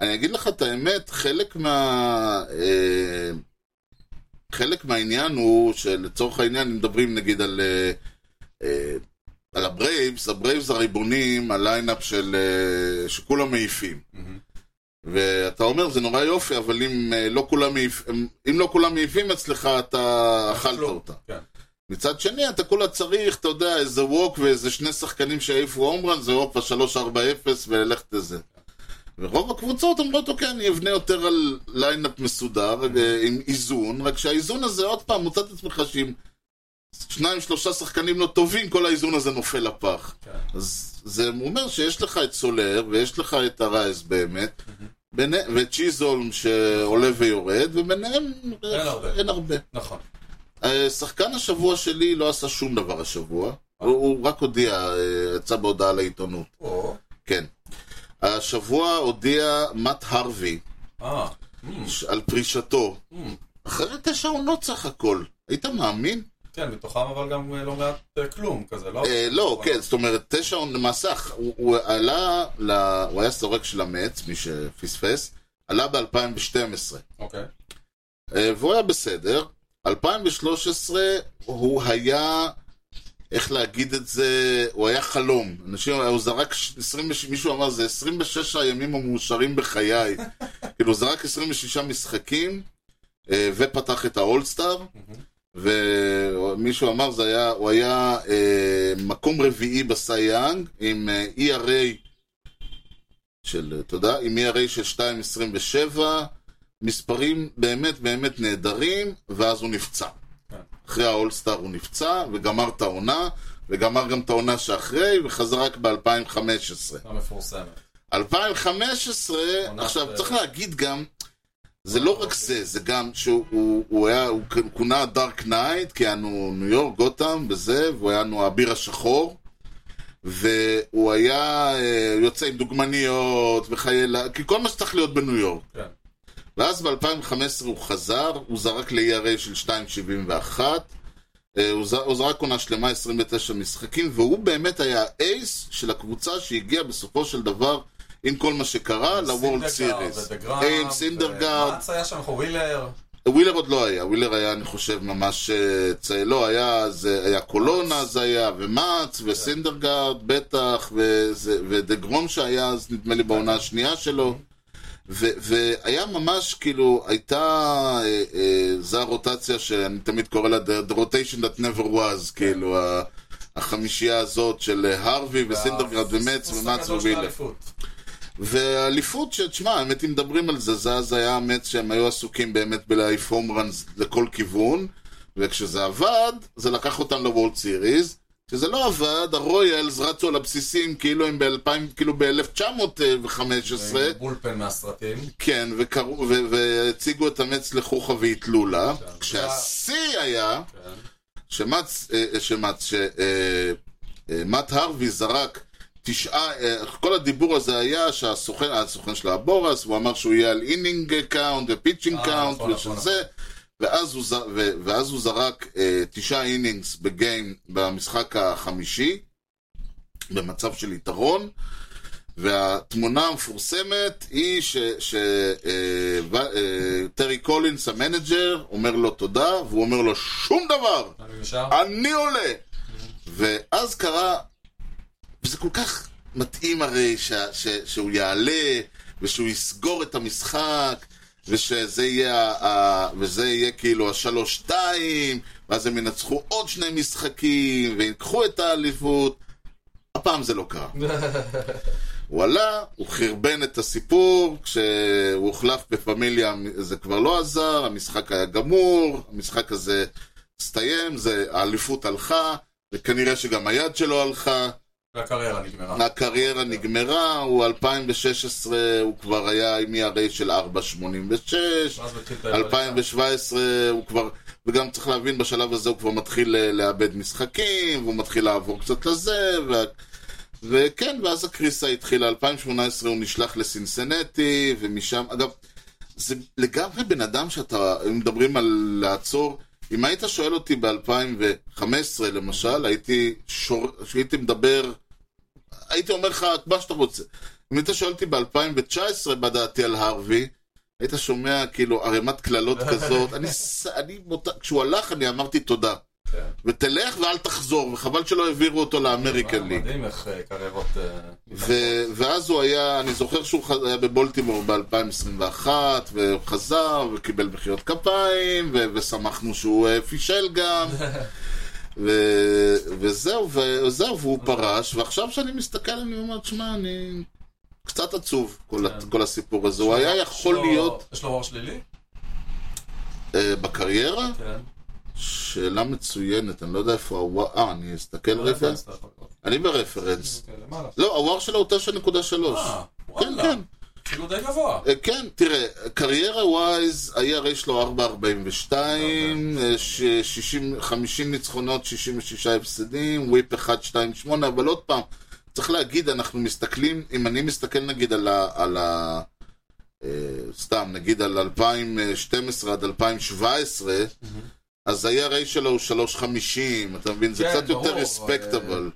S1: אני אגיד לך את האמת, חלק מה... אה, חלק מהעניין הוא שלצורך העניין, אם מדברים נגיד על, אה, אה, על הברייבס, הברייבס הריבונים, הליינאפ של... אה, שכולם מעיפים.
S2: מהמם.
S1: ואתה אומר, זה נורא יופי, אבל אם אה, לא כולם, מעיפ... אם לא כולם מעיפים אצלך, אתה אכלת
S2: כלום.
S1: אותה.
S2: כן.
S1: מצד שני, אתה כולה צריך, אתה יודע, איזה ווק ואיזה שני שחקנים שיעיפו הומרן, זה הופה 3-4-0 ולך תזה. ורוב הקבוצות אומרות, אוקיי, אני אבנה יותר על ליינאפ מסודר,
S2: Mm-hmm.
S1: אה, עם איזון, רק שהאיזון הזה, עוד פעם, מוצא את עצמך שאם שניים, שלושה שחקנים לא טובים, כל האיזון הזה נופל לפח.
S2: כן.
S1: אז זה אומר שיש לך את סולר, ויש לך את הרייס באמת,
S2: Mm-hmm.
S1: ביני- ואת צ'יזולם שעולה ויורד, וביניהם
S2: אין הרבה.
S1: אין הרבה.
S2: נכון.
S1: אה, שחקן השבוע שלי לא עשה שום דבר השבוע, הוא, הוא רק הודיע, אה, יצא בהודעה לעיתונות,
S2: או,
S1: כן. השבוע הודיע מאט הרווי
S2: אה,
S1: ש- על פרישתו,
S2: mm,
S1: אחרי תשע עונות סך הכל, היית מאמין?
S2: כן, מתוכם אבל גם אה, לא מעט אה, כלום כזה, לא?
S1: אה, לא, כן, זאת אומרת, תשע עונות, למעשה, הוא- הוא עלה, ל- הוא היה סורק של המץ, מי שפספס, עלה ב-2012.
S2: אוקיי.
S1: אה, והוא היה בסדר. 2013 הוא היה, איך להגיד את זה, הוא היה חלום. אנשים, הוא זרק, ש- 26, מישהו אמר, זה 26 הימים המאושרים בחיי. כאילו, הוא זרק 26 משחקים, אה, ופתח את האולסטאר, ומישהו אמר, זה היה, הוא היה אה, מקום רביעי בסייאנג, עם אה, ERA של, אה, תודה, עם ERA של 2.27, מספרים באמת באמת נהדרים, ואז הוא נפצע.
S2: כן.
S1: אחרי האולסטאר הוא נפצע, וגמר את העונה, וגמר גם את העונה שאחרי, וחזר רק ב-2015.
S2: המפורסמת.
S1: 2015,
S2: עונת,
S1: עכשיו
S2: אה,
S1: צריך להגיד גם, זה לא רק זה, זה גם שהוא הוא- הוא היה, הוא כ- כונה דארק נייט, כי היה נו- ניו יורק, גותם וזה, והוא היה נו האביר השחור, והוא היה אה, יוצא עם דוגמניות וחיילה, כי כל מה שצריך להיות בניו יורק.
S2: כן.
S1: ואז ב-2015 הוא חזר, הוא זרק ל-ERA של 2.71, אה, הוא ז- הוא זרק עונה שלמה 29 משחקים, והוא באמת היה האייס של הקבוצה שהגיעה בסופו של דבר, עם כל מה שקרה, לוולד סיריס. אה, עם סינדרגרד,
S2: מאץ היה שם, חווילר.
S1: ווילר עוד לא היה, ווילר היה, אני חושב, ממש אה, צי... לא, היה, אז, אה, היה קולונה, אז היה, ומץ,
S2: כן.
S1: וסינדרגרד, בטח, וזה- ודגרום שהיה אז, נדמה לי, בעונה השנייה שלו. ו- והיה ממש, כאילו, הייתה, אה, אה, זה הרוטציה שאני תמיד קורא לה the the rotation that never
S2: כן.
S1: was, כאילו, ה- החמישייה הזאת של אה, הרווי וסינדרגרד ומץ
S2: והפוסט
S1: ומץ
S2: הגדול אה, של
S1: ווילר.
S2: האליפות.
S1: והאליפות, שתשמע, האמת אם מדברים על זה, זה אז היה האמת שהם היו עסוקים באמת בלהעיף הום ראנס לכל כיוון, וכשזה עבד, זה לקח אותם לוולד סיריס. כשזה לא עבד, הרויאלס רצו על הבסיסים כאילו הם ב-2000, כאילו ב-1915,
S2: עם בולפן מהסרטים.
S1: כן, וקראו- ו- והציגו את המץ לחוכא ואטלולה. כשהשיא היה, שמץ, אה, אה, שמץ, אה, שמט הרווי זרק תשעה, אה, כל הדיבור הזה היה שהסוכן, הסוכן של הבורס, הוא אמר שהוא יהיה על אינינג קאונט ופיצ'ינג
S2: אה,
S1: קאונט
S2: נכון, נכון,
S1: ושל זה, ואז הוא ז- ו- ואז הוא זרק אה, תשעה אינינגס בגיים במשחק החמישי, במצב של יתרון. והתמונה המפורסמת היא אה, שטרי קולינס המנג'ר אומר לו תודה, והוא אומר לו שום דבר!
S2: אני נשאר.
S1: אני עולה! ואז קרה, וזה כל כך מתאים הרי ש, ש, שהוא יעלה, ושהוא יסגור את המשחק, ושזה יהיה, ה- ה- וזה יהיה כאילו השלוש-שתיים, ואז הם ינצחו עוד שני משחקים, ויקחו את האליפות. הפעם זה לא קרה. הוא עלה, הוא חרבן את הסיפור, כשהוא הוחלף בפמיליה זה כבר לא עזר, המשחק היה גמור, המשחק הזה הסתיים, זה, האליפות הלכה, וכנראה שגם היד שלו הלכה,
S2: והקריירה נגמרה.
S1: הקריירה נגמרה, הוא 2016, הוא כבר היה עם ERA של 4.86,
S2: ואז מתחיל את האירוע.
S1: 2017 הוא כבר, וגם צריך להבין בשלב הזה הוא כבר מתחיל אה, לאבד משחקים, והוא מתחיל לעבור קצת לזה, וה... וכן, ואז הקריסה התחילה, 2018 הוא נשלח לסינסנטי, ומשם, אגב, זה לגמרי בן אדם שאתה, אם מדברים על לעצור, אם היית שואל אותי ב-2015 למשל, הייתי, שור... הייתי מדבר, הייתי אומר לך את מה שאתה רוצה. אם היית שואל אותי ב-2019 מה דעתי על הרווי, היית שומע כאילו ערימת קללות כזאת, אני, ס- אני מות... כשהוא הלך אני אמרתי תודה.
S2: כן.
S1: ותלך ואל תחזור, וחבל שלא העבירו אותו לאמריקן ליג.
S2: מדהים איך אה, קריירות... אה,
S1: ו- ואז הוא היה, אני זוכר שהוא ח- היה בבולטימור ב-2021, והוא חזר, וקיבל מחיאות כפיים, ו- ושמחנו שהוא אה, פישל גם. ו- וזהו, וזהו, והוא פרש, ועכשיו כשאני מסתכל אני אומר, תשמע, אני קצת עצוב, כל, ה-
S2: כן. לא.
S1: כל הסיפור הזה. הוא היה יכול
S2: יש לו-
S1: להיות
S2: יש לו אור שלילי?
S1: אה, בקריירה?
S2: כן.
S1: שאלה מצוינת, אני לא יודע איפה הוואר... אה, אני אסתכל רגע.
S2: רפרנס לא אתה יכול לראות.
S1: אני ברפרנס.
S2: אוקיי, למעלה.
S1: לא, הוואר שלו הוא 9.3.
S2: אה,
S1: כן,
S2: וואלה.
S1: כן.
S2: כאילו די גבוה.
S1: אה, כן, תראה, קריירה ווייז, ה-ERA שלו 4.42,
S2: אוקיי.
S1: אה, ש- 60 50 ניצחונות, 66 הפסדים, וויפ 1.28, אבל עוד פעם, צריך להגיד, אנחנו מסתכלים, אם אני מסתכל נגיד על ה... על ה אה, סתם, נגיד על 2012 עד 2017, אז ה-ERA שלו הוא 3.50, אתה מבין? זה
S2: כן,
S1: קצת יותר
S2: ברור, כן.
S1: רספקטבל.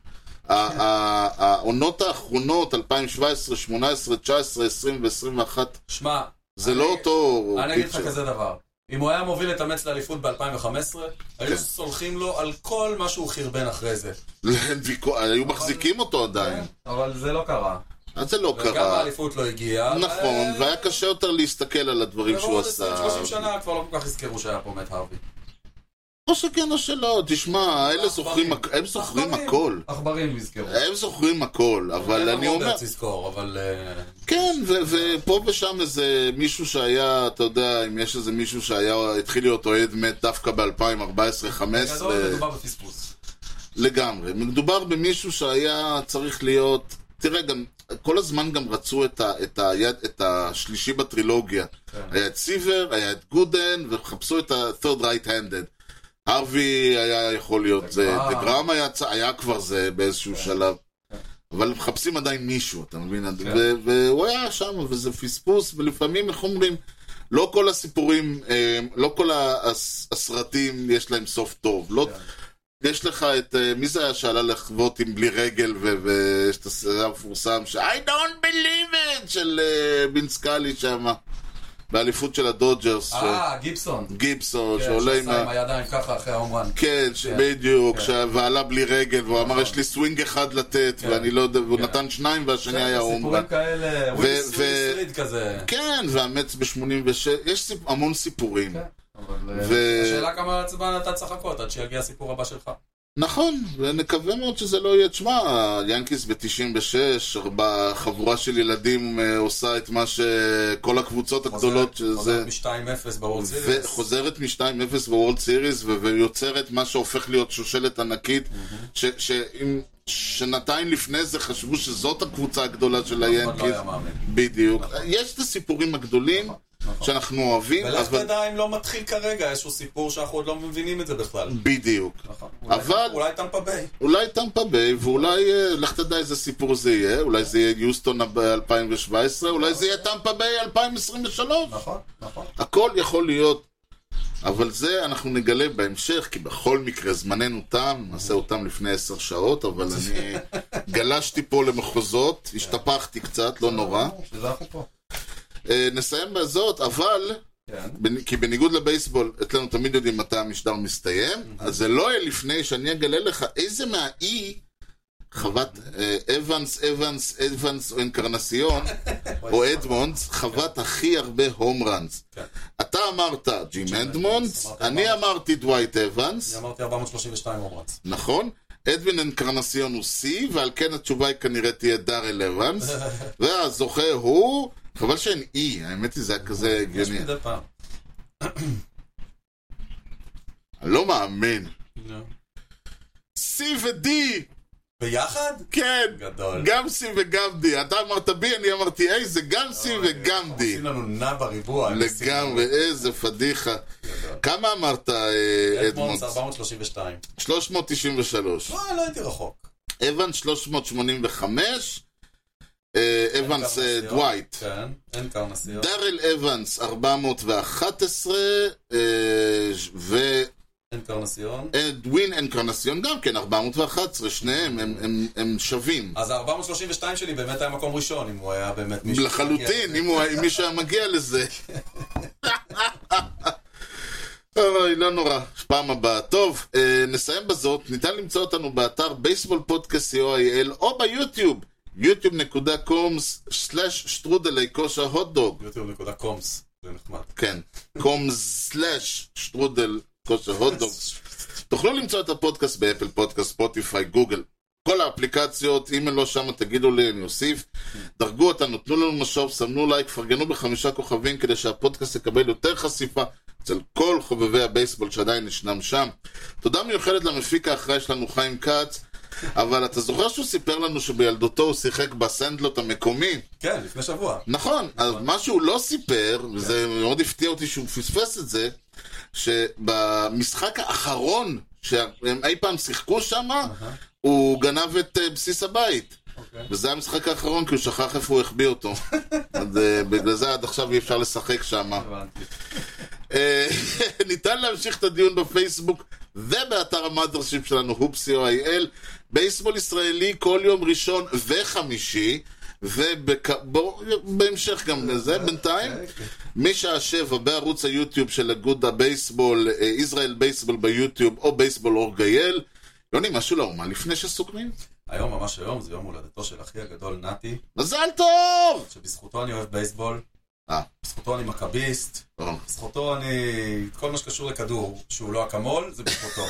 S1: העונות האחרונות, 2017, 2018, 2019, 2020 ו-2021,
S2: שמע,
S1: זה
S2: אני-
S1: לא אותו
S2: אני אגיד לך
S1: פיצ'ר.
S2: כזה דבר. אם הוא היה מוביל את המץ לאליפות ב-2015,
S1: כן.
S2: היו סולחים לו על כל מה שהוא חרבן אחרי זה.
S1: אין ויכוח, היו מחזיקים אותו עדיין.
S2: אבל זה לא קרה.
S1: אז זה לא
S2: וגם
S1: כן. קרה.
S2: האליפות לא הגיעה.
S1: נכון, והיה קשה יותר להסתכל על הדברים שהוא עשה.
S2: 30 שנה כבר לא כל כך יזכרו שהיה פה מת הרווי.
S1: או שכן או שלא, תשמע, אלה
S2: עכברים.
S1: זוכרים, הכ- הם זוכרים
S2: עכברים.
S1: הכל.
S2: עכברים יזכרו.
S1: הם זוכרים הכל, אבל אני אומר...
S2: רוברטס יזכור, אבל... אה,
S1: כן, ו- ופה ושם איזה מישהו שהיה, אתה יודע, אם יש איזה מישהו שהיה, התחיל להיות אוהד מת דווקא ב-2014-2015.
S2: בגדול מדובר בפספוס.
S1: לגמרי. מדובר במישהו שהיה צריך להיות... תראה, גם, כל הזמן גם רצו את, ה, את, היד, את השלישי בטרילוגיה.
S2: כן.
S1: היה את סיבר, היה את גודן, וחפשו את ה-third right-handed. ארווי היה יכול להיות זה,
S2: דגרם.
S1: דגרם היה, צ- היה כבר זה באיזשהו שלב. אבל מחפשים עדיין מישהו, אתה מבין?
S2: כן.
S1: ו- והוא היה שם, וזה פספוס, ולפעמים, איך אומרים,
S2: כן.
S1: לא כל הסיפורים, אה, לא כל הס- הסרטים יש להם סוף טוב. לא, יש לך את, אה, מי זה היה שעלה לחוות עם בלי רגל ו- ויש את הסרט המפורסם ש- I don't believe it של אה, בן סקאלי שם, באליפות של הדודג'רס,
S2: אה, גיבסון.
S1: גיבסון,
S2: כן,
S1: שעולה עם
S2: שעשה עם
S1: ה...
S2: הידיים ככה אחרי ההומרן.
S1: כן, ש-
S2: כן,
S1: בדיוק,
S2: כן.
S1: ש-
S2: נכון.
S1: ועלה בלי רגל, והוא אמר יש לי סווינג אחד לתת,
S2: כן.
S1: ואני לא יודע, והוא
S2: כן.
S1: נתן שניים והשני היה אומבן.
S2: סיפורים כאלה, ווילי
S1: ו-
S2: סריד כזה.
S1: כן, והמץ ב-86, יש סיפ- המון סיפורים.
S2: כן, אבל
S1: ו-
S2: אה, השאלה כמה זמן אתה צריך לחכות עד שיגיע הסיפור הבא שלך.
S1: נכון, ונקווה מאוד שזה לא יהיה. תשמע, ינקיס ב-96, חבורה של ילדים אה, עושה את מה שכל הקבוצות הגדולות, שזה...
S2: מ-2-0 בוורד סיריס.
S1: וחוזרת מ-2-0 בוורלד סיריס ו- ויוצרת מה שהופך להיות שושלת ענקית ש- שאם שנתיים לפני זה חשבו שזאת הקבוצה הגדולה של
S2: אף אחד לא
S1: היאנקיז
S2: היה מאמין.
S1: בדיוק. יש את הסיפונים הגדולים
S2: נכון.
S1: שאנחנו אוהבים
S2: ולך
S1: כן, אבל
S2: תדע אם לא מתחיל כרגע איזשהו סיפור שאנחנו עוד לא מבינים את זה בכלל.
S1: בדיוק.
S2: נכון. אולי-
S1: אבל-
S2: אולי טמפה ביי.
S1: אולי טמפה ביי, ואולי, אה, לך תדע איזה סיפור זה יהיה, אולי זה יהיה יוסטון הב- 2017, אולי זה יהיה טמפה ביי 2023.
S2: נכון, נכון.
S1: הכל יכול להיות. אבל זה אנחנו נגלה בהמשך, כי בכל מקרה זמננו תם, נעשה אותם לפני עשר שעות, אבל אני גלשתי פה למחוזות, השתפכתי קצת, לא נורא.
S2: בשביל זה אנחנו פה.
S1: אה, נסיים בזאת, אבל,
S2: כן.
S1: בנ- כי בניגוד לבייסבול, אצלנו תמיד יודעים מתי המשדר מסתיים, אז זה לא יהיה לפני שאני אגלה לך איזה מהאי חוות אה, אבנס, אבנס, אבנס או אינקרנסיון, או אדמונדס, חוות הכי הרבה הום ראנס.
S2: כן.
S1: אתה אמרת ג'ים אדמונדס,
S2: אמרתי
S1: אני
S2: אדמונדס.
S1: אמרתי דווייט אבנס,
S2: אני אמרתי 432 הומרץ.
S1: נכון? אדווין אינקרנסיון הוא C, ועל כן התשובה היא כנראה תהיה דארל אבנס, והזוכה הוא... חבל שאין E, האמת היא זה היה כזה
S2: יש
S1: הגיוני.
S2: מדי פעם.
S1: אני לא מאמין.
S2: לא.
S1: C ו-D!
S2: ביחד?
S1: כן!
S2: גדול.
S1: גם C וגם D. אתה אמרת B, אני אמרתי A, זה גם C
S2: לא,
S1: וגם D.
S2: עושים לנו נע בריבוע. הם עושים לנו-
S1: לגמרי, איזה פדיחה.
S2: גדול.
S1: כמה אמרת, אה,
S2: אדמונדס
S1: אדמונדס?
S2: 432.
S1: 393.
S2: לא, לא הייתי רחוק.
S1: אבן 385, אה, אבנס אה,
S2: אינקרנסיון.
S1: דווייט.
S2: כן, אין קרנסיות.
S1: דארל אבנס 411, אה, ואדווין
S2: אין קרנסיון.
S1: אנקרנסיון גם כן 411, שניהם הם- הם- הם שווים.
S2: אז ה-432 שלי באמת היה מקום ראשון, אם הוא היה באמת מישהו.
S1: לחלוטין, אם הוא- אם מישהו היה מגיע לזה. אוי, לא נורא, פעם הבאה. טוב, אה, נסיים בזאת. ניתן למצוא אותנו באתר בייסבול פודקאסט co.il או ביוטיוב, yוטיוב.com/שטרודלי כושר הוטדוג.
S2: יוטיוב.קומס, זה נחמד.
S1: כן, קום סלאש שטרודל כושר הוטדוג. תוכלו למצוא את הפודקאסט באפל פודקאסט, ספוטיפיי, גוגל. כל האפליקציות, אם לא שם תגידו לי, אני אוסיף. דרגו אותנו, תנו לנו משוב, סמנו לייק, פרגנו בחמישה כוכבים כדי שהפודקאסט יקבל יותר חשיפה אצל כל חובבי הבייסבול שעדיין ישנם שם. תודה מיוחדת למפיק האחראי שלנו, חיים כץ, אבל אתה זוכר שהוא סיפר לנו שבילדותו הוא שיחק בסנדלוט המקומי?
S2: כן, לפני שבוע.
S1: נכון, אז מה שהוא לא סיפר, וזה מאוד הפתיע אותי שהוא פספס את זה, שבמשחק האחרון שהם אי פעם שיחקו שם, הוא גנב את אה, בסיס הבית.
S2: אוקיי.
S1: וזה המשחק האחרון, כי הוא שכח איפה הוא החביא אותו. אז אה, בגלל זה עד עכשיו אי אפשר לשחק שם.
S2: הבנתי.
S1: אה, ניתן להמשיך את הדיון בפייסבוק ובאתר המאדרשיפ שלנו, הופסי.או.איי.אל. בייסבול ישראלי כל יום ראשון וחמישי, ובהמשך גם לזה בינתיים. משעה שבע בערוץ היוטיוב של אגוד הבייסבול, אה, ישראל בייסבול ביוטיוב או בייסבול אור גייל. יוני, משהו לאומה לפני שסוכמים?
S2: היום, ממש היום, זה יום הולדתו של אחי הגדול, נתי,
S1: מזל טוב!
S2: שבזכותו אני אוהב בייסבול.
S1: אה.
S2: בזכותו אני מכביסט.
S1: אה,
S2: בזכותו אני... כל מה שקשור לכדור, שהוא לא אקמול, זה בזכותו.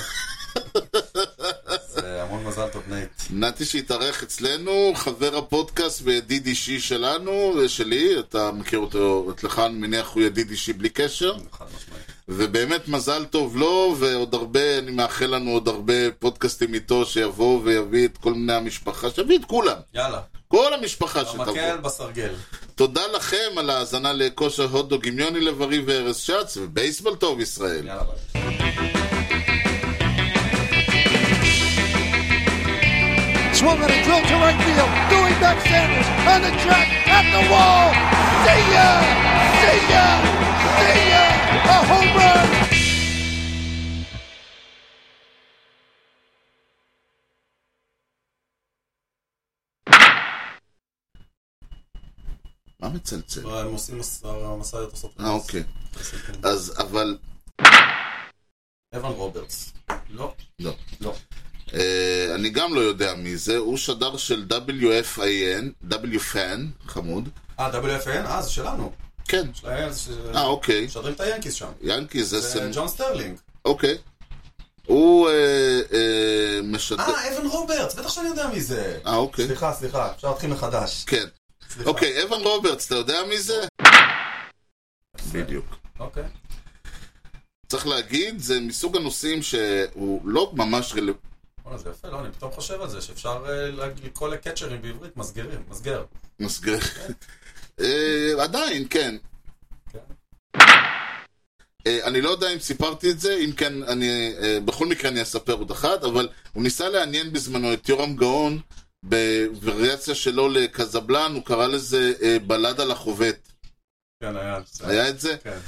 S2: זה המון מזל טוב, נייט.
S1: נתי שהתארח אצלנו, חבר הפודקאסט וידיד אישי שלנו ושלי, אתה מכיר אותו אצלך, אני מניח הוא ידיד אישי בלי קשר,
S2: חד משמעית.
S1: ובאמת מזל טוב לו, ועוד הרבה, אני מאחל לנו עוד הרבה פודקאסטים איתו, שיבוא ויביא את כל בני המשפחה, שיביא את כולם,
S2: יאללה,
S1: כל המשפחה שתבוא.
S2: המקל בסרגל.
S1: תודה לכם על ההאזנה לכושר הוטדוג עם יוני לב-ארי וארז שץ, ובייסבול טוב ישראל.
S2: יאללה, ביי.
S7: Swung on a drill to right field. Doing back Sanders on the track at the wall. See ya! See ya! See ya! A home run!
S1: מה מצלצל?
S2: הם עושים מס- מסע לתוספת.
S1: אה, אוקיי. אז, אבל,
S2: אבן רוברטס. לא.
S1: לא.
S2: לא.
S1: אה, אני גם לא יודע מי זה, הוא שדר של WFAN, WFAN, חמוד.
S2: אה, WFN? אה, זה שלנו.
S1: כן.
S2: שלהם, ש-
S1: אה, אוקיי.
S2: משדרים את היאנקיס שם.
S1: ינקי זה
S2: זה
S1: סמ...
S2: ג'ון סטרלינג.
S1: אוקיי. הוא אה, אה, משדר...
S2: אה, אבן רוברטס, בטח שאני יודע מי זה.
S1: אה, אוקיי.
S2: סליחה, סליחה, אפשר להתחיל מחדש.
S1: כן.
S2: סליחה.
S1: אוקיי, אבן רוברטס, אתה יודע מי זה? בדיוק.
S2: אוקיי.
S1: צריך להגיד, זה מסוג הנושאים שהוא לא ממש רלו...
S2: וואלה, זה יפה, לא, אני פתאום חושב על זה, שאפשר אה, לה- לקרוא לקצ'רים בעברית מסגרים, מסגר.
S1: מסגר... אה, עדיין, כן.
S2: כן.
S1: אה, אני לא יודע אם סיפרתי את זה, אם כן, אני, אה, בכל מקרה אני אספר עוד אחת, אבל הוא ניסה לעניין בזמנו את יורם גאון בווריאציה שלו לקזבלן, הוא קרא לזה אה, בלד על החובט.
S2: כן, היה. זה-
S1: היה את זה?
S2: כן.